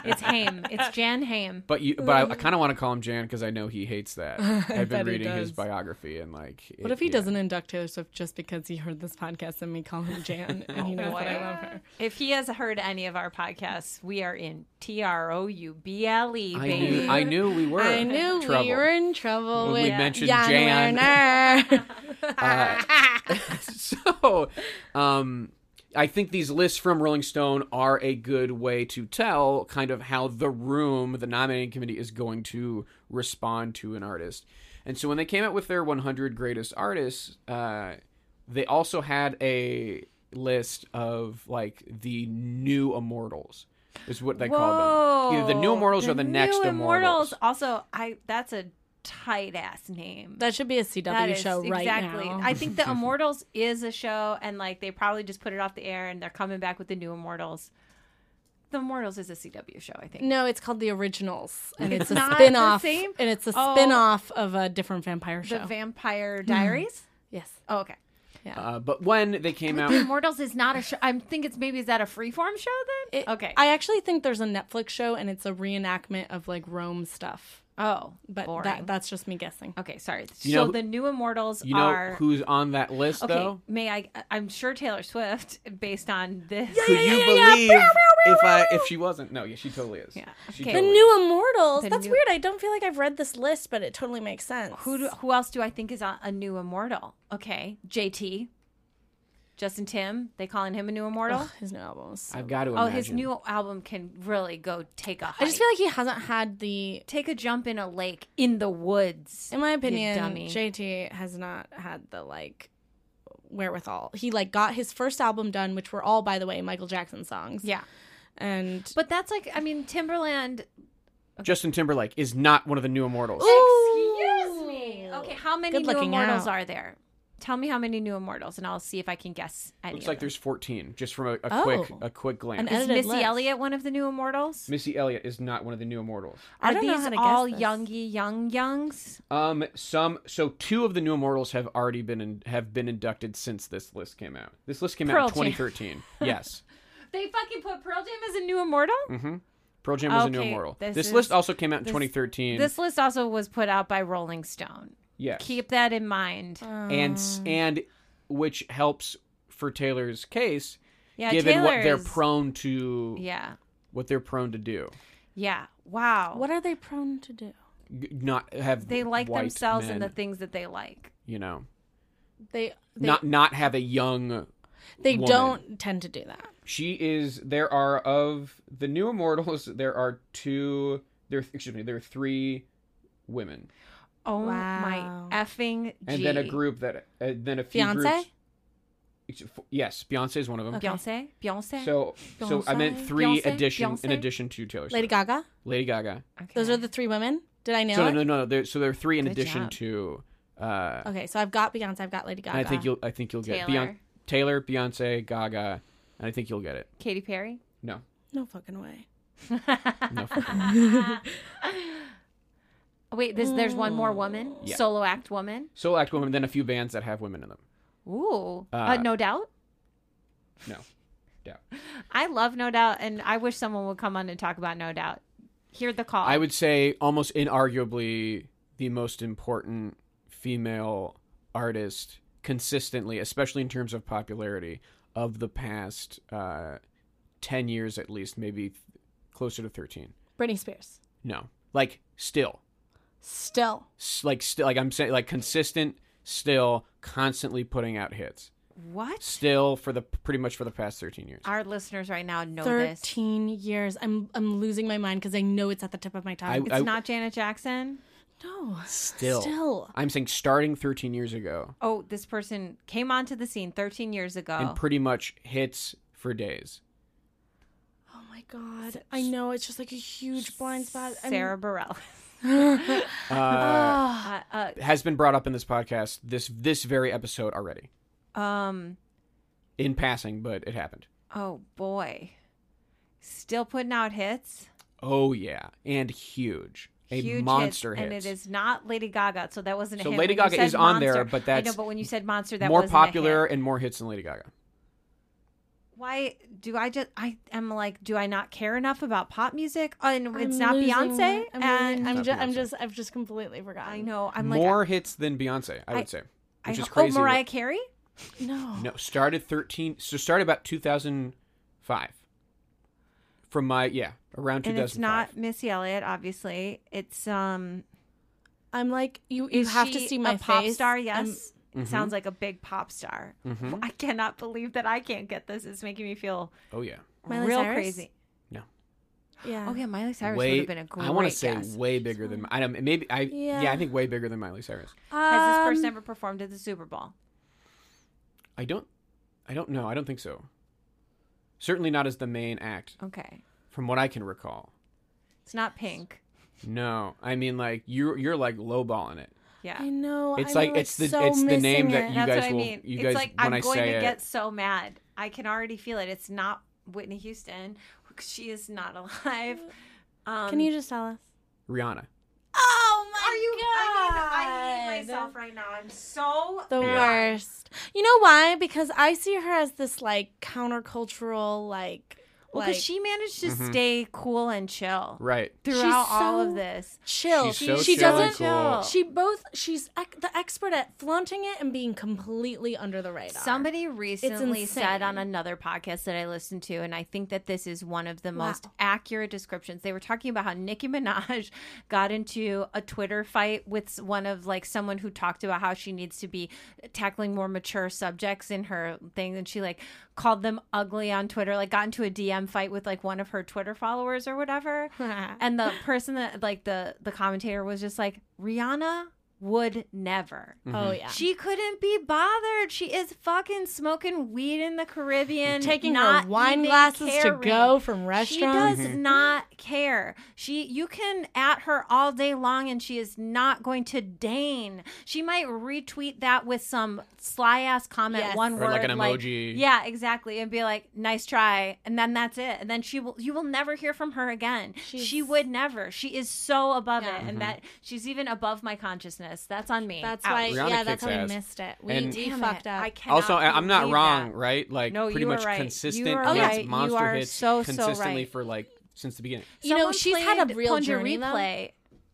Speaker 2: It's Haim. It's Jan Haim.
Speaker 1: But you, but I, I kind of want to call him Jan because I know he hates that. I've been
Speaker 3: Um, bet he
Speaker 1: reading his
Speaker 3: does.
Speaker 1: biography and like.
Speaker 3: What
Speaker 1: it-
Speaker 3: if he
Speaker 1: yeah.
Speaker 3: doesn't induct Taylor Swift just because he heard this podcast and we call him Jan
Speaker 1: Oh,
Speaker 3: and he knows that I love her?
Speaker 2: If he has heard any of our podcasts, we are in T R O U B L E,
Speaker 1: I
Speaker 2: baby.
Speaker 1: knew, I knew we were.
Speaker 3: I knew
Speaker 1: trouble.
Speaker 3: we were in trouble
Speaker 1: When we
Speaker 3: with
Speaker 1: mentioned Jan.
Speaker 3: Jan. Werner.
Speaker 1: so um I think these lists from Rolling Stone are a good way to tell kind of how the room, the nominating committee, is going to respond to an artist. And so when they came out with their 100 greatest artists, uh, they also had a list of like the new immortals, is what they call them. Either the new
Speaker 2: Whoa.
Speaker 1: immortals or the next
Speaker 2: new
Speaker 1: immortals.
Speaker 2: Also, I that's a tight ass name.
Speaker 3: that should be a CW
Speaker 2: That is-
Speaker 3: show right
Speaker 2: exactly.
Speaker 3: now.
Speaker 2: I think the Immortals is a show, and like they probably just put it off the air, and they're coming back with the new Immortals. The Immortals is a CW show, I think.
Speaker 3: no, it's called The Originals, and it's,
Speaker 2: not
Speaker 3: a
Speaker 2: the
Speaker 3: spin-off,
Speaker 2: same?
Speaker 3: and it's a
Speaker 2: Oh.
Speaker 3: spin-off of a different vampire
Speaker 2: the
Speaker 3: show.
Speaker 2: Vampire Diaries.
Speaker 3: yes,
Speaker 2: Oh, okay.
Speaker 1: Uh, but when they came out,
Speaker 2: The Immortals is not a show. I think it's maybe is that a freeform show then?
Speaker 3: It-
Speaker 2: okay.
Speaker 3: I actually think there's a Netflix show, and it's a reenactment of like Rome stuff,
Speaker 2: oh,
Speaker 3: but
Speaker 2: boring.
Speaker 3: that, that's just me guessing.
Speaker 2: okay, sorry.
Speaker 1: You
Speaker 2: so
Speaker 1: know-
Speaker 2: the new Immortals
Speaker 1: you know
Speaker 2: are
Speaker 1: who's on that list
Speaker 2: okay.
Speaker 1: though?
Speaker 2: May I? I'm sure Taylor Swift, based on this.
Speaker 1: Could you believe if I if she wasn't? No, yeah, she totally is.
Speaker 2: Yeah.
Speaker 1: She
Speaker 2: Okay.
Speaker 3: The
Speaker 1: totally
Speaker 3: new Immortals.
Speaker 2: The
Speaker 3: That's
Speaker 2: new-
Speaker 3: weird. I don't feel like I've read this list, but it totally makes sense.
Speaker 2: Who do, who else do I think is a, a new immortal? Okay, JT. Justin Tim, they calling him a new immortal.
Speaker 3: Ugh, his new album was so
Speaker 1: I've got to.
Speaker 2: oh, his
Speaker 1: imagine.
Speaker 2: new album can really go take a.
Speaker 3: I just feel like he hasn't had the,
Speaker 2: take a jump in a lake in the woods.
Speaker 3: in my opinion,
Speaker 2: dummy.
Speaker 3: JT has not had the like wherewithal. He like got his first album done, which were all, by the way, Michael Jackson songs.
Speaker 2: Yeah,
Speaker 3: and
Speaker 2: but that's like I mean Timberland.
Speaker 1: Justin Timberlake is not one of the new immortals.
Speaker 2: Excuse me. Okay, how many
Speaker 3: Good
Speaker 2: new
Speaker 3: looking
Speaker 2: immortals
Speaker 3: out.
Speaker 2: are there? Tell me how many new immortals, and I'll see if I can guess any.
Speaker 1: Looks
Speaker 2: of
Speaker 1: like
Speaker 2: them.
Speaker 1: there's 14 just from a, a
Speaker 3: Oh.
Speaker 1: quick a quick glance.
Speaker 3: An
Speaker 2: Is
Speaker 3: edited
Speaker 2: Missy
Speaker 3: list.
Speaker 2: Elliott one of the new immortals?
Speaker 1: Missy Elliott is not one of the new immortals.
Speaker 3: I
Speaker 2: Are
Speaker 3: don't know
Speaker 2: these
Speaker 3: how to guess
Speaker 2: all
Speaker 3: this.
Speaker 2: youngy young youngs?
Speaker 1: Um, some so two of the new immortals have already been in, have been inducted since this list came out. This list came
Speaker 2: Pearl
Speaker 1: out in
Speaker 2: Jam.
Speaker 1: 2013. yes,
Speaker 2: They fucking put Pearl Jam as a new immortal.
Speaker 1: Pearl Jam was a new
Speaker 2: Okay,
Speaker 1: immortal. This,
Speaker 2: this
Speaker 1: list
Speaker 2: is-
Speaker 1: also came out in
Speaker 2: this-
Speaker 1: 2013.
Speaker 2: This list also was put out by Rolling Stone.
Speaker 1: yes,
Speaker 2: Keep um, that in mind.
Speaker 1: and s- and which helps for Taylor's case,
Speaker 2: yeah,
Speaker 1: given what they're
Speaker 2: Taylor's-
Speaker 1: prone to,
Speaker 2: Yeah,
Speaker 1: what they're prone to do,
Speaker 2: yeah. Wow.
Speaker 3: What are they prone to do?
Speaker 1: G- not have
Speaker 2: they like
Speaker 1: white
Speaker 2: themselves
Speaker 1: men,
Speaker 2: and the things that they like.
Speaker 1: you know,
Speaker 3: They they,
Speaker 1: not not have a young
Speaker 3: they
Speaker 1: woman.
Speaker 3: don't tend to do that.
Speaker 1: She is. There are of the new immortals. There are two. There, excuse me. There are three women,
Speaker 2: Oh
Speaker 3: Wow.
Speaker 2: my effing!
Speaker 1: and then a
Speaker 2: gee.
Speaker 1: group that, uh, then a few
Speaker 3: Beyonce?
Speaker 1: groups. Ex- f- Yes, Beyonce is one of them.
Speaker 2: Beyonce, Beyonce.
Speaker 1: So, so I meant
Speaker 3: Beyonce?
Speaker 1: three
Speaker 2: Beyonce?
Speaker 1: addition in
Speaker 2: Beyonce?
Speaker 1: addition to Taylor Swift.
Speaker 3: Lady Gaga.
Speaker 1: Lady Gaga.
Speaker 2: Okay.
Speaker 3: Those are the three women. Did I nail
Speaker 1: So no,
Speaker 3: it?
Speaker 1: no, no. There, so there are three in
Speaker 2: Good
Speaker 1: addition
Speaker 2: job.
Speaker 1: to. Uh,
Speaker 3: Okay, so I've got Beyonce. I've got Lady Gaga.
Speaker 1: and I think you'll. I think you'll get
Speaker 2: Taylor.
Speaker 1: Beyonce, Taylor, Beyonce, Gaga, and I think you'll get it.
Speaker 2: Katy Perry.
Speaker 1: No,
Speaker 3: no fucking way.
Speaker 1: no. fucking way.
Speaker 2: Wait, there's there's one more woman,
Speaker 1: Yeah.
Speaker 2: solo act woman.
Speaker 1: Solo act women. Then a few bands that have women in them.
Speaker 2: Ooh, uh,
Speaker 1: Uh,
Speaker 2: no doubt.
Speaker 1: No, doubt.
Speaker 2: I love No Doubt, and I wish someone would come on and talk about No Doubt. Hear the call.
Speaker 1: I would say almost inarguably the most important female artist consistently, especially in terms of popularity, of the past uh, 10 years at least, maybe th- closer to 13.
Speaker 3: Britney Spears.
Speaker 1: No. Like, still.
Speaker 3: Still.
Speaker 1: S- like, still. Like, I'm saying, like, consistent, still, constantly putting out hits.
Speaker 2: What?
Speaker 1: Still for the pretty much for the past 13 years.
Speaker 2: Our listeners right now know this.
Speaker 3: 13 years. I'm I'm losing my mind because I know it's at the tip of my tongue.
Speaker 2: It's
Speaker 1: I-
Speaker 2: not Janet Jackson.
Speaker 3: no.
Speaker 1: Still.
Speaker 3: Still.
Speaker 1: I'm saying starting 13 years ago
Speaker 2: Oh, this person came onto the scene 13 years ago.
Speaker 1: and pretty much hits for days.
Speaker 3: Oh my god. I know it's just like a huge blind spot. I'm-
Speaker 2: Sarah Bareilles. Oh.
Speaker 1: Uh,
Speaker 2: Uh, uh,
Speaker 1: has been brought up in this podcast this this very episode already
Speaker 2: Um.
Speaker 1: in passing, but it happened.
Speaker 2: Oh boy. Still putting out hits.
Speaker 1: Oh yeah, and huge, a
Speaker 2: Huge
Speaker 1: monster
Speaker 2: hits,
Speaker 1: hit.
Speaker 2: and it is not Lady Gaga. So that wasn't. A
Speaker 1: So
Speaker 2: hit.
Speaker 1: Lady
Speaker 2: When you
Speaker 1: Gaga
Speaker 2: said
Speaker 1: is on there,
Speaker 2: monster-
Speaker 1: but
Speaker 2: I know.
Speaker 1: that's
Speaker 2: But when you said monster, that
Speaker 1: more
Speaker 2: wasn't
Speaker 1: popular
Speaker 2: A hit.
Speaker 1: and more hits than Lady Gaga.
Speaker 2: Why do I just? I am like, do I not care enough about pop music? Uh, And
Speaker 3: I'm
Speaker 2: it's not
Speaker 3: losing
Speaker 2: Beyonce.
Speaker 3: my- I'm
Speaker 2: and I'm,
Speaker 3: losing- I'm,
Speaker 1: Not
Speaker 3: just, I'm
Speaker 1: Beyonce.
Speaker 3: just I've just completely forgotten.
Speaker 2: I know. I'm like,
Speaker 1: more hits than Beyonce, I would say,
Speaker 2: I,
Speaker 1: which
Speaker 2: I,
Speaker 1: is crazy.
Speaker 2: Oh, Mariah Carey.
Speaker 3: No.
Speaker 1: No, started thirteen. So started about two thousand five. From my yeah, around two
Speaker 2: And it's
Speaker 1: thousand
Speaker 2: not
Speaker 1: five.
Speaker 2: Missy Elliott, obviously. It's um.
Speaker 3: I'm like you you
Speaker 2: Is
Speaker 3: have to
Speaker 2: she
Speaker 3: see my
Speaker 2: a pop
Speaker 3: face.
Speaker 2: star?
Speaker 3: I'm-
Speaker 2: Yes,
Speaker 1: Mm-hmm.
Speaker 2: It sounds like a big pop star. I cannot believe that I can't get this. It's making me feel
Speaker 1: Oh yeah,
Speaker 3: Miley
Speaker 2: real
Speaker 3: Cyrus?
Speaker 2: crazy.
Speaker 1: no.
Speaker 3: yeah.
Speaker 2: Oh yeah, Miley Cyrus
Speaker 1: way,
Speaker 2: would have been a great.
Speaker 1: I
Speaker 2: want to
Speaker 1: say way bigger than I don't maybe I yeah.
Speaker 3: Yeah.
Speaker 1: I think way bigger than Miley Cyrus.
Speaker 2: Has this person
Speaker 3: Um,
Speaker 2: ever performed at the Super Bowl?
Speaker 1: I don't I don't know. I don't think so. Certainly not as the main act
Speaker 2: Okay,
Speaker 1: from what I can recall.
Speaker 2: it's not Pink.
Speaker 1: No. I mean like you are you're like lowballing it.
Speaker 2: Yeah,
Speaker 3: I know.
Speaker 1: It's
Speaker 3: I'm,
Speaker 1: like- it's the-
Speaker 3: so
Speaker 1: it's the name
Speaker 3: missing
Speaker 1: that
Speaker 3: it.
Speaker 1: you
Speaker 2: that's
Speaker 1: guys
Speaker 2: what I
Speaker 1: will-
Speaker 2: mean.
Speaker 1: you
Speaker 2: it's
Speaker 1: guys-
Speaker 2: like
Speaker 1: when
Speaker 2: I'm
Speaker 1: I
Speaker 2: going
Speaker 1: say
Speaker 2: to
Speaker 1: it-
Speaker 2: get so mad. I can already feel it. It's not Whitney Houston. She is not alive. Um,
Speaker 3: Can you just tell us?
Speaker 1: Rihanna.
Speaker 2: Oh my are you, I, mean, I hate myself right now. I'm so
Speaker 3: The
Speaker 2: mad.
Speaker 3: worst. You know why? Because I see her as this like countercultural, like
Speaker 2: Well,
Speaker 4: like
Speaker 2: because she managed to
Speaker 1: Mm-hmm.
Speaker 2: stay cool and chill
Speaker 1: Right.
Speaker 2: throughout all of this.
Speaker 3: chill.
Speaker 1: She's so
Speaker 3: she
Speaker 1: chill and
Speaker 3: doesn't.
Speaker 1: cool.
Speaker 3: She both. She's ec- the expert at flaunting it and being completely under the radar.
Speaker 2: Somebody recently said
Speaker 3: insane.
Speaker 2: on another podcast that I listened to, and I think that this is one of the most accurate descriptions. They were talking about how Nicki Minaj got into a Twitter fight with s- one of like someone who talked about how she needs to be tackling more mature subjects in her thing, and she like called them ugly on Twitter, like got into a DM fight with like one of her Twitter followers or whatever. and the person that like the the commentator was just like Rihanna would never.
Speaker 1: Mm-hmm.
Speaker 3: Oh yeah.
Speaker 2: She couldn't be bothered. She is fucking smoking weed in the Caribbean,
Speaker 3: Taking
Speaker 2: not
Speaker 3: her wine
Speaker 2: even
Speaker 3: glasses
Speaker 2: caring.
Speaker 3: to go from restaurants.
Speaker 2: She
Speaker 1: Mm-hmm.
Speaker 2: does not care. She you can at her all day long and she is not going to deign. She might retweet that with some sly ass comment
Speaker 3: Yes.
Speaker 2: one
Speaker 3: Or
Speaker 2: word
Speaker 1: like an emoji.
Speaker 2: yeah, exactly. And be like, "Nice try." And then that's it. And then she will you will never hear from her again. she
Speaker 3: She's-
Speaker 2: would never. She is so above
Speaker 3: Yeah.
Speaker 2: it
Speaker 1: Mm-hmm.
Speaker 2: and that she's even above my consciousness. That's on me.
Speaker 3: That's
Speaker 2: Ouch.
Speaker 3: why.
Speaker 1: Rihanna
Speaker 3: yeah,
Speaker 1: kicks
Speaker 3: that's how
Speaker 1: ass.
Speaker 3: we missed it. We,
Speaker 1: And-
Speaker 3: we
Speaker 2: Damn
Speaker 3: fucked
Speaker 2: it.
Speaker 3: up.
Speaker 2: I cannot
Speaker 1: Also, I- I'm not
Speaker 2: believe
Speaker 1: wrong,
Speaker 2: that.
Speaker 1: right? Like
Speaker 2: No,
Speaker 1: pretty
Speaker 2: you are
Speaker 1: much
Speaker 2: right.
Speaker 1: consistent
Speaker 2: You are
Speaker 1: hits,
Speaker 2: right. You
Speaker 1: monster
Speaker 2: are
Speaker 1: hits,
Speaker 2: so, so
Speaker 1: consistently
Speaker 2: right.
Speaker 1: for like since the beginning.
Speaker 3: You know,
Speaker 2: Someone
Speaker 3: she's had a
Speaker 2: played
Speaker 3: real
Speaker 2: Punja
Speaker 3: journey, though.
Speaker 2: replay.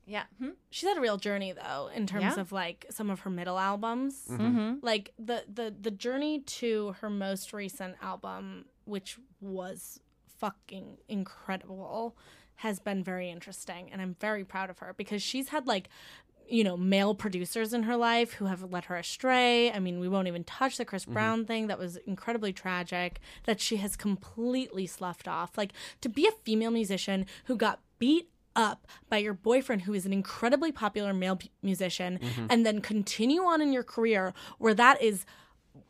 Speaker 2: Yeah. Hmm?
Speaker 3: she's had a real journey though in terms
Speaker 2: Yeah.
Speaker 3: of like some of her middle albums
Speaker 2: Mm-hmm.
Speaker 3: like the the the journey to her most recent album which was fucking incredible has been very interesting and i'm very proud of her because she's had like you know male producers in her life who have led her astray i mean we won't even touch the chris
Speaker 1: Mm-hmm.
Speaker 3: brown thing that was incredibly tragic that she has completely sloughed off like to be a female musician who got beat up by your boyfriend who is an incredibly popular male p- musician
Speaker 1: Mm-hmm.
Speaker 3: and then continue on in your career where that is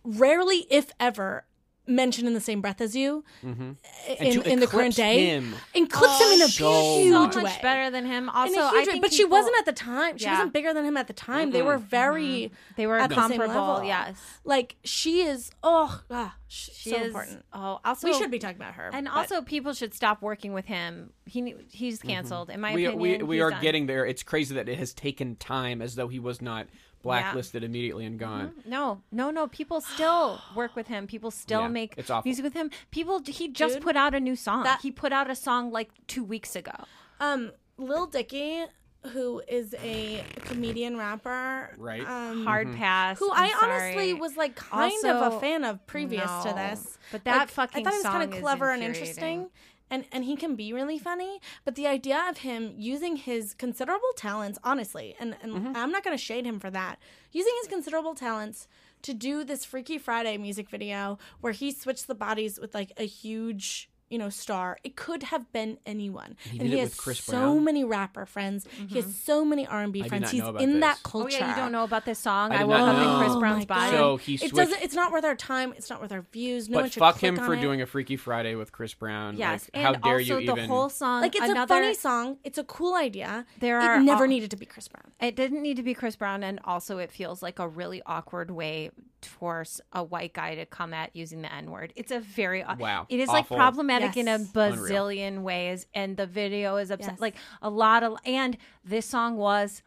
Speaker 3: rarely if ever mentioned in the same breath as you
Speaker 1: Mm-hmm. And
Speaker 3: in,
Speaker 1: to
Speaker 3: in the current
Speaker 1: eclipse
Speaker 3: day
Speaker 1: him. Oh,
Speaker 3: and clips him in a
Speaker 1: so
Speaker 3: huge
Speaker 2: so
Speaker 3: way
Speaker 2: much better than him. Also,
Speaker 3: in a
Speaker 2: I
Speaker 3: huge way
Speaker 2: think
Speaker 3: but she
Speaker 2: people-
Speaker 3: wasn't at the time she
Speaker 2: Yeah.
Speaker 3: wasn't bigger than him at the time they were very
Speaker 2: They were
Speaker 3: at the same
Speaker 2: comparable,
Speaker 3: level.
Speaker 2: yes.
Speaker 3: like she is oh ah, sh-
Speaker 2: She
Speaker 3: so
Speaker 2: is-
Speaker 3: important
Speaker 2: Oh, also
Speaker 3: we should be talking about her
Speaker 2: And
Speaker 3: but-
Speaker 2: also, people should stop working with him. He ne- he's canceled. In my
Speaker 1: Mm-hmm. we,
Speaker 2: opinion,
Speaker 1: we, we
Speaker 2: he's
Speaker 1: are
Speaker 2: done.
Speaker 1: getting there. It's crazy that it has taken time as though he was not blacklisted immediately and gone.
Speaker 2: No, no, no. People still work with him. People still
Speaker 1: Yeah,
Speaker 2: make
Speaker 1: it's awful.
Speaker 2: music with him. People. He just put out a new song. he put out a song like two weeks ago.
Speaker 1: Mm-hmm.
Speaker 3: Um, Lil Dicky, who is a comedian rapper,
Speaker 1: Right.
Speaker 3: Um,
Speaker 2: Hard pass.
Speaker 3: who
Speaker 2: i
Speaker 3: I honestly was like kind of
Speaker 2: Also-
Speaker 3: a fan of previous to
Speaker 2: No.
Speaker 3: this,
Speaker 2: But that
Speaker 3: Like,
Speaker 2: fucking
Speaker 3: I thought it was
Speaker 2: song
Speaker 3: kind
Speaker 2: is
Speaker 3: of clever and
Speaker 2: infuriating.
Speaker 3: interesting. And, and he can be really funny, but the idea of him using his considerable talents, honestly, and, and
Speaker 1: Mm-hmm.
Speaker 3: I'm not going to shade him for that, using his considerable talents to do this Freaky Friday music video where he switched the bodies with like a huge, you know, star. It could have been anyone.
Speaker 1: he did
Speaker 3: and he
Speaker 1: it
Speaker 3: has
Speaker 1: with Chris
Speaker 3: so
Speaker 1: Brown?
Speaker 3: many rapper friends. He has so many R and B
Speaker 1: did
Speaker 3: friends.
Speaker 1: not
Speaker 3: He's
Speaker 1: know about
Speaker 3: in that
Speaker 1: this.
Speaker 3: culture.
Speaker 2: Oh yeah, you don't know about this song.
Speaker 1: I
Speaker 2: I,
Speaker 1: did
Speaker 2: woke
Speaker 1: not
Speaker 2: up in
Speaker 1: know.
Speaker 2: Chris
Speaker 1: Oh
Speaker 2: Brown's
Speaker 3: my
Speaker 2: body.
Speaker 3: God.
Speaker 1: So he
Speaker 3: it
Speaker 1: switched-
Speaker 3: doesn't. It's not worth our time. It's not worth our views. No one
Speaker 1: but
Speaker 3: should
Speaker 1: fuck
Speaker 3: click
Speaker 1: him
Speaker 3: on
Speaker 1: for
Speaker 3: it.
Speaker 1: doing a Freaky Friday with Chris Brown.
Speaker 2: yes,
Speaker 1: Like, how
Speaker 2: and
Speaker 1: dare
Speaker 2: also
Speaker 1: you
Speaker 2: the
Speaker 1: even?
Speaker 2: whole song.
Speaker 3: Like it's
Speaker 2: another,
Speaker 3: a funny song. It's a cool idea.
Speaker 2: There
Speaker 3: it
Speaker 2: are
Speaker 3: never
Speaker 2: all-
Speaker 3: needed to be Chris Brown.
Speaker 2: It didn't need to be Chris Brown, and also it feels like a really awkward way to force a white guy to come at using the N word. It's a very
Speaker 1: Wow.
Speaker 2: It is
Speaker 1: Awful.
Speaker 2: like problematic in a
Speaker 3: Yes.
Speaker 2: bazillion ways, and the video is upset.
Speaker 3: Yes.
Speaker 2: Like a lot of, and this song was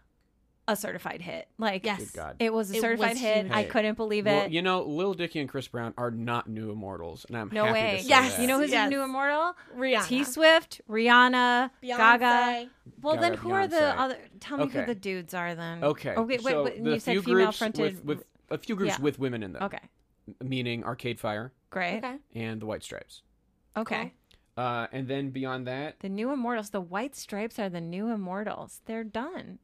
Speaker 2: a certified hit. Like
Speaker 3: Yes.
Speaker 2: yes,
Speaker 3: Good
Speaker 1: God.
Speaker 2: it was a
Speaker 3: It
Speaker 2: certified
Speaker 3: was
Speaker 2: hit.
Speaker 3: huge.
Speaker 2: I
Speaker 1: Hey.
Speaker 2: couldn't believe it.
Speaker 1: Well, you know, Lil Dicky and Chris Brown are not new immortals, and I'm
Speaker 2: no
Speaker 1: happy
Speaker 2: way.
Speaker 1: To say
Speaker 3: Yes.
Speaker 1: that.
Speaker 2: you know who's a
Speaker 3: Yes.
Speaker 2: new immortal?
Speaker 3: Rihanna.
Speaker 2: T Swift, Rihanna, Gaga.
Speaker 3: Beyonce.
Speaker 2: Well, then
Speaker 1: Gaga,
Speaker 2: who are the
Speaker 1: Beyonce.
Speaker 2: other? Tell me who
Speaker 1: Okay.
Speaker 2: the dudes are then.
Speaker 1: Okay.
Speaker 2: Oh, wait, wait,
Speaker 1: so
Speaker 2: wait,
Speaker 1: the
Speaker 2: you said
Speaker 1: few
Speaker 2: female
Speaker 1: groups
Speaker 2: fronted.
Speaker 1: with, uh, with a few groups
Speaker 2: Yeah.
Speaker 1: with women in them.
Speaker 2: okay.
Speaker 1: Meaning Arcade Fire
Speaker 2: Great.
Speaker 3: Okay.
Speaker 1: and the White Stripes.
Speaker 2: Okay.
Speaker 1: Uh, and then beyond that,
Speaker 2: The new immortals, the white stripes are the new immortals. They're done.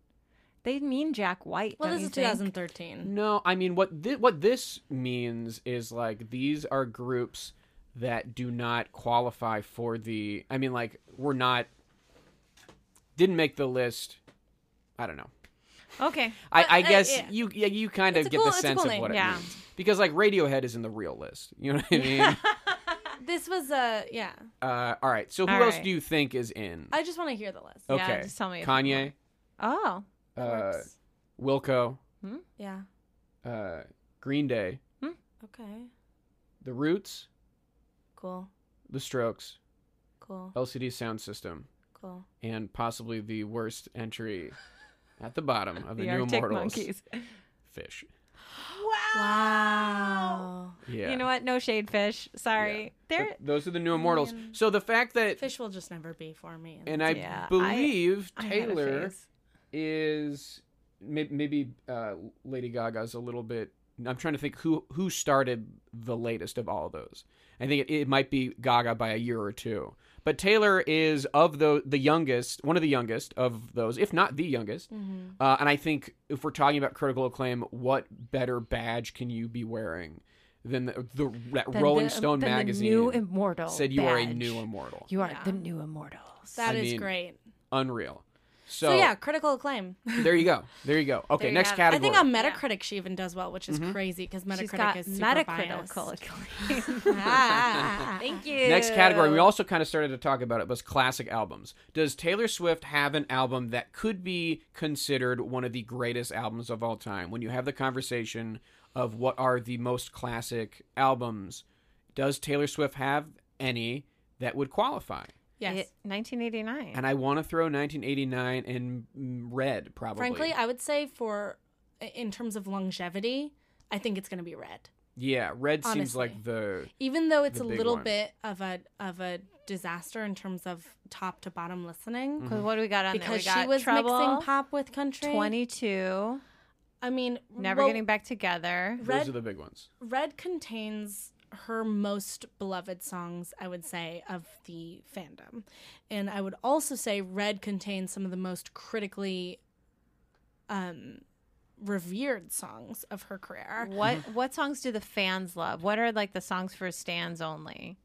Speaker 2: They mean Jack White.
Speaker 3: Well,
Speaker 2: don't
Speaker 3: this
Speaker 2: you
Speaker 3: is
Speaker 2: think? Mm.
Speaker 3: 2013.
Speaker 1: No, I mean what thi- what this means is like these are groups that do not qualify for the. I mean, like we're not didn't make the list. I don't know.
Speaker 2: Okay.
Speaker 1: I, I
Speaker 3: uh,
Speaker 1: guess
Speaker 3: yeah.
Speaker 1: you yeah, you kind of
Speaker 3: a
Speaker 1: get
Speaker 3: cool-
Speaker 1: the
Speaker 3: it's a
Speaker 1: sense
Speaker 3: cool
Speaker 1: of
Speaker 3: name,
Speaker 1: what it
Speaker 2: yeah.
Speaker 1: means because like Radiohead is in the real list. You know what I mean?
Speaker 3: Uh, This was a yeah.
Speaker 1: uh, all right. So who
Speaker 2: All
Speaker 1: else
Speaker 2: right.
Speaker 1: do you think is in?
Speaker 3: I just want to hear the list.
Speaker 1: okay,
Speaker 2: just tell me if you
Speaker 1: Kanye,
Speaker 2: Oh.
Speaker 1: Oh, uh,
Speaker 3: Works.
Speaker 1: Wilco,
Speaker 3: Yeah.
Speaker 1: uh, Green Day,
Speaker 3: Okay.
Speaker 1: The Roots,
Speaker 3: Cool.
Speaker 1: The Strokes,
Speaker 3: Cool.
Speaker 1: LCD Sound System.
Speaker 3: Cool.
Speaker 1: and possibly the worst entry at the bottom of the,
Speaker 2: The
Speaker 1: new
Speaker 2: Arctic
Speaker 1: immortals
Speaker 2: Monkeys.
Speaker 1: fish
Speaker 3: Wow.
Speaker 1: Yeah.
Speaker 2: You know what? No shade fish. Sorry. There.
Speaker 1: But those are the new immortals. So the fact that
Speaker 3: Fish will just never be for me.
Speaker 1: and I
Speaker 2: Yeah, I-
Speaker 1: believe
Speaker 2: I had a
Speaker 1: Taylor
Speaker 2: phase.
Speaker 1: is may- maybe uh, Lady Gaga's a little bit. I'm trying to think who who started the latest of all of those. I think it, it might be Gaga by a year or two, but Taylor is of the the youngest, one of the youngest of those, if not the youngest.
Speaker 2: Mm-hmm.
Speaker 1: Uh, and I think if we're talking about critical acclaim, what better badge can you be wearing than the, the that
Speaker 2: Than
Speaker 1: Rolling
Speaker 2: the- um,
Speaker 1: Stone
Speaker 2: than the
Speaker 1: magazine
Speaker 2: new immortal
Speaker 1: said you are a
Speaker 2: badge.
Speaker 1: new immortal?
Speaker 2: You are the new immortals.
Speaker 3: That
Speaker 1: I
Speaker 3: is
Speaker 1: mean,
Speaker 3: great.
Speaker 1: Unreal. So,
Speaker 3: So, yeah, critical acclaim.
Speaker 1: there you go. There you go. Okay,
Speaker 2: you
Speaker 1: next
Speaker 2: have it. I
Speaker 3: I
Speaker 1: category. Mm-hmm.
Speaker 3: think on Metacritic she even does well, which is crazy 'cause crazy
Speaker 2: She's
Speaker 3: because Metacritic
Speaker 2: got
Speaker 3: is super
Speaker 2: metacritical
Speaker 3: biased.
Speaker 2: acclaim.
Speaker 3: Ah.
Speaker 2: Thank you.
Speaker 1: Next category, we also kind of started to talk about it, was classic albums. Does Taylor Swift have an album that could be considered one of the greatest albums of all time? When you have the conversation of what are the most classic albums, does Taylor Swift have any that would qualify?
Speaker 3: yes.
Speaker 2: It- 1989.
Speaker 1: And I want to throw 1989 in mm, red, probably.
Speaker 3: Frankly, I would say for in terms of longevity, I think it's going to be red.
Speaker 1: yeah, red seems
Speaker 3: honestly.
Speaker 1: like the
Speaker 3: Even though it's
Speaker 1: The
Speaker 3: a
Speaker 1: big
Speaker 3: little
Speaker 1: one.
Speaker 3: bit of a of a disaster in terms of top to bottom listening
Speaker 2: 'Cause what do we got on there? Mm. We
Speaker 3: because
Speaker 2: got
Speaker 3: she was
Speaker 2: trouble,
Speaker 3: mixing pop with country.
Speaker 2: 22.
Speaker 3: I mean,
Speaker 2: Never
Speaker 3: well,
Speaker 2: getting back together.
Speaker 1: those
Speaker 3: Red-
Speaker 1: are the big ones.
Speaker 3: Red contains her most beloved songs, I would say, of the fandom. And I would also say Red contains some of the most critically um revered songs of her career.
Speaker 2: What what songs do the fans love? What are like the songs for stands only?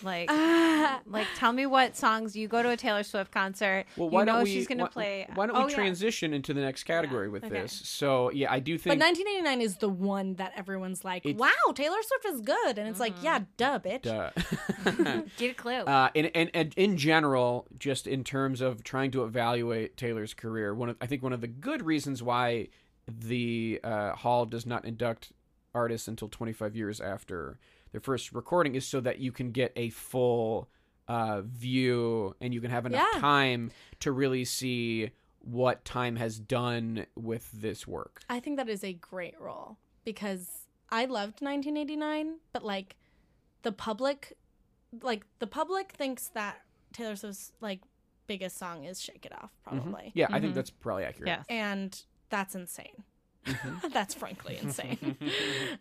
Speaker 2: Like
Speaker 3: Ah,
Speaker 2: like tell me what songs you go to a Taylor Swift concert.
Speaker 1: Well, why
Speaker 2: you know
Speaker 1: don't we,
Speaker 2: she's going to
Speaker 1: why,
Speaker 2: play
Speaker 1: Why don't
Speaker 2: oh,
Speaker 1: we
Speaker 2: yeah.
Speaker 1: transition into the next category with this? So yeah, I do
Speaker 3: But
Speaker 1: think
Speaker 3: 1989 is the one that everyone's like,
Speaker 1: It's- Mm-hmm.
Speaker 3: "Wow, Taylor Swift is good," and it's like, "Yeah, duh, bitch."
Speaker 1: Duh.
Speaker 2: Get a clue.
Speaker 1: uh, and, and and in general, just in terms of trying to evaluate Taylor's career, one of I think one of the good reasons why the uh, Hall does not induct artists until 25 years after their first recording is so that you can get a full uh, view and you can have enough
Speaker 3: Yeah.
Speaker 1: time to really see what time has done with this work.
Speaker 3: I think that is a great role because I loved 1989, but like the public, like the public thinks that Taylor Swift's like biggest song is "Shake It Off," probably,
Speaker 1: Mm-hmm. Yeah, I think that's probably accurate. Mm-hmm.
Speaker 2: yes.
Speaker 3: and that's insane. that's frankly insane.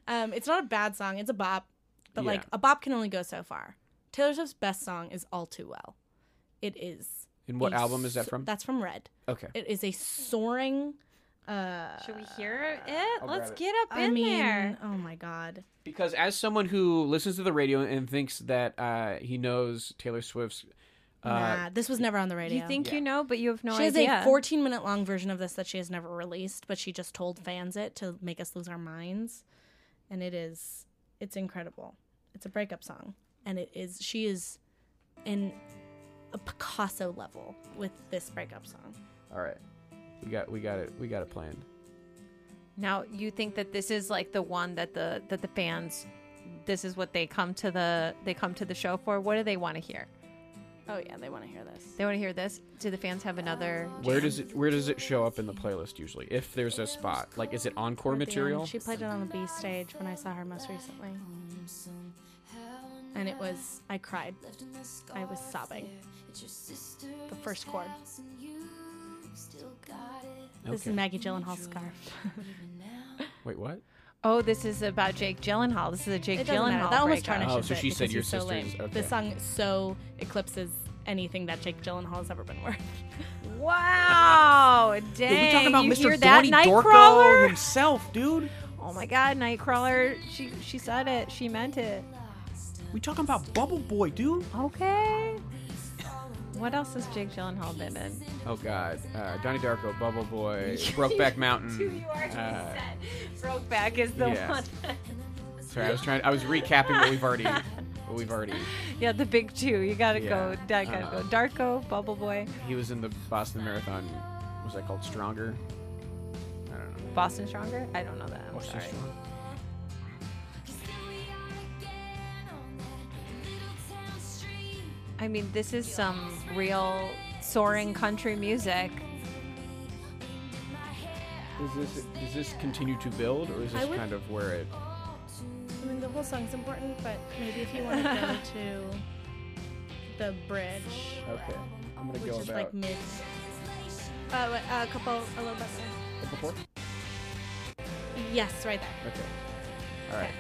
Speaker 3: um, it's not a bad song; it's a bop, but like
Speaker 1: Yeah.
Speaker 3: a bop can only go so far. Taylor Swift's best song is "All Too Well." It is.
Speaker 1: And what
Speaker 3: a
Speaker 1: album is that
Speaker 3: so-
Speaker 1: from?
Speaker 3: That's from Red.
Speaker 1: okay.
Speaker 3: It is a soaring. Uh,
Speaker 2: Should we hear it?
Speaker 1: I'll
Speaker 2: Let's
Speaker 1: grab it.
Speaker 2: get up
Speaker 3: I
Speaker 2: in
Speaker 3: mean,
Speaker 2: there.
Speaker 3: oh my god.
Speaker 1: Because as someone who listens to the radio and thinks that uh, he knows Taylor Swift's, uh,
Speaker 3: nah, this was never on the radio.
Speaker 2: You think you know, but you have no
Speaker 3: she has
Speaker 2: idea.
Speaker 3: a 14 minute long version of this that she has never released, but she just told fans it to make us lose our minds, and it is it's incredible. It's a breakup song, and it is she is in a Picasso level with this breakup song.
Speaker 1: all right, we got we got it we got it planned.
Speaker 2: Now you think that this is like the one that the that the fans this is what they come to the they come to the show for. What do they want to hear?
Speaker 3: Oh yeah, they want to hear this.
Speaker 2: They want to hear this. Do the fans have another
Speaker 1: Where does it where does it show up in the playlist usually? If there's a spot, like is it encore material?
Speaker 3: She played it on the B stage when I saw her most recently. And it was, I cried. I was sobbing. The first chord. This
Speaker 1: Okay.
Speaker 3: is Maggie Gyllenhaal's scarf.
Speaker 1: Wait, what?
Speaker 2: Oh, this is about Jake Gyllenhaal. This is a Jake
Speaker 3: It doesn't matter.
Speaker 2: Gyllenhaal.
Speaker 3: That almost
Speaker 2: breakup.
Speaker 3: tarnishes
Speaker 1: Oh, so
Speaker 3: it
Speaker 1: she said
Speaker 3: because
Speaker 1: your
Speaker 3: he's so lame.
Speaker 1: sister's- okay.
Speaker 3: This song so eclipses anything that Jake Gyllenhaal has ever been worth.
Speaker 2: Wow, dang!
Speaker 1: Dude, Oh. we talking about
Speaker 2: you
Speaker 1: Mr.
Speaker 2: hear that
Speaker 1: Donnie Darko
Speaker 2: Nightcrawler?
Speaker 1: himself, dude.
Speaker 2: Oh my God, Nightcrawler! She she said it. She meant it.
Speaker 1: We talking about Bubble Boy, dude.
Speaker 2: Okay. What else has Jake Gyllenhaal been in?
Speaker 1: Oh God, uh, Donnie Darko, Bubble Boy, Brokeback Mountain. uh,
Speaker 2: Brokeback is the
Speaker 1: yeah.
Speaker 2: one.
Speaker 1: sorry, I was trying. I was recapping what we've already what we've already.
Speaker 2: Yeah, the big two. You gotta
Speaker 1: Yeah. Uh-huh.
Speaker 2: go. I gotta go. Darko, Bubble Boy,
Speaker 1: He was in the Boston Marathon. Was that called Stronger? I don't know.
Speaker 2: Boston Stronger. I don't know that. I'm sorry. I mean, this is some real soaring country music.
Speaker 1: Does this does this continue to build, or is
Speaker 3: I
Speaker 1: this
Speaker 3: would-
Speaker 1: kind of where it?
Speaker 3: I mean, the whole song's important, but maybe if you want to go to the bridge,
Speaker 1: Okay, I'm gonna
Speaker 3: which
Speaker 1: go
Speaker 3: is
Speaker 1: about
Speaker 3: like mid. Uh, wait, a couple, a little bit
Speaker 1: before.
Speaker 3: more. Yes, right there.
Speaker 1: Okay. All right.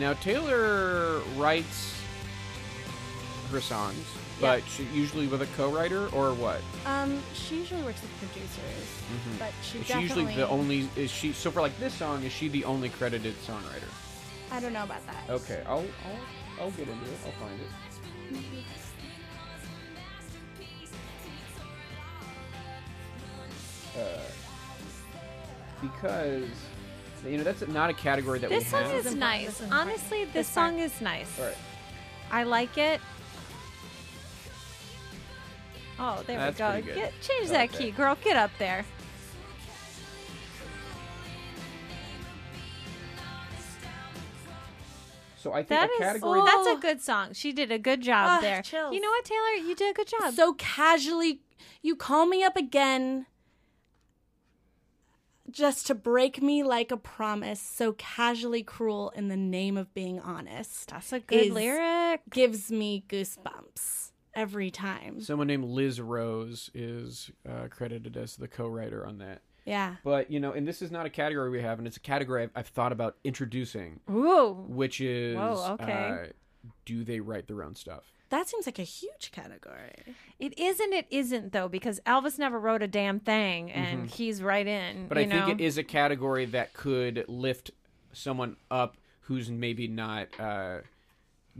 Speaker 1: Now Taylor writes her songs, but she, usually with a co-writer or what?
Speaker 3: Um, she usually works with producers, but
Speaker 1: Is Mm-hmm. she
Speaker 3: she definitely.
Speaker 1: usually the only? Is she so for like this song? Is she the only credited songwriter?
Speaker 3: I don't know about that.
Speaker 1: Okay, I'll I'll, I'll get into it. I'll find it. Uh, because you know that's not a category that
Speaker 2: This
Speaker 1: we
Speaker 2: song
Speaker 1: have.
Speaker 2: is nice. Honestly, this song is nice.
Speaker 1: All right.
Speaker 2: I like it. Oh, there
Speaker 1: That's
Speaker 2: we go.
Speaker 1: pretty good.
Speaker 2: Get, change
Speaker 1: I
Speaker 2: that
Speaker 1: like
Speaker 2: key,
Speaker 1: that.
Speaker 2: girl. Get up there.
Speaker 1: So I think
Speaker 2: That
Speaker 1: a
Speaker 2: is
Speaker 1: category.
Speaker 2: oh, that's a good song. She did a good job
Speaker 3: Ah,
Speaker 2: there.
Speaker 3: chills.
Speaker 2: You know what, Taylor? You did a good job.
Speaker 3: So casually, you call me up again just to break me like a promise, so casually cruel in the name of being honest.
Speaker 2: that's a good
Speaker 3: is-
Speaker 2: lyric.
Speaker 3: Gives me goosebumps every time.
Speaker 1: Someone named Liz Rose is uh, credited as the co-writer on that.
Speaker 3: yeah.
Speaker 1: But you know, and this is not a category we have, and it's a category I've, I've thought about introducing,
Speaker 2: Ooh.
Speaker 1: which is
Speaker 2: Whoa, okay.
Speaker 1: uh, do they write their own stuff?
Speaker 3: That seems like a huge category.
Speaker 2: It isn't, it isn't, though, because Elvis never wrote a damn thing, and he's right in.
Speaker 1: Mm-hmm. But
Speaker 2: Mm, you
Speaker 1: I think
Speaker 2: know?
Speaker 1: it is a category that could lift someone up who's maybe not uh,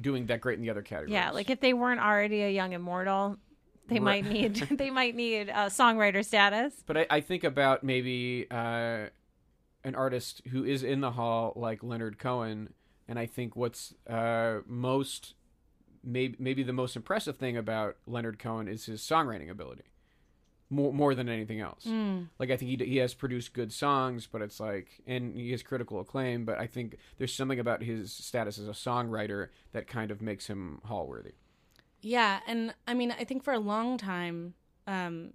Speaker 1: doing that great in the other categories.
Speaker 2: Yeah, like if they weren't already a young immortal, they
Speaker 1: Right.
Speaker 2: might need they might need uh, songwriter status.
Speaker 1: But I, I think about maybe uh, an artist who is in the hall, like Leonard Cohen, and I think what's uh, most maybe maybe the most impressive thing about Leonard Cohen is his songwriting ability, more more than anything else.
Speaker 3: Hmm.
Speaker 1: Like I think he d- he has produced good songs, but it's like and he has critical acclaim, but I think there's something about his status as a songwriter that kind of makes him hall worthy.
Speaker 3: Yeah, and I mean, I think for a long time, um,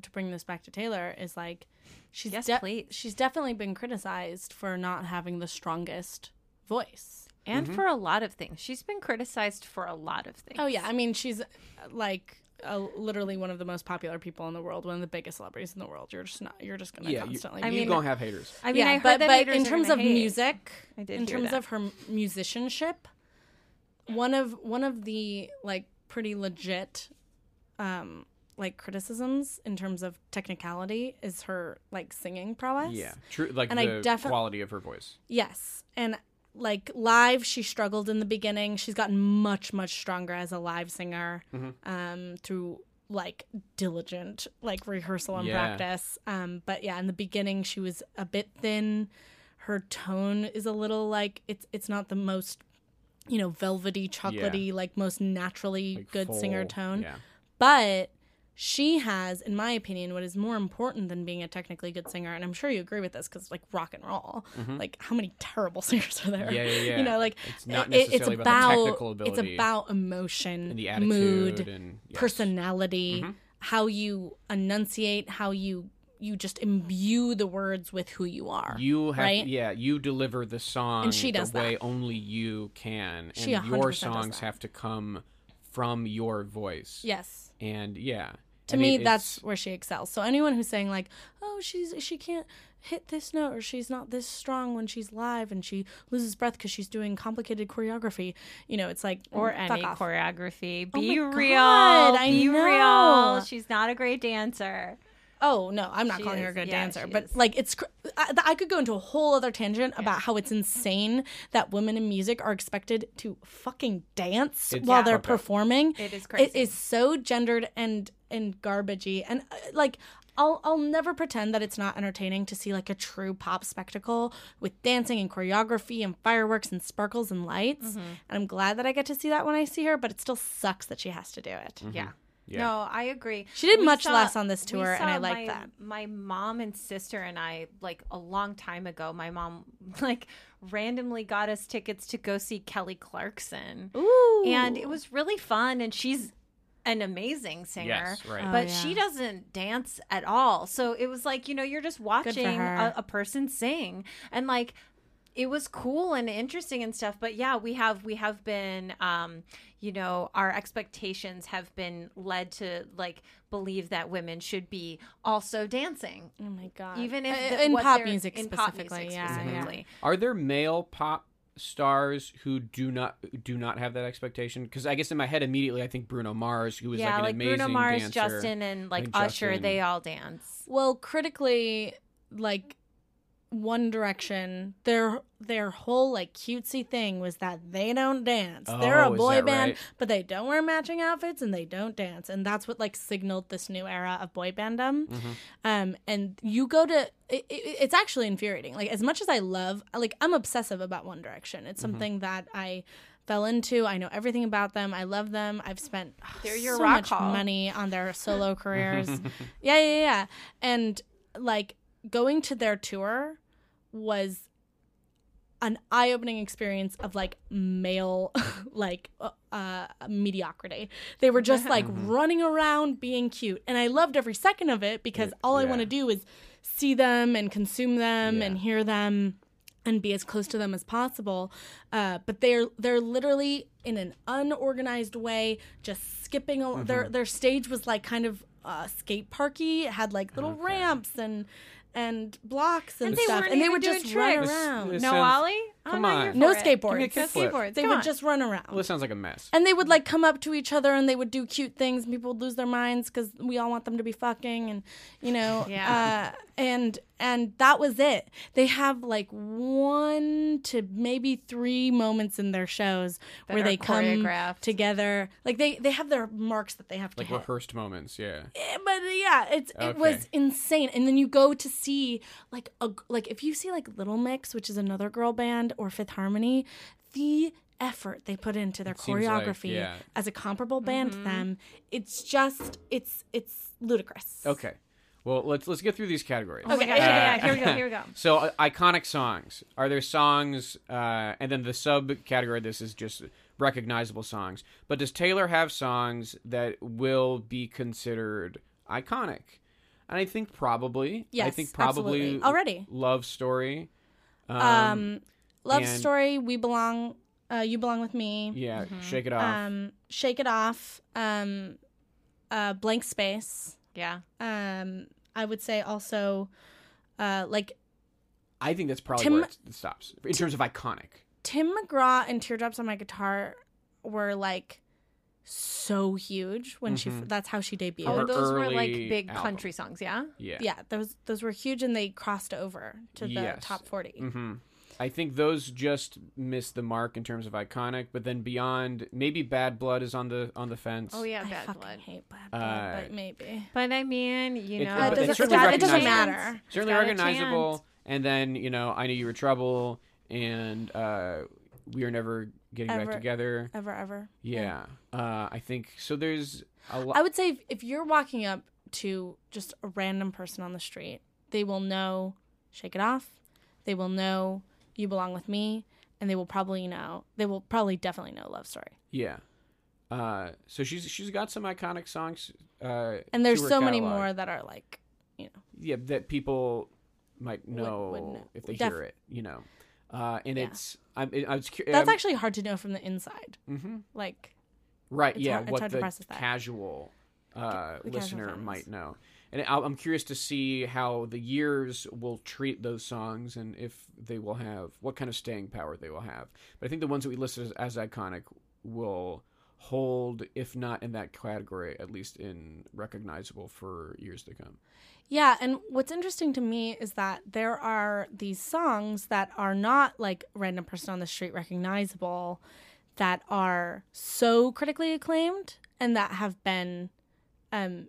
Speaker 3: to bring this back to Taylor is like, she's
Speaker 2: Yes,
Speaker 3: de-
Speaker 2: please.
Speaker 3: she's definitely been criticized for not having the strongest voice.
Speaker 2: And
Speaker 1: Mm-hmm.
Speaker 2: for a lot of things. She's been criticized for a lot of things.
Speaker 3: Oh yeah, I mean, she's uh, like uh, literally one of the most popular people in the world, one of the biggest celebrities in the world. You're just not, you're just gonna
Speaker 1: Yeah, you,
Speaker 3: constantly.
Speaker 1: you
Speaker 3: be-
Speaker 2: mean-
Speaker 1: gonna have haters.
Speaker 2: I mean,
Speaker 3: yeah,
Speaker 2: I heard
Speaker 3: but,
Speaker 2: that
Speaker 3: but
Speaker 2: haters
Speaker 3: in
Speaker 2: are
Speaker 3: terms of
Speaker 2: gonna hate.
Speaker 3: music,
Speaker 2: I did
Speaker 3: in
Speaker 2: hear
Speaker 3: terms
Speaker 2: that.
Speaker 3: of her m- musicianship, one of one of the like pretty legit, um, like criticisms in terms of technicality is her like singing prowess.
Speaker 1: Yeah, true. Like
Speaker 3: And I
Speaker 1: the
Speaker 3: defi-
Speaker 1: quality of her voice.
Speaker 3: Yes. And like live, she struggled in the beginning. She's gotten much, much stronger as a live singer
Speaker 1: Mm-hmm.
Speaker 3: um, through like diligent like rehearsal and
Speaker 1: Yeah.
Speaker 3: practice. Um, but yeah, in the beginning, she was a bit thin. Her tone is a little like it's it's not the most you know velvety, chocolatey, like most naturally
Speaker 1: Like
Speaker 3: good singer
Speaker 1: full-
Speaker 3: tone.
Speaker 1: Yeah.
Speaker 3: But she has, in my opinion, what is more important than being a technically good singer, and I'm sure you agree with this because, like, rock and roll, like, how many terrible singers are there?
Speaker 1: Mm-hmm. Yeah, yeah, yeah.
Speaker 3: You know, like,
Speaker 1: It's not
Speaker 3: it-
Speaker 1: necessarily
Speaker 3: it's
Speaker 1: about
Speaker 3: about,
Speaker 1: the technical ability.
Speaker 3: It's about emotion,
Speaker 1: And the attitude
Speaker 3: mood,
Speaker 1: and- yes. Mm-hmm.
Speaker 3: personality, how you enunciate, how you you just imbue the words with who you are.
Speaker 1: You have,
Speaker 3: right?
Speaker 1: yeah, you deliver the song
Speaker 3: she does
Speaker 1: the
Speaker 3: that.
Speaker 1: way only you can, and
Speaker 3: She
Speaker 1: your
Speaker 3: 100% does
Speaker 1: songs
Speaker 3: that.
Speaker 1: have to come from your voice.
Speaker 3: Yes.
Speaker 1: and yeah.
Speaker 3: to
Speaker 1: I mean,
Speaker 3: me that's
Speaker 1: it's-
Speaker 3: where she excels so anyone who's saying like oh she's she can't hit this note or she's not this strong when she's live and she loses breath because she's doing complicated choreography you know it's like
Speaker 2: or
Speaker 3: mm,
Speaker 2: any
Speaker 3: fuck off.
Speaker 2: choreography.
Speaker 3: Oh
Speaker 2: Be
Speaker 3: my
Speaker 2: real.
Speaker 3: God, I
Speaker 2: Be
Speaker 3: know.
Speaker 2: real. She's not a great dancer.
Speaker 3: oh no i'm not
Speaker 2: She
Speaker 3: calling her a
Speaker 2: is.
Speaker 3: good
Speaker 2: Yeah,
Speaker 3: dancer
Speaker 2: she
Speaker 3: but
Speaker 2: is.
Speaker 3: like it's cr- I, th- I could go into a whole other tangent about how it's insane that women in music are expected to fucking dance
Speaker 1: It's
Speaker 3: while
Speaker 1: Yeah.
Speaker 3: they're
Speaker 1: fucked up.
Speaker 3: performing
Speaker 2: It is
Speaker 3: It
Speaker 2: crazy.
Speaker 3: is so gendered and and garbagey, and uh, like I'll I'll never pretend that it's not entertaining to see like a true pop spectacle with dancing and choreography and fireworks and sparkles and lights.
Speaker 2: Mm-hmm.
Speaker 3: And I'm glad that I get to see that when I see her, but it still sucks that she has to do it.
Speaker 2: Yeah.
Speaker 1: Yeah.
Speaker 2: No, I agree.
Speaker 3: She did
Speaker 2: We
Speaker 3: much
Speaker 2: saw-
Speaker 3: less on this
Speaker 2: we
Speaker 3: tour, and
Speaker 2: saw
Speaker 3: I like
Speaker 2: my-
Speaker 3: that.
Speaker 2: My mom and sister and I, like a long time ago, my mom like randomly got us tickets to go see Kelly Clarkson,
Speaker 3: Ooh,
Speaker 2: and it was really fun. And she's an amazing singer,
Speaker 1: Yes, right.
Speaker 5: Oh,
Speaker 2: but
Speaker 5: yeah.
Speaker 2: she doesn't dance at all. So it was like, you know, you're just watching
Speaker 5: her.
Speaker 2: a, a person sing and like it was cool and interesting and stuff but yeah we have we have been um you know our expectations have been led to like believe that women should be also dancing
Speaker 5: Oh my god.
Speaker 2: even if
Speaker 5: Uh,
Speaker 2: the-
Speaker 5: in
Speaker 2: what
Speaker 5: pop
Speaker 2: they're-
Speaker 5: music
Speaker 2: in pop
Speaker 5: specifically,
Speaker 2: music
Speaker 5: yeah,
Speaker 2: specifically.
Speaker 1: Are there male pop stars who do not do not have that expectation? Because I guess in my head immediately I think Bruno Mars, who is
Speaker 2: yeah,
Speaker 1: like an
Speaker 2: like
Speaker 1: amazing
Speaker 2: Bruno Mars,
Speaker 1: dancer.
Speaker 2: Justin, and like
Speaker 1: and
Speaker 2: Usher,
Speaker 1: Justin.
Speaker 2: they all dance.
Speaker 3: Well, critically, like One Direction, their their whole like cutesy thing was that they don't dance. They're
Speaker 1: Oh,
Speaker 3: a
Speaker 1: is
Speaker 3: boy
Speaker 1: that
Speaker 3: band,
Speaker 1: right?
Speaker 3: but they don't wear matching outfits and they don't dance, and that's what like signaled this new era of boy bandom. Um, and you go to it, it, it's actually infuriating. Like as much as I love, like I'm obsessive about One Direction. It's something that I fell into. I know everything about them. I love them. I've spent ugh,
Speaker 2: They're your
Speaker 3: so
Speaker 2: rock
Speaker 3: much
Speaker 2: hall.
Speaker 3: money on their solo careers. yeah, yeah, yeah. And like going to their tour was an eye-opening experience of like male like uh, uh mediocrity they were just like running around being cute and i loved every second of it because all i
Speaker 1: yeah.
Speaker 3: want to do is see them and consume them and
Speaker 1: Yeah.
Speaker 3: hear them and be as close to them as possible uh, but they're they're literally in an unorganized way just skipping al-
Speaker 1: Mm-hmm.
Speaker 3: their their stage was like kind of uh, skate parky it had like little ramps and and blocks and,
Speaker 2: And they
Speaker 3: stuff
Speaker 2: weren't
Speaker 3: and they
Speaker 2: even
Speaker 3: would
Speaker 2: doing
Speaker 3: just run
Speaker 2: tricks.
Speaker 3: around
Speaker 1: This
Speaker 2: no
Speaker 1: sounds-
Speaker 2: Ollie? Oh,
Speaker 1: Come
Speaker 2: no,
Speaker 1: on.
Speaker 2: you're
Speaker 3: No
Speaker 2: for it.
Speaker 3: skateboards.
Speaker 1: Give me a
Speaker 2: No
Speaker 1: kickflip.
Speaker 2: skateboards.
Speaker 3: they
Speaker 2: Come
Speaker 3: would
Speaker 2: on.
Speaker 3: just run around
Speaker 1: Well, this sounds like a mess.
Speaker 3: and they would like come up to each other and they would do cute things and people would lose their minds because we all want them to be fucking and you know
Speaker 2: Yeah.
Speaker 3: uh, and and that was it they have like one to maybe three moments in their shows where
Speaker 2: are
Speaker 3: they come
Speaker 2: choreographed.
Speaker 3: together like they they have their marks that they have to
Speaker 1: like
Speaker 3: hit
Speaker 1: rehearsed moments, yeah.
Speaker 3: Eh, but yeah, it's it was
Speaker 1: Okay.
Speaker 3: insane. And then you go to see like a like if you see like Little Mix, which is another girl band, or Fifth Harmony, the effort they put into their
Speaker 1: seems like,
Speaker 3: choreography
Speaker 1: yeah.
Speaker 3: as a comparable band to them, it's just it's it's ludicrous.
Speaker 1: Okay. Well, let's let's get through these categories.
Speaker 2: Oh my gosh, yeah, yeah, yeah. Here we go. Here we go.
Speaker 1: So uh, iconic songs. Are there songs? Uh, and then the subcategory. This is just recognizable songs. But does Taylor have songs that will be considered iconic? And I think probably. I
Speaker 3: Yes,
Speaker 1: think probably
Speaker 3: absolutely. Already.
Speaker 1: Love story. Um,
Speaker 3: Um, Love
Speaker 1: and-
Speaker 3: Story, We Belong, uh, You Belong with Me,
Speaker 1: yeah. Shake it off.
Speaker 3: um, Shake It Off, um, uh, Blank Space.
Speaker 2: Yeah.
Speaker 3: Um, I would say also uh, like
Speaker 1: I think that's probably
Speaker 3: Tim-
Speaker 1: where it stops in terms of iconic.
Speaker 3: Tim McGraw and Teardrops on My Guitar were like so huge when she
Speaker 1: Mhm.
Speaker 3: that's how she debuted.
Speaker 2: Oh,
Speaker 1: Her
Speaker 2: those were like
Speaker 1: early
Speaker 2: big
Speaker 1: album.
Speaker 2: country songs. Yeah.
Speaker 1: Yeah.
Speaker 3: yeah, those those were huge and they crossed over to the
Speaker 1: Yes.
Speaker 3: top 40.
Speaker 1: hmm I think those just miss the mark in terms of iconic, but then beyond, maybe Bad Blood is on the on the fence.
Speaker 2: Oh yeah,
Speaker 3: I
Speaker 2: Bad
Speaker 3: fucking
Speaker 2: Blood.
Speaker 3: hate Bad Blood,
Speaker 1: Uh,
Speaker 3: but maybe.
Speaker 2: But I mean, you
Speaker 1: It-
Speaker 2: know,
Speaker 1: Uh, but it's
Speaker 3: it doesn't,
Speaker 1: certainly
Speaker 3: matter- it doesn't
Speaker 1: recognizable.
Speaker 3: matter.
Speaker 1: certainly
Speaker 2: got a
Speaker 1: recognizable. And then you know, I knew you were trouble, and uh, we are never getting
Speaker 3: Ever.
Speaker 1: back together.
Speaker 3: Ever ever.
Speaker 1: Yeah, uh, I think so. There's a lot.
Speaker 3: I would say if, if you're walking up to just a random person on the street, they will know Shake It Off. They will know You Belong with Me and they will probably know. They will probably definitely know Love Story.
Speaker 1: yeah. Uh, so she's she's got some iconic songs. Uh,
Speaker 3: and there's
Speaker 1: to her
Speaker 3: so many
Speaker 1: catalog.
Speaker 3: more that are like you know
Speaker 1: yeah, that people might
Speaker 3: would
Speaker 1: know
Speaker 3: know.
Speaker 1: if they
Speaker 3: Def-
Speaker 1: hear it. You know, uh, and
Speaker 3: Yeah.
Speaker 1: it's I'm it, I was curious.
Speaker 3: that's actually hard to know from the inside
Speaker 1: hmm
Speaker 3: like
Speaker 1: right.
Speaker 3: it's
Speaker 1: yeah,
Speaker 3: hard- it's
Speaker 1: what
Speaker 3: hard to
Speaker 1: the
Speaker 3: process that.
Speaker 1: casual uh,
Speaker 3: the casual
Speaker 1: listener
Speaker 3: fans.
Speaker 1: might know, and I- I'm curious to see how the years will treat those songs and if they will have what kind of staying power they will have. But I think the ones that we listed as, as iconic will hold, if not in that category, at least in recognizable for years to come.
Speaker 3: yeah and what's interesting to me is that there are these songs that are not like random person on the street recognizable that are so critically acclaimed and that have been um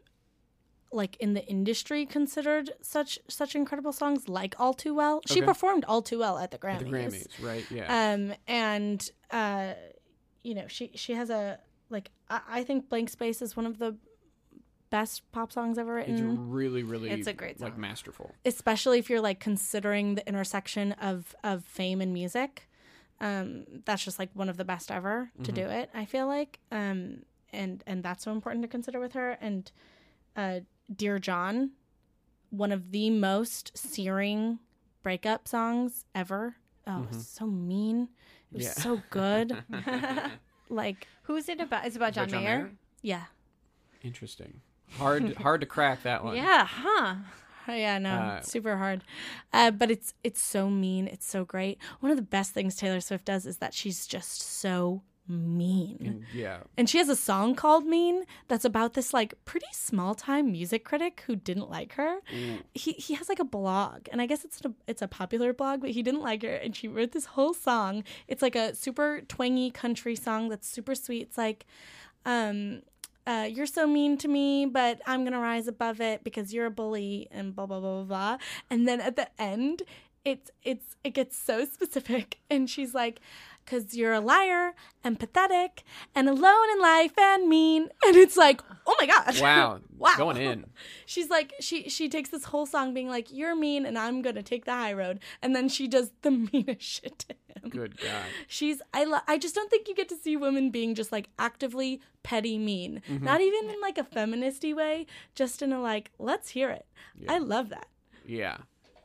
Speaker 3: like in the industry considered such such incredible songs like all too well she
Speaker 1: Okay.
Speaker 3: performed all too well at the
Speaker 1: At
Speaker 3: grammys
Speaker 1: The Grammys, right? Yeah.
Speaker 3: um and uh you know she she has a like i, I think blank space is one of the best pop songs ever
Speaker 1: It's
Speaker 3: written
Speaker 1: really, really.
Speaker 2: It's a great
Speaker 1: like
Speaker 2: song.
Speaker 1: masterful.
Speaker 3: especially if you're like considering the intersection of of fame and music um that's just like one of the best ever to do it i feel like um and and that's so important to consider with her. And uh, Dear John, one of the most searing breakup songs ever. Oh, it was so mean. It was
Speaker 1: Yeah.
Speaker 3: so good. like,
Speaker 2: Who's it about? It's about John,
Speaker 1: Judge on
Speaker 2: Mayer.
Speaker 1: Mayer?
Speaker 3: yeah,
Speaker 1: Interesting. Hard hard to crack that one.
Speaker 2: Yeah, huh?
Speaker 3: Oh, yeah, no,
Speaker 1: Uh,
Speaker 3: it's super hard. Uh, but it's it's so mean. It's so great. One of the best things Taylor Swift does is that she's just so mean.
Speaker 1: And- yeah.
Speaker 3: And she has a song called Mean that's about this like pretty small time music critic who didn't like her. He he has like a blog, and I guess it's a it's a popular blog, but he didn't like her, and she wrote this whole song. It's like a super twangy country song that's super sweet. It's like, um, uh, you're so mean to me, but I'm gonna rise above it because you're a bully and blah blah blah blah. blah. And then at the end, it's it's it gets so specific, and she's like, "Cause you're a liar and pathetic and alone in life and mean." And it's like, oh my gosh,
Speaker 1: Wow.
Speaker 3: Wow.
Speaker 1: Going in.
Speaker 3: She's like, she she takes this whole song being like, "You're mean and I'm gonna take the high road," and then she does the meanest shit to him.
Speaker 1: Good God.
Speaker 3: She's I lo- I just don't think you get to see women being just like actively petty mean.
Speaker 1: Mm-hmm.
Speaker 3: Not even in like a feministy way, just in a like, let's hear it. I love that.
Speaker 1: Yeah.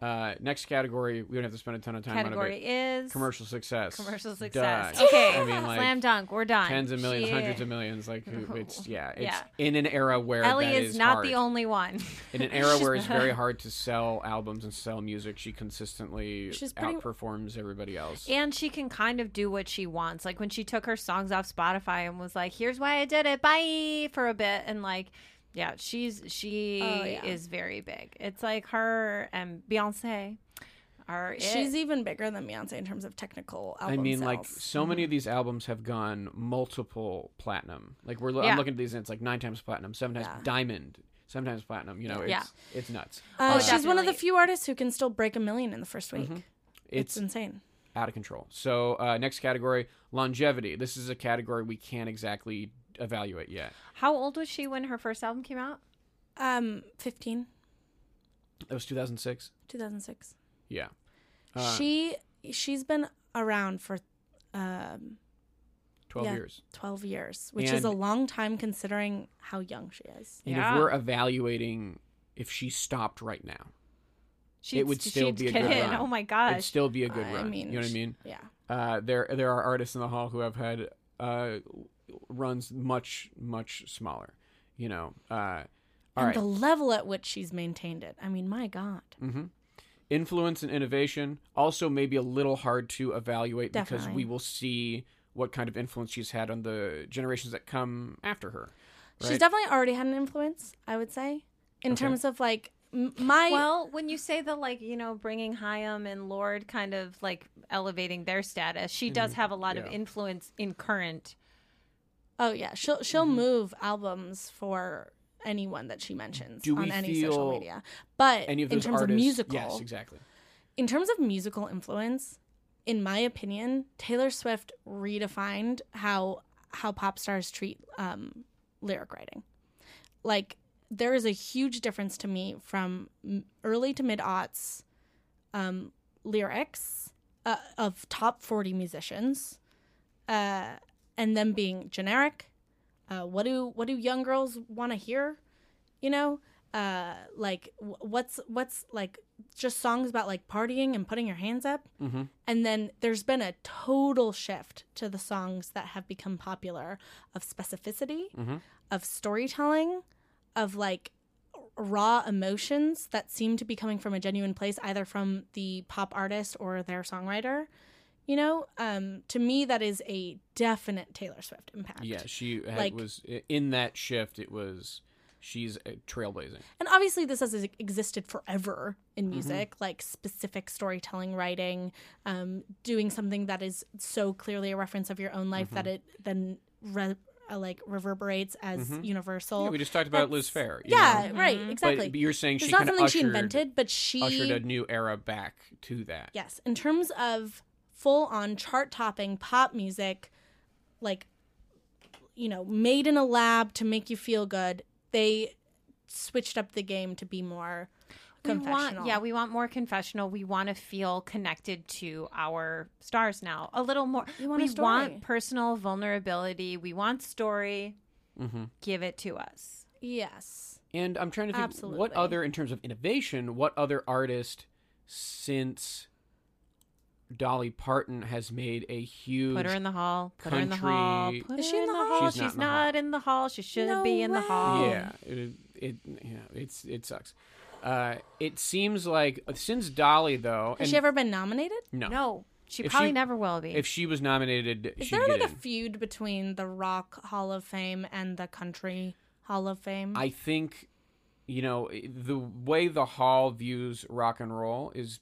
Speaker 1: Uh, next category. We don't have to spend a ton of time on
Speaker 2: Category
Speaker 1: it.
Speaker 2: is
Speaker 1: but Commercial success.
Speaker 2: commercial
Speaker 1: Duh.
Speaker 2: success. Okay,
Speaker 1: I mean, like
Speaker 2: slam dunk. We're done.
Speaker 1: tens of millions,
Speaker 2: She-
Speaker 1: hundreds of millions. Like who- it's yeah. It's
Speaker 2: Yeah.
Speaker 1: in an era where
Speaker 2: Ellie
Speaker 1: that
Speaker 2: is, not
Speaker 1: hard.
Speaker 2: the only one.
Speaker 1: In an era where it's very hard to sell albums and sell music, she consistently
Speaker 3: She's pretty-
Speaker 1: outperforms everybody else.
Speaker 2: And she can kind of do what she wants. Like when she took her songs off Spotify and was like, "Here's why I did it. Bye" for a bit and like yeah, she's she
Speaker 3: Oh, yeah.
Speaker 2: is very big. It's like her and Beyonce are it.
Speaker 3: She's even bigger than Beyonce in terms of technical
Speaker 1: I
Speaker 3: album
Speaker 1: mean,
Speaker 3: sales.
Speaker 1: like so many
Speaker 3: Mm-hmm.
Speaker 1: of these albums have gone multiple platinum. Like we're lo-
Speaker 2: Yeah.
Speaker 1: I'm looking at these, and it's like nine times platinum, seven times diamond, seven times platinum. You know, it's
Speaker 2: Yeah.
Speaker 1: it's nuts.
Speaker 3: Uh, she's one of the
Speaker 2: definitely.
Speaker 3: few artists who can still break a million in the first week.
Speaker 1: Mm-hmm. It's
Speaker 3: it's insane.
Speaker 1: out of control. So uh, next category, longevity. This is a category we can't exactly evaluate yet.
Speaker 2: How old was she when her first album came out?
Speaker 3: Um, 15,
Speaker 1: That was 2006.
Speaker 3: 2006.
Speaker 1: Yeah, Uh,
Speaker 3: she she's been around for um
Speaker 1: 12
Speaker 3: Yeah.
Speaker 1: years.
Speaker 3: 12 years, which is a
Speaker 1: And-
Speaker 3: long time considering how young she is.
Speaker 1: And
Speaker 2: Yeah.
Speaker 1: if we're evaluating if she stopped right now,
Speaker 2: She'd,
Speaker 1: it would
Speaker 2: she'd
Speaker 1: still be a
Speaker 2: get
Speaker 1: good
Speaker 2: in.
Speaker 1: run.
Speaker 2: Oh my
Speaker 1: it'd
Speaker 2: gosh.
Speaker 1: still be a good
Speaker 3: Uh, I
Speaker 1: run.
Speaker 3: mean,
Speaker 1: you know what I
Speaker 3: she-
Speaker 1: mean?
Speaker 3: Yeah.
Speaker 1: Uh, there there are artists in the hall who have had uh, runs much much smaller. You know, uh, all
Speaker 3: and
Speaker 1: right. Mm,
Speaker 3: the level at which she's maintained it. I mean, my god.
Speaker 1: Influence and innovation also maybe a little hard to evaluate because we
Speaker 3: Definitely.
Speaker 1: will see what kind of influence she's had on the generations that come after her.
Speaker 3: She's
Speaker 1: right?
Speaker 3: definitely already had an influence, I would say, in terms of like m- my
Speaker 2: Well, when you say the like, you know, bringing Hyam and Lord kind of like elevating their status, she does have a lot of
Speaker 1: Mm-hmm. yeah.
Speaker 2: influence in current.
Speaker 3: Oh yeah, she'll she'll
Speaker 1: Mm-hmm.
Speaker 3: move albums for anyone that she mentions
Speaker 1: Do we
Speaker 3: on any social
Speaker 1: feel
Speaker 3: media. But
Speaker 1: Any of
Speaker 3: in
Speaker 1: those
Speaker 3: terms
Speaker 1: artists,
Speaker 3: of musical,
Speaker 1: yes, exactly.
Speaker 3: in terms of musical influence, in my opinion, Taylor Swift redefined how how pop stars treat um, lyric writing. Like there is a huge difference to me from m- early to mid aughts um, lyrics uh, of top forty musicians, uh, and them being generic. Uh, what do what do young girls want to hear? you know uh like wh- what's what's like just songs about like partying and putting your hands up
Speaker 1: Mm-hmm.
Speaker 3: and then there's been a total shift to the songs that have become popular of specificity of storytelling of like raw emotions that seem to be coming from a genuine place either from the pop artist or their songwriter you know um to me that is a definite taylor swift impact
Speaker 1: Yeah, she had,
Speaker 3: Like-
Speaker 1: was in that shift. It was she's uh, trailblazing.
Speaker 3: and obviously this has existed forever
Speaker 1: Mm-hmm.
Speaker 3: in music like specific storytelling writing um, doing something that is so clearly a reference of your own life
Speaker 1: Mm-hmm.
Speaker 3: that it then re- uh, like reverberates as universal
Speaker 1: Mm-hmm. Yeah, we just talked about Liz
Speaker 3: That's-
Speaker 1: Fair. you know? Mm-hmm.
Speaker 3: yeah right exactly
Speaker 1: But, but you're saying
Speaker 3: it's
Speaker 1: she
Speaker 3: not
Speaker 1: kind of
Speaker 3: something
Speaker 1: ushered,
Speaker 3: she invented but she
Speaker 1: ushered a new era back to that.
Speaker 3: Yes, in terms of full on chart topping pop music, like, you know, made in a lab to make you feel good, they switched up the game to be more
Speaker 2: We
Speaker 3: confessional.
Speaker 2: want, yeah, we want more confessional. We want to feel connected to our stars now a little more.
Speaker 3: You want a
Speaker 2: we
Speaker 3: story.
Speaker 2: want personal vulnerability. We want story.
Speaker 1: Mm-hmm.
Speaker 2: Give it to us.
Speaker 3: Yes.
Speaker 1: And I'm trying to think what
Speaker 3: Absolutely.
Speaker 1: other, in terms of innovation, what other artist since Dolly Parton has made a huge.
Speaker 2: Put her in the hall. Put her in the hall.
Speaker 1: country-
Speaker 2: Put
Speaker 3: Is
Speaker 2: her
Speaker 3: she in the hall?
Speaker 2: She's,
Speaker 1: She's not in the
Speaker 2: not in the hall. She should
Speaker 3: No
Speaker 2: be in the
Speaker 3: way.
Speaker 2: hall.
Speaker 1: Yeah, it, it yeah, it's it sucks. Uh, it seems like since Dolly though, and
Speaker 3: Has she ever been nominated?
Speaker 1: no,
Speaker 2: No, she
Speaker 1: If
Speaker 2: probably
Speaker 1: she-
Speaker 2: never will be.
Speaker 1: if she was nominated,
Speaker 3: Is
Speaker 1: she'd
Speaker 3: there
Speaker 1: get
Speaker 3: like a
Speaker 1: in.
Speaker 3: feud between the Rock Hall of Fame and the Country Hall of Fame?
Speaker 1: I think, you know, eh, the way the Hall views rock and roll is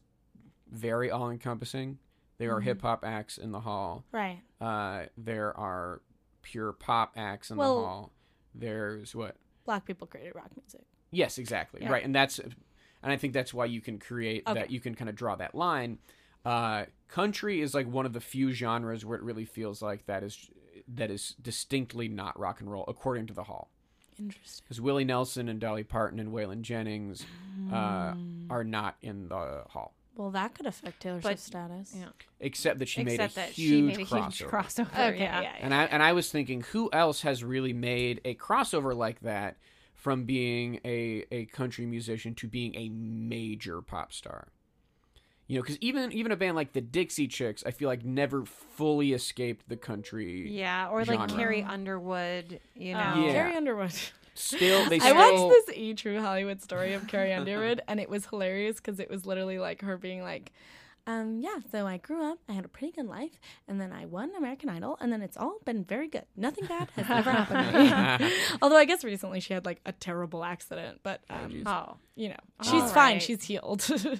Speaker 1: very all encompassing. There are hip hop acts in the Hall.
Speaker 3: right.
Speaker 1: Uh, there are pure pop acts in the
Speaker 3: Well-
Speaker 1: Hall. There's what?
Speaker 3: Black people created rock music.
Speaker 1: Yes, exactly. Right, and that's, and I think that's why you can create that.
Speaker 3: Okay.
Speaker 1: You can kind of draw that line. Uh, country is like one of the few genres where it really feels like that is that is distinctly not rock and roll, according to the Hall.
Speaker 3: Interesting.
Speaker 1: because Willie Nelson and Dolly Parton and Waylon Jennings uh,
Speaker 2: Mm.
Speaker 1: are not in the hall,
Speaker 3: Well, that could affect Taylor Swift's status.
Speaker 2: yeah.
Speaker 1: except that she
Speaker 2: Except
Speaker 1: made a
Speaker 2: that
Speaker 1: huge
Speaker 2: she made a
Speaker 1: crossover.
Speaker 2: huge crossover.
Speaker 3: Okay.
Speaker 2: yeah.
Speaker 3: yeah, yeah.
Speaker 1: And I and I was thinking, who else has really made a crossover like that from being a a country musician to being a major pop star? You know, because even even a band like the Dixie Chicks, I feel like never fully escaped the country.
Speaker 2: Yeah, or like
Speaker 1: genre.
Speaker 2: Carrie Underwood, you
Speaker 3: Oh.
Speaker 2: know.
Speaker 1: Yeah.
Speaker 3: Carrie Underwood.
Speaker 1: Still, they
Speaker 3: I
Speaker 1: still.
Speaker 3: watched this E True Hollywood story of Carrie Underwood, and it was hilarious because it was literally like her being like, um, yeah, so I grew up, I had a pretty good life, and then I won American Idol, and then it's all been very good. Nothing bad has ever happened to me. Although I guess recently she had like a terrible accident, but um,
Speaker 2: Oh,
Speaker 3: you know,
Speaker 2: All
Speaker 3: she's fine,
Speaker 2: right.
Speaker 3: she's healed.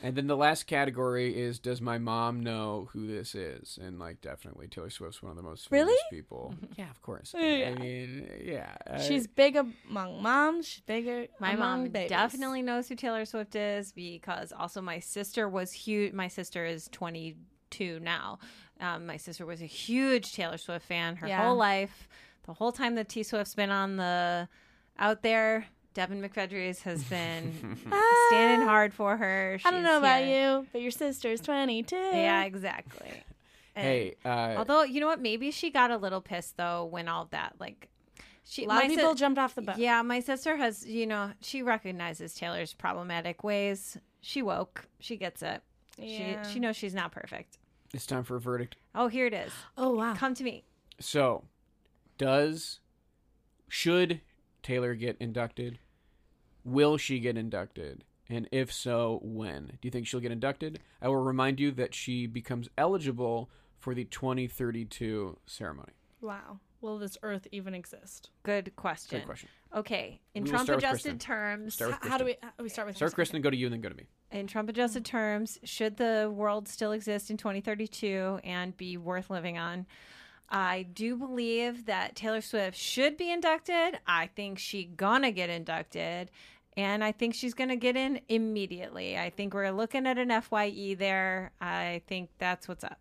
Speaker 1: And then the last category is Does my mom know who this is? And like, definitely Taylor Swift's one of the most famous
Speaker 3: Really?
Speaker 1: people. Yeah, of course.
Speaker 3: Yeah.
Speaker 1: I mean, yeah. uh,
Speaker 3: she's big among moms, she's bigger.
Speaker 2: my
Speaker 3: among
Speaker 2: mom
Speaker 3: babies.
Speaker 2: definitely knows who Taylor Swift is because also my sister was huge. My sister is 22 now. Um, my sister was a huge Taylor Swift fan her
Speaker 3: Yeah.
Speaker 2: whole life. The whole time that T Swift's been on the out there, Devin McFedries has been Ah. standing hard for her.
Speaker 3: I don't
Speaker 2: She's
Speaker 3: know about
Speaker 2: here.
Speaker 3: you, but your sister's 22.
Speaker 2: Yeah, exactly. And-
Speaker 1: hey, uh,
Speaker 2: Although you know what, maybe she got a little pissed though when all that like she
Speaker 3: A lot of
Speaker 2: my
Speaker 3: people
Speaker 2: si-
Speaker 3: jumped off the boat.
Speaker 2: Yeah, my sister has you know she recognizes Taylor's problematic ways. She woke. She gets it.
Speaker 3: Yeah.
Speaker 2: She she knows she's not perfect.
Speaker 1: it's time for a verdict.
Speaker 2: Oh, here it is.
Speaker 3: Oh,
Speaker 1: Ah.
Speaker 3: wow.
Speaker 2: Come to me.
Speaker 1: So, does, should Taylor get inducted? Will she get inducted? And if so, when? Do you think she'll get inducted? I will remind you that she becomes eligible for the 2032 ceremony.
Speaker 3: Wow. Will this earth even exist?
Speaker 2: Good question.
Speaker 1: Good question.
Speaker 2: Okay, in
Speaker 1: We will
Speaker 2: Trump
Speaker 1: start with Kristen.
Speaker 2: adjusted terms,
Speaker 1: Start with
Speaker 3: H- How do we,
Speaker 1: Kristen.
Speaker 3: how, we start with
Speaker 1: Start with Kristen, go to you, and then go to me.
Speaker 2: in Trump
Speaker 1: Mm.
Speaker 2: adjusted terms, should the world still exist in 2032 and be worth living on? I do believe that Taylor Swift should be inducted. I think she gonna get inducted and I think she's gonna get in immediately. I think we're looking at an FYE there. I think that's what's up.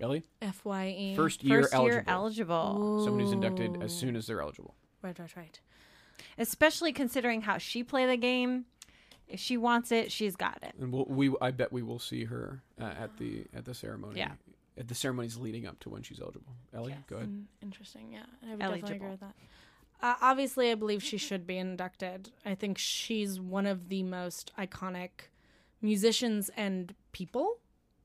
Speaker 1: Ellie?
Speaker 3: FYE.
Speaker 1: First year
Speaker 2: First
Speaker 1: eligible.
Speaker 2: year eligible.
Speaker 1: Someone who's inducted as soon as they're eligible.
Speaker 3: Right, right, right.
Speaker 2: Especially considering how she play the game. If she wants it, she's got it.
Speaker 1: and we'll, we I bet we will see her uh, at the at the ceremony.
Speaker 2: Yeah.
Speaker 1: At the ceremonies leading up to when she's eligible. Ellie, go ahead.
Speaker 3: Interesting. Yeah. I would definitely
Speaker 2: Eligible.
Speaker 3: agree with that. Uh, obviously, I believe she should be inducted. I think she's one of the most iconic musicians and people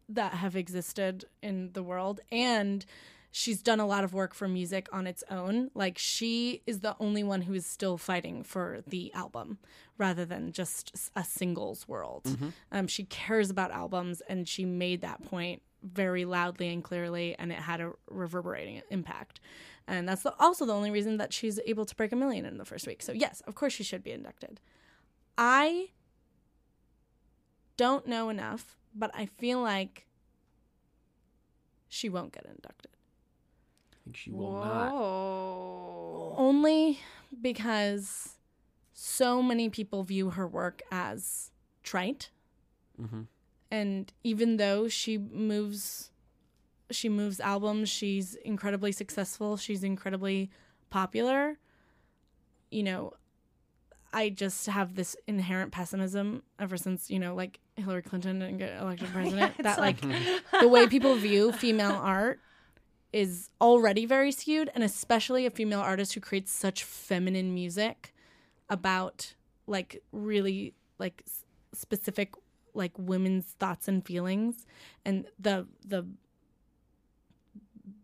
Speaker 3: that have existed in the world. And she's done a lot of work for music on its own. Like, she is the only one who is still fighting for the album rather than just s- a singles world.
Speaker 1: Mm-hmm.
Speaker 2: Mm-hmm.
Speaker 3: Um, she cares about albums, and she made that point very loudly and clearly, and it had a reverberating impact. And that's the, also the only reason that she's able to break a million in the first week. So, yes, of course, she should be inducted. I don't know enough, but I feel like she won't get inducted.
Speaker 1: I think she will not.
Speaker 3: Oh, Only because so many people view her work as trite.
Speaker 1: Mhm.
Speaker 3: And even though she moves she moves albums, she's incredibly successful, she's incredibly popular. You know, I just have this inherent pessimism ever since, you know, like Hillary Clinton didn't get elected president. that like the way people view female art is already very skewed, and especially a female artist who creates such feminine music about like really like s- specific like women's thoughts and feelings, and the the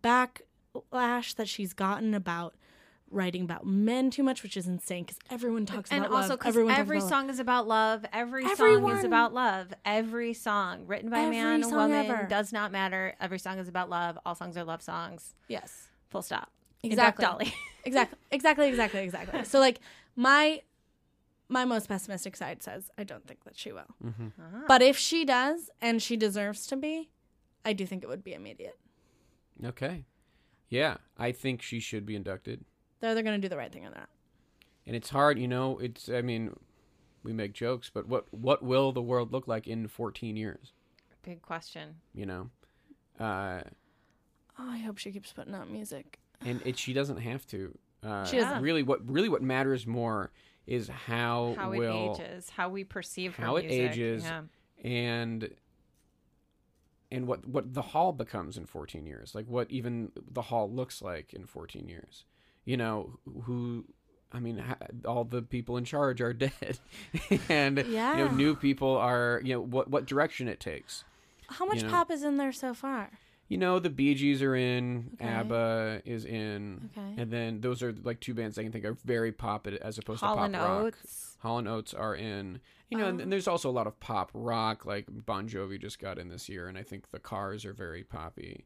Speaker 3: backlash that she's gotten about writing about men too much, which is insane because everyone talks
Speaker 2: and
Speaker 3: about
Speaker 2: also
Speaker 3: love.
Speaker 2: because
Speaker 3: Everyone talks
Speaker 2: every
Speaker 3: about love.
Speaker 2: song is about love. Every song
Speaker 3: Everyone.
Speaker 2: is about love. Every song written by a
Speaker 3: Every
Speaker 2: man, a
Speaker 3: song
Speaker 2: woman
Speaker 3: ever.
Speaker 2: does not matter. Every song is about love. All songs are love songs.
Speaker 3: yes.
Speaker 2: Full stop.
Speaker 3: Exactly.
Speaker 2: Except Dolly.
Speaker 3: exactly exactly exactly exactly so like my my most pessimistic side says i don't think that she will
Speaker 1: Mm-hmm.
Speaker 3: but if she does and she deserves to be i do think it would be immediate
Speaker 1: Okay. Yeah, I think she should be inducted.
Speaker 3: they're either going to do the right thing or not
Speaker 1: And it's hard, you know, it's I mean, we make jokes, but what what will the world look like in 14 years,
Speaker 2: Big question.
Speaker 1: you know? Uh
Speaker 3: oh i hope she keeps putting out music
Speaker 1: and it she doesn't have to. Uh
Speaker 3: She doesn't.
Speaker 1: really what really what matters more is how,
Speaker 2: How
Speaker 1: will
Speaker 2: it ages, how we perceive her
Speaker 1: Oh, how it
Speaker 2: music.
Speaker 1: ages
Speaker 2: Yeah.
Speaker 1: and and what what the hall becomes in 14 years like what even the hall looks like in 14 years you know who i mean ha- all the people in charge are dead and you know
Speaker 3: Yeah.
Speaker 1: new people are you know what what direction it takes
Speaker 3: how much
Speaker 1: know.
Speaker 3: pop is in there so far
Speaker 1: you know the Bee Gees are in,
Speaker 3: Okay.
Speaker 1: ABBA is in,
Speaker 3: Okay.
Speaker 1: and then those are like two bands I can think are very pop as opposed to
Speaker 2: Hall
Speaker 1: pop
Speaker 2: and
Speaker 1: rock.
Speaker 2: Oates.
Speaker 1: Hall and Oates are in, you know,
Speaker 2: Oh.
Speaker 1: and, and there's also a lot of pop rock like Bon Jovi just got in this year, and I think the Cars are very poppy.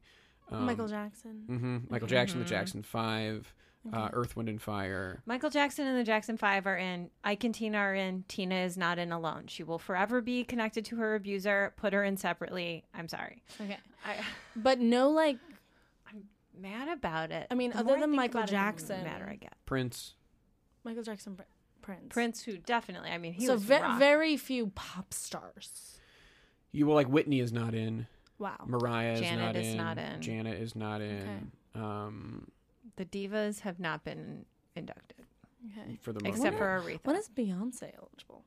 Speaker 1: Um,
Speaker 3: michael jackson
Speaker 1: hmm Michael Jackson,
Speaker 2: Mm-hmm.
Speaker 1: the Jackson Five, uh, Earth, Wind and Fire.
Speaker 2: Michael Jackson and the Jackson Five are in. Ike and Tina are in. Tina is not in alone. She will forever be connected to her abuser. Put her in separately. I'm sorry.
Speaker 3: okay
Speaker 2: I,
Speaker 3: but no like
Speaker 2: mad about it.
Speaker 3: I mean,
Speaker 2: The
Speaker 3: other
Speaker 2: more I
Speaker 3: than
Speaker 2: think
Speaker 3: Michael
Speaker 2: about it, the more
Speaker 3: Jackson.
Speaker 2: madder I get.
Speaker 1: Prince.
Speaker 3: michael jackson Pr- prince
Speaker 2: Prince, who definitely, I mean, he
Speaker 3: so
Speaker 2: was
Speaker 3: ve-
Speaker 2: rock.
Speaker 3: very few pop stars
Speaker 1: You well like Whitney is not in.
Speaker 3: wow
Speaker 1: Mariah is
Speaker 2: Janet
Speaker 1: not
Speaker 2: is
Speaker 1: in.
Speaker 2: not in.
Speaker 1: Janet is not in. Um,
Speaker 2: the divas have not been inducted
Speaker 3: okay
Speaker 1: for the most
Speaker 2: except
Speaker 1: part.
Speaker 2: for Aretha.
Speaker 3: When is Beyonce eligible?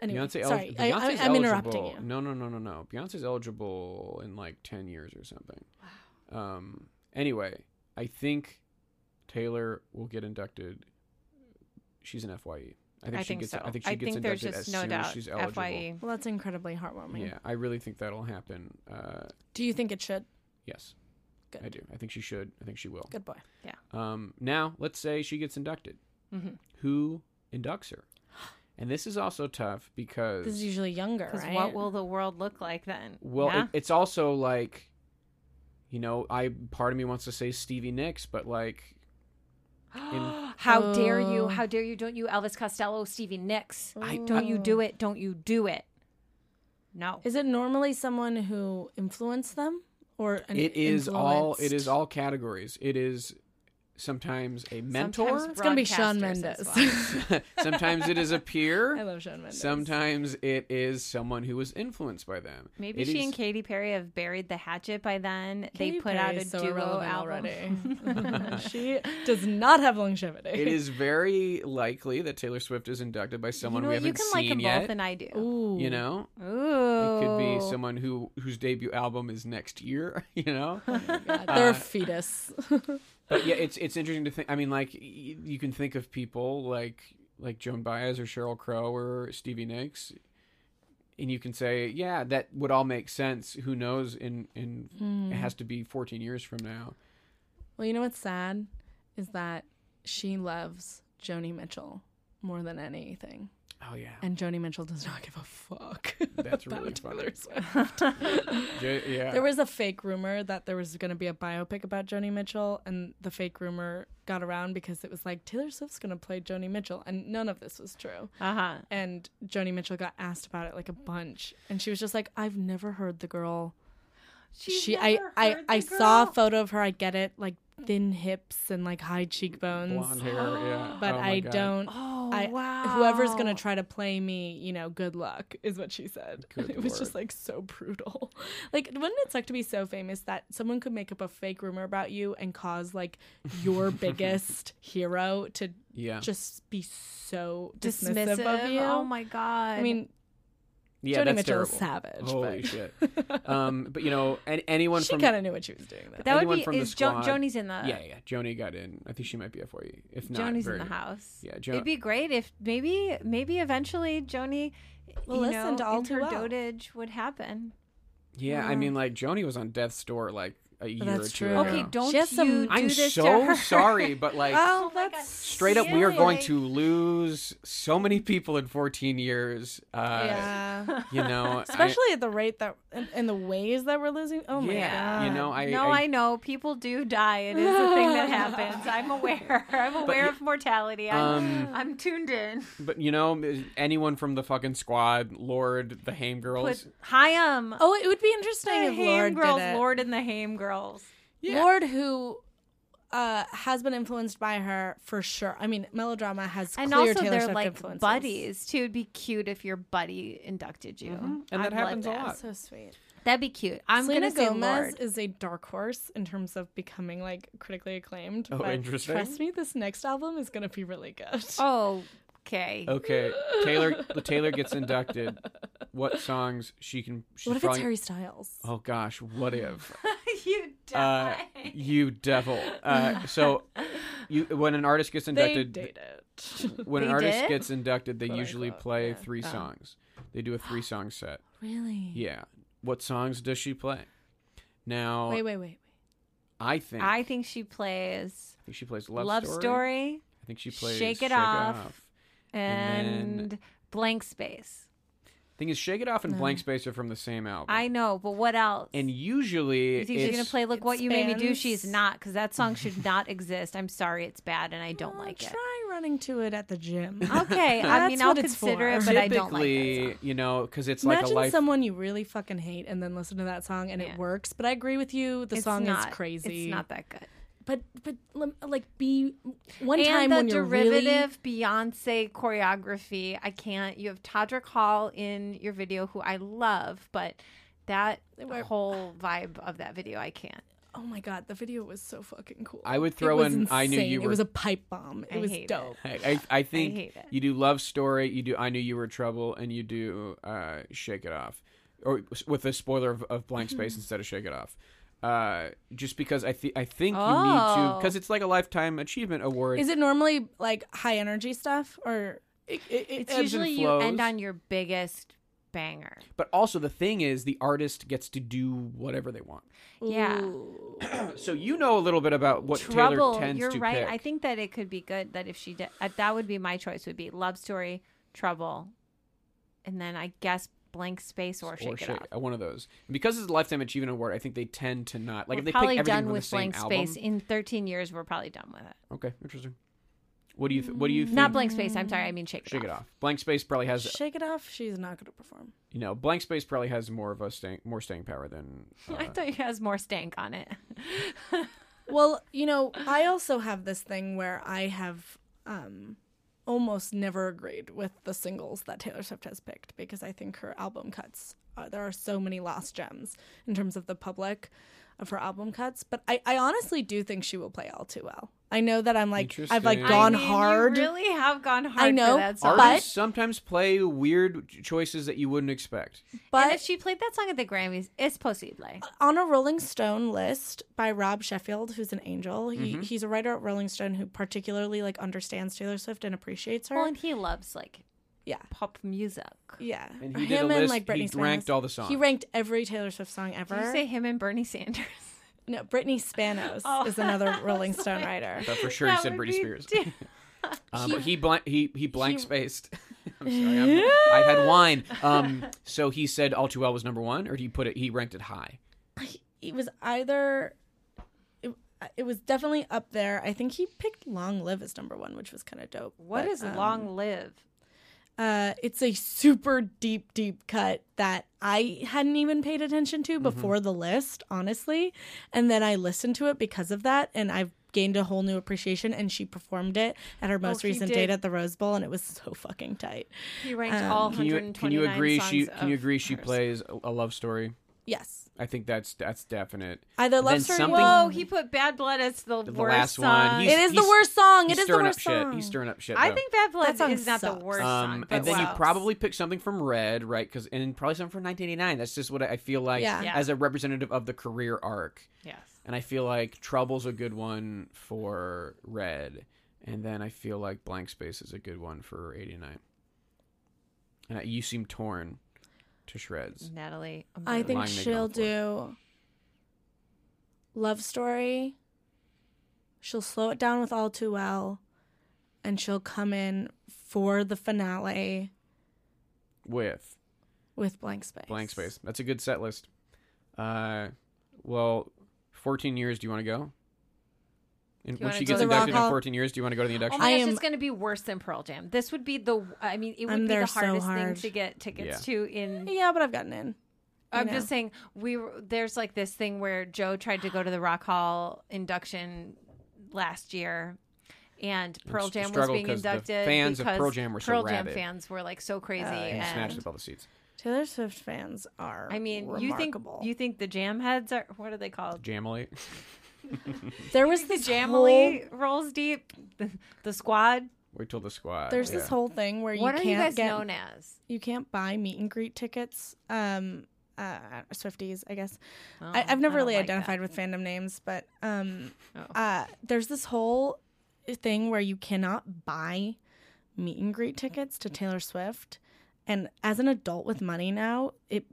Speaker 3: Anyway,
Speaker 1: Beyonce, el-
Speaker 3: sorry, I,
Speaker 1: Beyonce's
Speaker 3: am
Speaker 1: eligible.
Speaker 3: interrupting you.
Speaker 1: No, no, no, no, no. Beyonce's eligible in like ten years or something. Wow. Um. Anyway, I think Taylor will get inducted. She's an FYE. I think
Speaker 2: I
Speaker 1: she
Speaker 2: think
Speaker 1: gets.
Speaker 2: so.
Speaker 1: I think she gets
Speaker 2: there's
Speaker 1: inducted
Speaker 2: just
Speaker 1: as
Speaker 2: no
Speaker 1: soon
Speaker 2: doubt. E
Speaker 1: as she's eligible.
Speaker 2: Fye.
Speaker 3: Well, that's incredibly heartwarming.
Speaker 1: Yeah, I really think that'll happen. Uh,
Speaker 3: Do you think it should?
Speaker 1: yes,
Speaker 3: Good.
Speaker 1: I do. I think she should. I think she will.
Speaker 3: Good boy.
Speaker 1: Um, now, let's say she gets inducted. Who inducts her? And this is also tough because
Speaker 3: This is usually younger,
Speaker 2: Because
Speaker 3: right?
Speaker 2: what will the world look like then?
Speaker 1: Well,
Speaker 2: Nah?
Speaker 1: it, it's also like, you know, I part of me wants to say Stevie Nicks, but like, in,
Speaker 2: how dare you?
Speaker 3: Oh.
Speaker 2: How dare you? Don't you, Elvis Costello, Stevie Nicks?
Speaker 1: I-
Speaker 2: don't you do it? Don't you do it? No.
Speaker 3: Oh. Is it normally someone who influenced them, or an
Speaker 1: it is all it is
Speaker 3: influenced-
Speaker 1: all categories. It is sometimes a mentor.
Speaker 2: Sometimes
Speaker 3: It's gonna be Shawn
Speaker 2: broadcasters as
Speaker 3: Mendes.
Speaker 2: well.
Speaker 1: Sometimes, it is a
Speaker 3: I
Speaker 1: peer.
Speaker 3: love Shawn Mendes.
Speaker 1: Sometimes it is someone who was influenced by them.
Speaker 2: Maybe
Speaker 1: It
Speaker 2: she
Speaker 1: is-
Speaker 2: and Katy Perry have buried the hatchet by then. they
Speaker 3: Katy
Speaker 2: put out
Speaker 3: Perry
Speaker 2: a
Speaker 3: is so
Speaker 2: duo
Speaker 3: irrelevant
Speaker 2: album.
Speaker 3: already. she does not have longevity.
Speaker 1: It is very likely that Taylor Swift is inducted by
Speaker 2: You
Speaker 1: someone
Speaker 2: know,
Speaker 1: we
Speaker 2: what?
Speaker 1: haven't
Speaker 2: you can
Speaker 1: seen
Speaker 2: like them
Speaker 1: yet.
Speaker 2: both, and I Oh. do.
Speaker 3: Ooh.
Speaker 1: you know,
Speaker 2: Ooh.
Speaker 1: It could be someone who whose debut album is next year, you know.
Speaker 3: God,
Speaker 1: uh,
Speaker 3: they're a fetus.
Speaker 1: but yeah, it's it's interesting to think. I mean, like y- you can think of people like like Joan Baez or Cheryl Crow or Stevie Nicks, and you can say, yeah, that would all make sense. Who knows? In in
Speaker 3: Hmm.
Speaker 1: it has to be 14 years from now.
Speaker 3: Well, you know what's sad is that she loves Joni Mitchell more than anything,
Speaker 1: Oh yeah,
Speaker 3: and Joni Mitchell does not give a fuck.
Speaker 1: that's
Speaker 3: about
Speaker 1: really
Speaker 3: Taylor
Speaker 1: funny.
Speaker 3: Swift.
Speaker 1: J- yeah,
Speaker 3: there was a fake rumor that there was going to be a biopic about Joni Mitchell, and the fake rumor got around because it was like Taylor Swift's going to play Joni Mitchell, and none of this was true.
Speaker 2: Uh huh.
Speaker 3: And Joni Mitchell got asked about it like a bunch, and she was just like, "I've never heard the girl." she, I, I, I saw a photo of her. I get it, like thin hips and like high cheekbones
Speaker 1: blonde hair. Yeah,
Speaker 3: but
Speaker 1: Oh my
Speaker 3: I
Speaker 1: God.
Speaker 3: don't.
Speaker 2: Oh,
Speaker 3: I, Whoever's gonna
Speaker 2: wow.
Speaker 3: try to play me, you know, good luck is what she said.
Speaker 1: Good
Speaker 3: it was just
Speaker 1: Lord.
Speaker 3: like so brutal. Like, wouldn't it suck to be so famous that someone could make up a fake rumor about you and cause like your biggest hero to
Speaker 1: Yeah,
Speaker 3: just be so dismissive,
Speaker 2: Dismissive.
Speaker 3: of you?
Speaker 2: Oh my god.
Speaker 3: I mean,
Speaker 1: Yeah,
Speaker 3: Joni
Speaker 1: that's
Speaker 3: Mitchell
Speaker 1: terrible.
Speaker 3: is savage.
Speaker 1: Holy
Speaker 3: but
Speaker 1: shit. Um, but you know, an- anyone
Speaker 3: she
Speaker 1: from
Speaker 3: kind of knew what she was doing. Though.
Speaker 2: That
Speaker 1: Anyone
Speaker 2: would
Speaker 1: from
Speaker 2: be
Speaker 1: the
Speaker 2: is jo-
Speaker 1: squad?
Speaker 2: Joni's in the
Speaker 1: yeah, yeah, Joni got in. I think she might be a for you. If not,
Speaker 2: Joni's
Speaker 1: very-
Speaker 2: in the house.
Speaker 1: Yeah, Jo-
Speaker 2: It'd be great if maybe maybe eventually Joni,
Speaker 6: Well,
Speaker 2: you
Speaker 6: listen
Speaker 2: know,
Speaker 6: to All
Speaker 2: in
Speaker 6: Too
Speaker 2: her
Speaker 6: Well.
Speaker 2: dotage would happen.
Speaker 1: Yeah, I mean, like Joni was on death's door like a year or
Speaker 3: that's
Speaker 1: two
Speaker 3: true.
Speaker 1: ago.
Speaker 2: Okay, don't
Speaker 3: She has
Speaker 2: you
Speaker 3: some-
Speaker 2: do
Speaker 1: I'm
Speaker 2: this
Speaker 1: so
Speaker 2: to her.
Speaker 1: sorry, but like
Speaker 2: Oh, that's
Speaker 1: straight up, we are going to lose so many people in 14 years. Uh,
Speaker 3: yeah,
Speaker 1: You know, I-
Speaker 3: especially at the rate that and, and the ways that we're losing. Oh my
Speaker 1: yeah,
Speaker 3: god.
Speaker 1: you know, I
Speaker 2: no, I, know people do die. It is a thing that happens. I'm aware. I'm aware of mortality. I'm,
Speaker 1: Um,
Speaker 2: I'm tuned in.
Speaker 1: but you know, anyone from the fucking squad, Lord, the Haim girls,
Speaker 2: Put Hyam,
Speaker 3: Oh, it would be interesting
Speaker 2: the
Speaker 3: if
Speaker 2: Haim
Speaker 3: Lord
Speaker 2: girls,
Speaker 3: did it.
Speaker 2: Lord and the Haim girls.
Speaker 1: Yeah.
Speaker 3: Lord, who uh, has been influenced by her for sure. I mean, melodrama has
Speaker 2: And
Speaker 3: clear
Speaker 2: also,
Speaker 3: Taylor
Speaker 2: they're
Speaker 3: Swift
Speaker 2: like
Speaker 3: influences.
Speaker 2: buddies too. It'd be cute if your buddy inducted you,
Speaker 1: and that
Speaker 2: I'd love
Speaker 1: happens
Speaker 2: that.
Speaker 1: a lot.
Speaker 3: So sweet.
Speaker 2: That'd be cute. I'm gonna
Speaker 3: Selena
Speaker 2: say
Speaker 3: Gomez
Speaker 2: Lord.
Speaker 3: is a dark horse in terms of becoming like critically acclaimed.
Speaker 1: Oh,
Speaker 3: but
Speaker 1: interesting.
Speaker 3: Trust me, this next album is gonna be really good.
Speaker 2: Oh, okay.
Speaker 1: Okay, Taylor, Taylor gets inducted. What songs she can? She's
Speaker 3: what if
Speaker 1: probably,
Speaker 3: it's Harry Styles?
Speaker 1: Oh gosh, what if?
Speaker 2: you
Speaker 1: uh,
Speaker 2: die.
Speaker 1: you devil. Uh, so, you when an artist gets inducted,
Speaker 3: They date it.
Speaker 1: when an
Speaker 2: They
Speaker 1: artist
Speaker 2: did?
Speaker 1: gets inducted, they
Speaker 3: Quote,
Speaker 1: usually
Speaker 3: unquote,
Speaker 1: play
Speaker 3: yeah.
Speaker 2: Oh.
Speaker 1: three songs. They do a three song set.
Speaker 3: really?
Speaker 1: Yeah. What songs does she play? Now,
Speaker 3: Wait, wait, wait.
Speaker 1: I think
Speaker 2: I think she plays
Speaker 1: I think she plays Love,
Speaker 2: Love,
Speaker 1: Story.
Speaker 2: Story
Speaker 1: I think she plays
Speaker 2: Shake It Off. and,
Speaker 1: And then-
Speaker 2: Blank Space.
Speaker 1: Thing is, Shake It Off and Blank Space are from the same album.
Speaker 2: Mm. I know, but what else?
Speaker 1: and usually
Speaker 2: you think she's gonna
Speaker 1: it's-
Speaker 2: play "Look What You Made Me Do"?
Speaker 3: Expanse.
Speaker 2: She's not, because that song should not exist. I'm sorry, it's bad, and I don't like it.
Speaker 3: Try running to it at the gym.
Speaker 2: Okay, I mean
Speaker 3: That's
Speaker 2: I'll
Speaker 3: what it's
Speaker 2: consider it,
Speaker 3: for.
Speaker 2: but I don't like
Speaker 1: typically,
Speaker 2: it.
Speaker 1: you know, because it's like
Speaker 3: Imagine
Speaker 1: a life.
Speaker 3: someone you really fucking hate and then listen to that song and
Speaker 2: Yeah.
Speaker 3: it works. But I agree with you. The song
Speaker 2: not,
Speaker 3: is crazy.
Speaker 2: It's not that good.
Speaker 3: But but lim- like be one
Speaker 2: and
Speaker 3: time
Speaker 2: the
Speaker 3: when you're really-
Speaker 2: derivative Beyonce choreography. I can't. You have Todrick Hall in your video, who I love, but that whole vibe of that video, I can't.
Speaker 3: oh my god, the video was so fucking cool.
Speaker 1: I would
Speaker 3: It
Speaker 1: throw
Speaker 3: was
Speaker 1: in "I Knew
Speaker 3: insane.
Speaker 1: You Were
Speaker 3: It was a pipe bomb. It
Speaker 2: I
Speaker 3: was
Speaker 2: hate it.
Speaker 3: dope.
Speaker 1: I, I, I think
Speaker 2: hate it.
Speaker 1: you do love story. You do I knew you were trouble, and you do uh, shake it off, or s- with a spoiler of, of blank space instead of shake it off. Uh, just because I think I think you need to
Speaker 2: Oh.
Speaker 1: because it's like a lifetime achievement award.
Speaker 3: Is it normally like high energy stuff or
Speaker 1: It- it- it
Speaker 2: It's
Speaker 1: ebbs and
Speaker 2: usually you end
Speaker 1: flows.
Speaker 2: on your biggest banger.
Speaker 1: But also the thing is, the artist gets to do whatever they want.
Speaker 2: Yeah.
Speaker 3: Ooh.
Speaker 1: So you know a little bit about what
Speaker 2: Trouble.
Speaker 1: Taylor tends
Speaker 2: You're
Speaker 1: to
Speaker 2: right.
Speaker 1: pick.
Speaker 2: I think that it could be good that if she did, uh, that would be my choice. Would be Love Story, Trouble, and then I guess Blank Space or, Shake It Off.
Speaker 1: uh, one of those. And because it's a lifetime achievement award, I think they tend to not like
Speaker 2: we're
Speaker 1: if they pick
Speaker 2: probably
Speaker 1: everything
Speaker 2: done
Speaker 1: from
Speaker 2: with
Speaker 1: the same
Speaker 2: Blank
Speaker 1: album.
Speaker 2: Space in 13 years. We're probably done with it.
Speaker 1: Okay, interesting. What do you th- What do you think?
Speaker 2: Mm, Not Blank Space. I'm sorry. I mean Shake It
Speaker 1: Shake
Speaker 2: Off.
Speaker 1: it off. Blank space probably has
Speaker 3: Shake it off. She's not going to perform.
Speaker 1: you know blank space probably has more of a staying more staying power than
Speaker 2: I
Speaker 1: uh,
Speaker 2: thought it has more stank on it.
Speaker 3: Well, you know, I also have this thing where I have um, almost never agreed with the singles that Taylor Swift has picked because I think her album cuts, uh, there are so many lost gems in terms of the public of her album cuts. But I, I honestly do think she will play all too well. I know that I'm like, I've like
Speaker 1: Interesting.
Speaker 3: gone
Speaker 2: I mean,
Speaker 3: hard.
Speaker 2: You really have gone hard.
Speaker 3: I know,
Speaker 2: For that song.
Speaker 3: but-
Speaker 1: artists sometimes play weird ch- choices that you wouldn't expect.
Speaker 3: but
Speaker 2: And if she played that song at the Grammys, it's possible.
Speaker 3: on a Rolling Stone list by Rob Sheffield, who's an angel. He, He's a writer at Rolling Stone who particularly like understands Taylor Swift and appreciates her.
Speaker 2: Well, and he loves like
Speaker 3: yeah.
Speaker 2: pop music.
Speaker 3: Yeah.
Speaker 1: And he did a list- he ranked all the
Speaker 3: He
Speaker 1: songs.
Speaker 3: ranked every Taylor Swift song ever.
Speaker 2: Did you say Oh, him and Bernie Sanders?
Speaker 3: no, Britney Spanos is another Rolling Stone writer.
Speaker 1: But Uh, for sure, he
Speaker 2: That
Speaker 1: said
Speaker 2: would
Speaker 1: Britney
Speaker 2: be
Speaker 1: Spears. um, but he blank he he blank spaced. I'm sorry, I'm, I've had wine. Um, so he said all too well was number one, or do you put it? He ranked it high.
Speaker 3: It was either it, it was definitely up there. I think he picked Long Live as number 1, which was kind of dope.
Speaker 2: What
Speaker 3: but,
Speaker 2: is
Speaker 3: um,
Speaker 2: long live?
Speaker 3: Uh, it's a super deep, deep cut that I hadn't even paid attention
Speaker 1: Mm-hmm.
Speaker 3: to before the list, honestly. And then I listened to it because of that, and I've gained a whole new appreciation. And she performed it at her most
Speaker 2: he
Speaker 3: recent
Speaker 2: Oh, did.
Speaker 3: date at the Rose Bowl, and it was so fucking tight.
Speaker 2: He ranked all
Speaker 1: Can you
Speaker 2: 129
Speaker 1: can you agree
Speaker 2: songs
Speaker 1: she can you
Speaker 2: of
Speaker 1: agree she
Speaker 2: hers.
Speaker 1: plays a, a love story?
Speaker 3: Yes.
Speaker 1: I think that's that's definite.
Speaker 3: Either
Speaker 1: And
Speaker 3: love
Speaker 1: then
Speaker 3: story.
Speaker 1: something-
Speaker 2: Whoa, he put Bad Blood as the,
Speaker 1: The last
Speaker 2: worst
Speaker 1: one.
Speaker 2: song.
Speaker 3: it is the
Speaker 1: he's-
Speaker 3: worst song.
Speaker 1: He's
Speaker 3: It is the
Speaker 1: stirring
Speaker 3: worst
Speaker 1: up shit.
Speaker 3: song.
Speaker 1: He's stirring up shit.
Speaker 2: I
Speaker 1: though.
Speaker 2: think Bad Blood
Speaker 3: That song
Speaker 2: is not
Speaker 3: sucks.
Speaker 2: the worst song.
Speaker 1: Um,
Speaker 2: but
Speaker 1: and then you
Speaker 2: wow.
Speaker 1: probably pick something from Red, right? Because and probably something from 1989. That's just what I I feel like
Speaker 3: Yeah.
Speaker 2: Yeah.
Speaker 1: as a representative of the career arc.
Speaker 2: Yes.
Speaker 1: And I feel like Trouble's a good one for Red, and then I feel like Blank Space is a good one for 89. And I, you seem torn to shreds.
Speaker 2: Natalie. I'm
Speaker 3: I
Speaker 2: really-
Speaker 3: think
Speaker 1: lying naked
Speaker 3: she'll
Speaker 1: on the
Speaker 3: do love story. She'll slow it down with all too well, and she'll come in for the finale
Speaker 2: Mm-hmm.
Speaker 1: With
Speaker 3: with blank space.
Speaker 1: Blank Space, that's a good set list. Uh, well, 14 years. Do you want to go? And
Speaker 2: you
Speaker 1: when
Speaker 2: wanna
Speaker 1: she
Speaker 2: go
Speaker 1: gets
Speaker 3: to the
Speaker 1: inducted in
Speaker 3: Rock Hall?
Speaker 1: 14 years, do you want to go to the
Speaker 2: Oh
Speaker 1: induction?
Speaker 2: my
Speaker 3: I
Speaker 2: gosh,
Speaker 3: am-
Speaker 2: it's going to be worse than Pearl Jam. This would be the. I mean, it would
Speaker 3: I'm
Speaker 2: be the
Speaker 3: there so
Speaker 2: hardest thing
Speaker 3: hard.
Speaker 2: to get tickets to. In
Speaker 3: Yeah, but I've gotten in.
Speaker 2: I'm
Speaker 3: know.
Speaker 2: just saying we were- there's like this thing where Joe tried to go to the Rock Hall induction last year. And Pearl
Speaker 1: s-
Speaker 2: Jam was
Speaker 1: struggled
Speaker 2: being
Speaker 1: 'cause the
Speaker 2: inducted.
Speaker 1: fans of
Speaker 2: because
Speaker 1: Pearl Jam were so
Speaker 2: Pearl Jam
Speaker 1: rabid.
Speaker 2: fans were like so crazy.
Speaker 1: and
Speaker 2: and-
Speaker 1: snatches up all the seats.
Speaker 3: Taylor Swift fans are.
Speaker 2: I mean,
Speaker 3: remarkable.
Speaker 2: you think you think the jam heads are what are they called?
Speaker 1: Jamily.
Speaker 3: there was
Speaker 2: the
Speaker 3: this whole.
Speaker 2: Jamily rolls deep. The, the squad.
Speaker 1: Wait till the squad.
Speaker 3: There's
Speaker 1: Uh, yeah.
Speaker 3: this whole thing where
Speaker 2: what
Speaker 3: you
Speaker 2: are
Speaker 3: can't
Speaker 2: you guys
Speaker 3: get
Speaker 2: known as?
Speaker 3: you can't buy meet and greet tickets. Um, uh, Swifties, I guess. I,
Speaker 2: Oh, I
Speaker 3: I've never
Speaker 2: don't
Speaker 3: really
Speaker 2: like
Speaker 3: identified with fandom names, but um,
Speaker 2: Oh.
Speaker 3: uh, there's this whole thing where you cannot buy meet and greet tickets to Taylor Swift, and as an adult with money now, it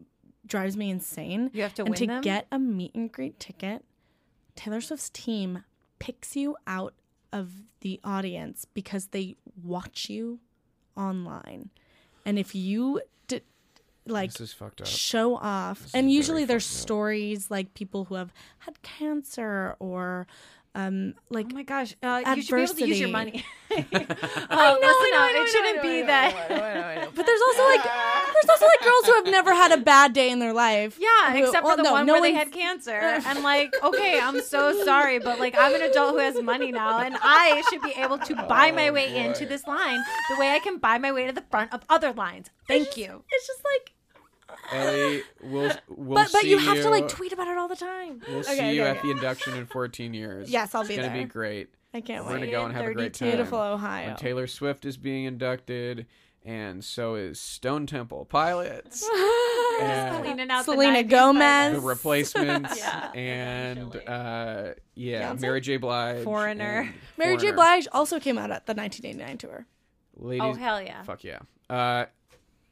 Speaker 3: drives me insane.
Speaker 2: You have to
Speaker 3: and
Speaker 2: win
Speaker 3: to
Speaker 2: them?
Speaker 3: get a meet and greet ticket. Taylor Swift's team picks you out of the audience because they watch you online, and if you d- like
Speaker 1: This is fucked up.
Speaker 3: show off. and usually there's stories like people who have had cancer or um like
Speaker 2: Oh my gosh, uh, you should be able to use your
Speaker 3: adversity.
Speaker 2: money.
Speaker 3: I
Speaker 2: listen
Speaker 3: know, I
Speaker 2: up,
Speaker 3: know, I
Speaker 2: it
Speaker 3: know,
Speaker 2: shouldn't
Speaker 3: I know,
Speaker 2: be
Speaker 3: I know,
Speaker 2: that.
Speaker 3: but there's also like there's also like girls who have never had a bad day in their life.
Speaker 2: Yeah,
Speaker 3: Who-
Speaker 2: except
Speaker 3: well,
Speaker 2: for the
Speaker 3: no,
Speaker 2: one
Speaker 3: no
Speaker 2: where they had
Speaker 3: one's-
Speaker 2: cancer. And like, okay, I'm so sorry, but like, I'm an adult who has money now, and I should be able to buy
Speaker 3: Oh,
Speaker 2: my way into this line the way I can buy my way to the front of other lines. Thank you.
Speaker 3: It's just like
Speaker 1: Ellie, we'll, we'll
Speaker 3: but but
Speaker 1: see
Speaker 3: you have to like tweet about it all the time.
Speaker 1: We'll see
Speaker 3: okay,
Speaker 1: you
Speaker 3: okay,
Speaker 1: at
Speaker 3: okay.
Speaker 1: the induction in 14 years.
Speaker 3: Yes, I'll be
Speaker 1: It's gonna
Speaker 3: there.
Speaker 1: be great.
Speaker 3: I can't
Speaker 1: We're gonna
Speaker 3: wait.
Speaker 1: go and have a great
Speaker 2: 32.
Speaker 1: time.
Speaker 3: Beautiful Ohio.
Speaker 1: When Taylor Swift is being inducted, and so is Stone Temple Pilots, and
Speaker 2: Cleaning out the
Speaker 3: Selena
Speaker 2: 90s
Speaker 3: Gomez.
Speaker 1: the Replacements,
Speaker 2: Yeah.
Speaker 1: and uh, yeah, Mary J. Blige,
Speaker 2: Foreigner.
Speaker 1: and
Speaker 3: Mary J.
Speaker 1: Foreigner.
Speaker 3: Blige also came out at the 1989 tour.
Speaker 1: Ladies,
Speaker 2: Oh hell yeah!
Speaker 1: Fuck yeah. Uh,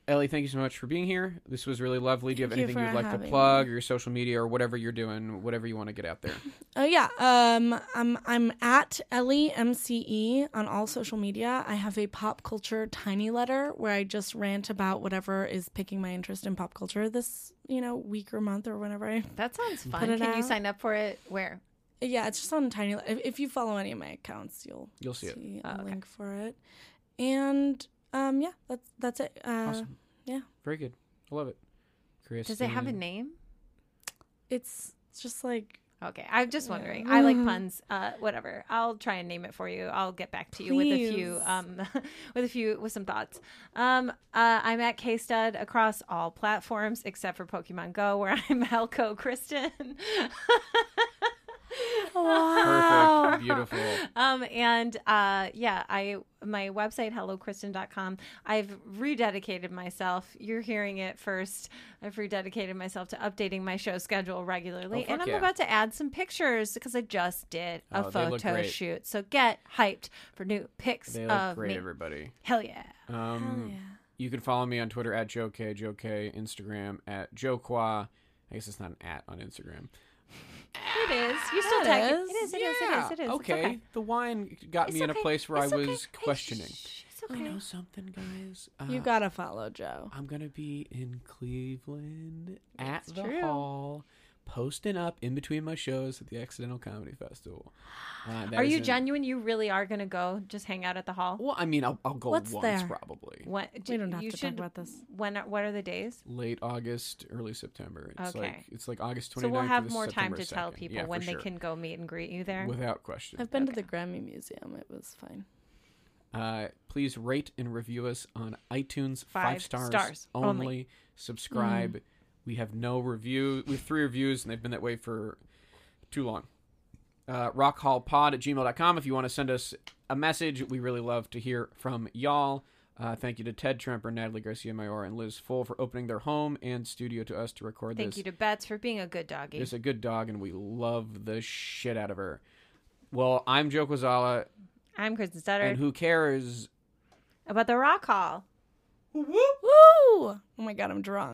Speaker 1: Ellie, thank you so much for being here. This was really lovely. Do you have
Speaker 3: Thank you
Speaker 1: anything
Speaker 3: for
Speaker 1: you'd like to
Speaker 3: having
Speaker 1: plug or your social media or whatever you're doing, whatever you want to get out there?
Speaker 3: Oh yeah. Um I'm I'm at E Ellie MCE on all social media. I have a pop culture tiny letter where I just rant about whatever is piquing my interest in pop culture this, you know, week or month or whenever I
Speaker 2: That sounds fun.
Speaker 3: Put it
Speaker 2: Can you
Speaker 3: out.
Speaker 2: sign up for it? Where?
Speaker 3: Yeah, it's just on tiny Le- if, if you follow any of my accounts, you'll
Speaker 1: You'll see it.
Speaker 3: a link for it. And um yeah, that's that's it. Uh yeah.
Speaker 1: Very good. I love it. Chris.
Speaker 2: Does it have a
Speaker 3: Mm.
Speaker 2: name?
Speaker 3: It's just like
Speaker 2: Okay, I'm just wondering. I like puns. Uh, whatever. I'll try and name it for you. I'll get back to you with a few,
Speaker 3: Please.
Speaker 2: um, with a few, with some thoughts. Um, uh, I'm at K Stud across all platforms except for Pokemon Go, where I'm Helco Kristen.
Speaker 1: Perfect. Beautiful.
Speaker 2: um, and uh, yeah, I my website hellokristen.com. I've rededicated myself. You're hearing it first. I've rededicated myself to updating my show schedule regularly,
Speaker 1: Oh,
Speaker 2: and
Speaker 1: fuck
Speaker 2: I'm
Speaker 1: yeah.
Speaker 2: about to add some pictures because I just did a
Speaker 1: Oh, they look
Speaker 2: photo
Speaker 1: great.
Speaker 2: shoot. So get hyped for new pics
Speaker 1: They look
Speaker 2: of
Speaker 1: great,
Speaker 2: me.
Speaker 1: everybody.
Speaker 2: Hell yeah!
Speaker 1: Um, You can follow me on Twitter at Joe K, Joe K, Instagram at Joe Qua. I guess it's not an at on Instagram.
Speaker 2: It is. You still tag it. It is. It is.
Speaker 1: Yeah,
Speaker 2: It is. It is. It's
Speaker 1: Okay. The wine got me in a
Speaker 2: okay.
Speaker 1: place where
Speaker 2: It's
Speaker 1: I
Speaker 2: okay.
Speaker 1: was
Speaker 2: Hey, shh,
Speaker 1: questioning. Oh,
Speaker 2: shh, It's okay.
Speaker 1: You know something, guys? Uh,
Speaker 3: you gotta follow Joe.
Speaker 1: I'm gonna be in Cleveland at the
Speaker 2: true.
Speaker 1: hall, posting up in between my shows at the Accidental Comedy Festival. Uh, that
Speaker 2: Are
Speaker 1: is
Speaker 2: you
Speaker 1: in-
Speaker 2: genuine? You really are gonna go? Just hang out at the hall.
Speaker 1: Well, I mean, I'll, I'll go
Speaker 3: What's
Speaker 1: once
Speaker 3: there?
Speaker 1: probably.
Speaker 2: What?
Speaker 3: We don't have
Speaker 2: you
Speaker 3: to talk
Speaker 2: should-
Speaker 3: about this.
Speaker 2: When? are- What are the days?
Speaker 1: Late August, early September. It's
Speaker 2: Okay.
Speaker 1: like it's like August 29th.
Speaker 2: So we'll
Speaker 1: through
Speaker 2: have
Speaker 1: the
Speaker 2: more time
Speaker 1: September
Speaker 2: to tell
Speaker 1: 2nd.
Speaker 2: people
Speaker 1: Yeah, for
Speaker 2: when they
Speaker 1: sure.
Speaker 2: can go meet and greet you there.
Speaker 1: Without question.
Speaker 3: I've been to the Grammy Museum. It was fun.
Speaker 1: Uh, please rate and review us on iTunes. Five,
Speaker 2: Five
Speaker 1: stars,
Speaker 2: stars
Speaker 1: only. Mm.
Speaker 2: only.
Speaker 1: Subscribe. We have no review. We have three reviews, and they've been that way for too long. Uh, rockhallpod at gmail.com if you want to send us a message. We really love to hear from y'all. Uh, thank you to Ted Tremper, Natalie Garcia Mayor, and Liz Full for opening their home and studio to us to record
Speaker 2: Thank
Speaker 1: this.
Speaker 2: you to Bets for being a good doggy.
Speaker 1: It's a good dog, and we love the shit out of her. Well, I'm Joe Quazala,
Speaker 2: I'm Kristen Sutter.
Speaker 1: and who cares?
Speaker 2: About the Rock Hall.
Speaker 3: Woo! Oh my god, I'm drunk.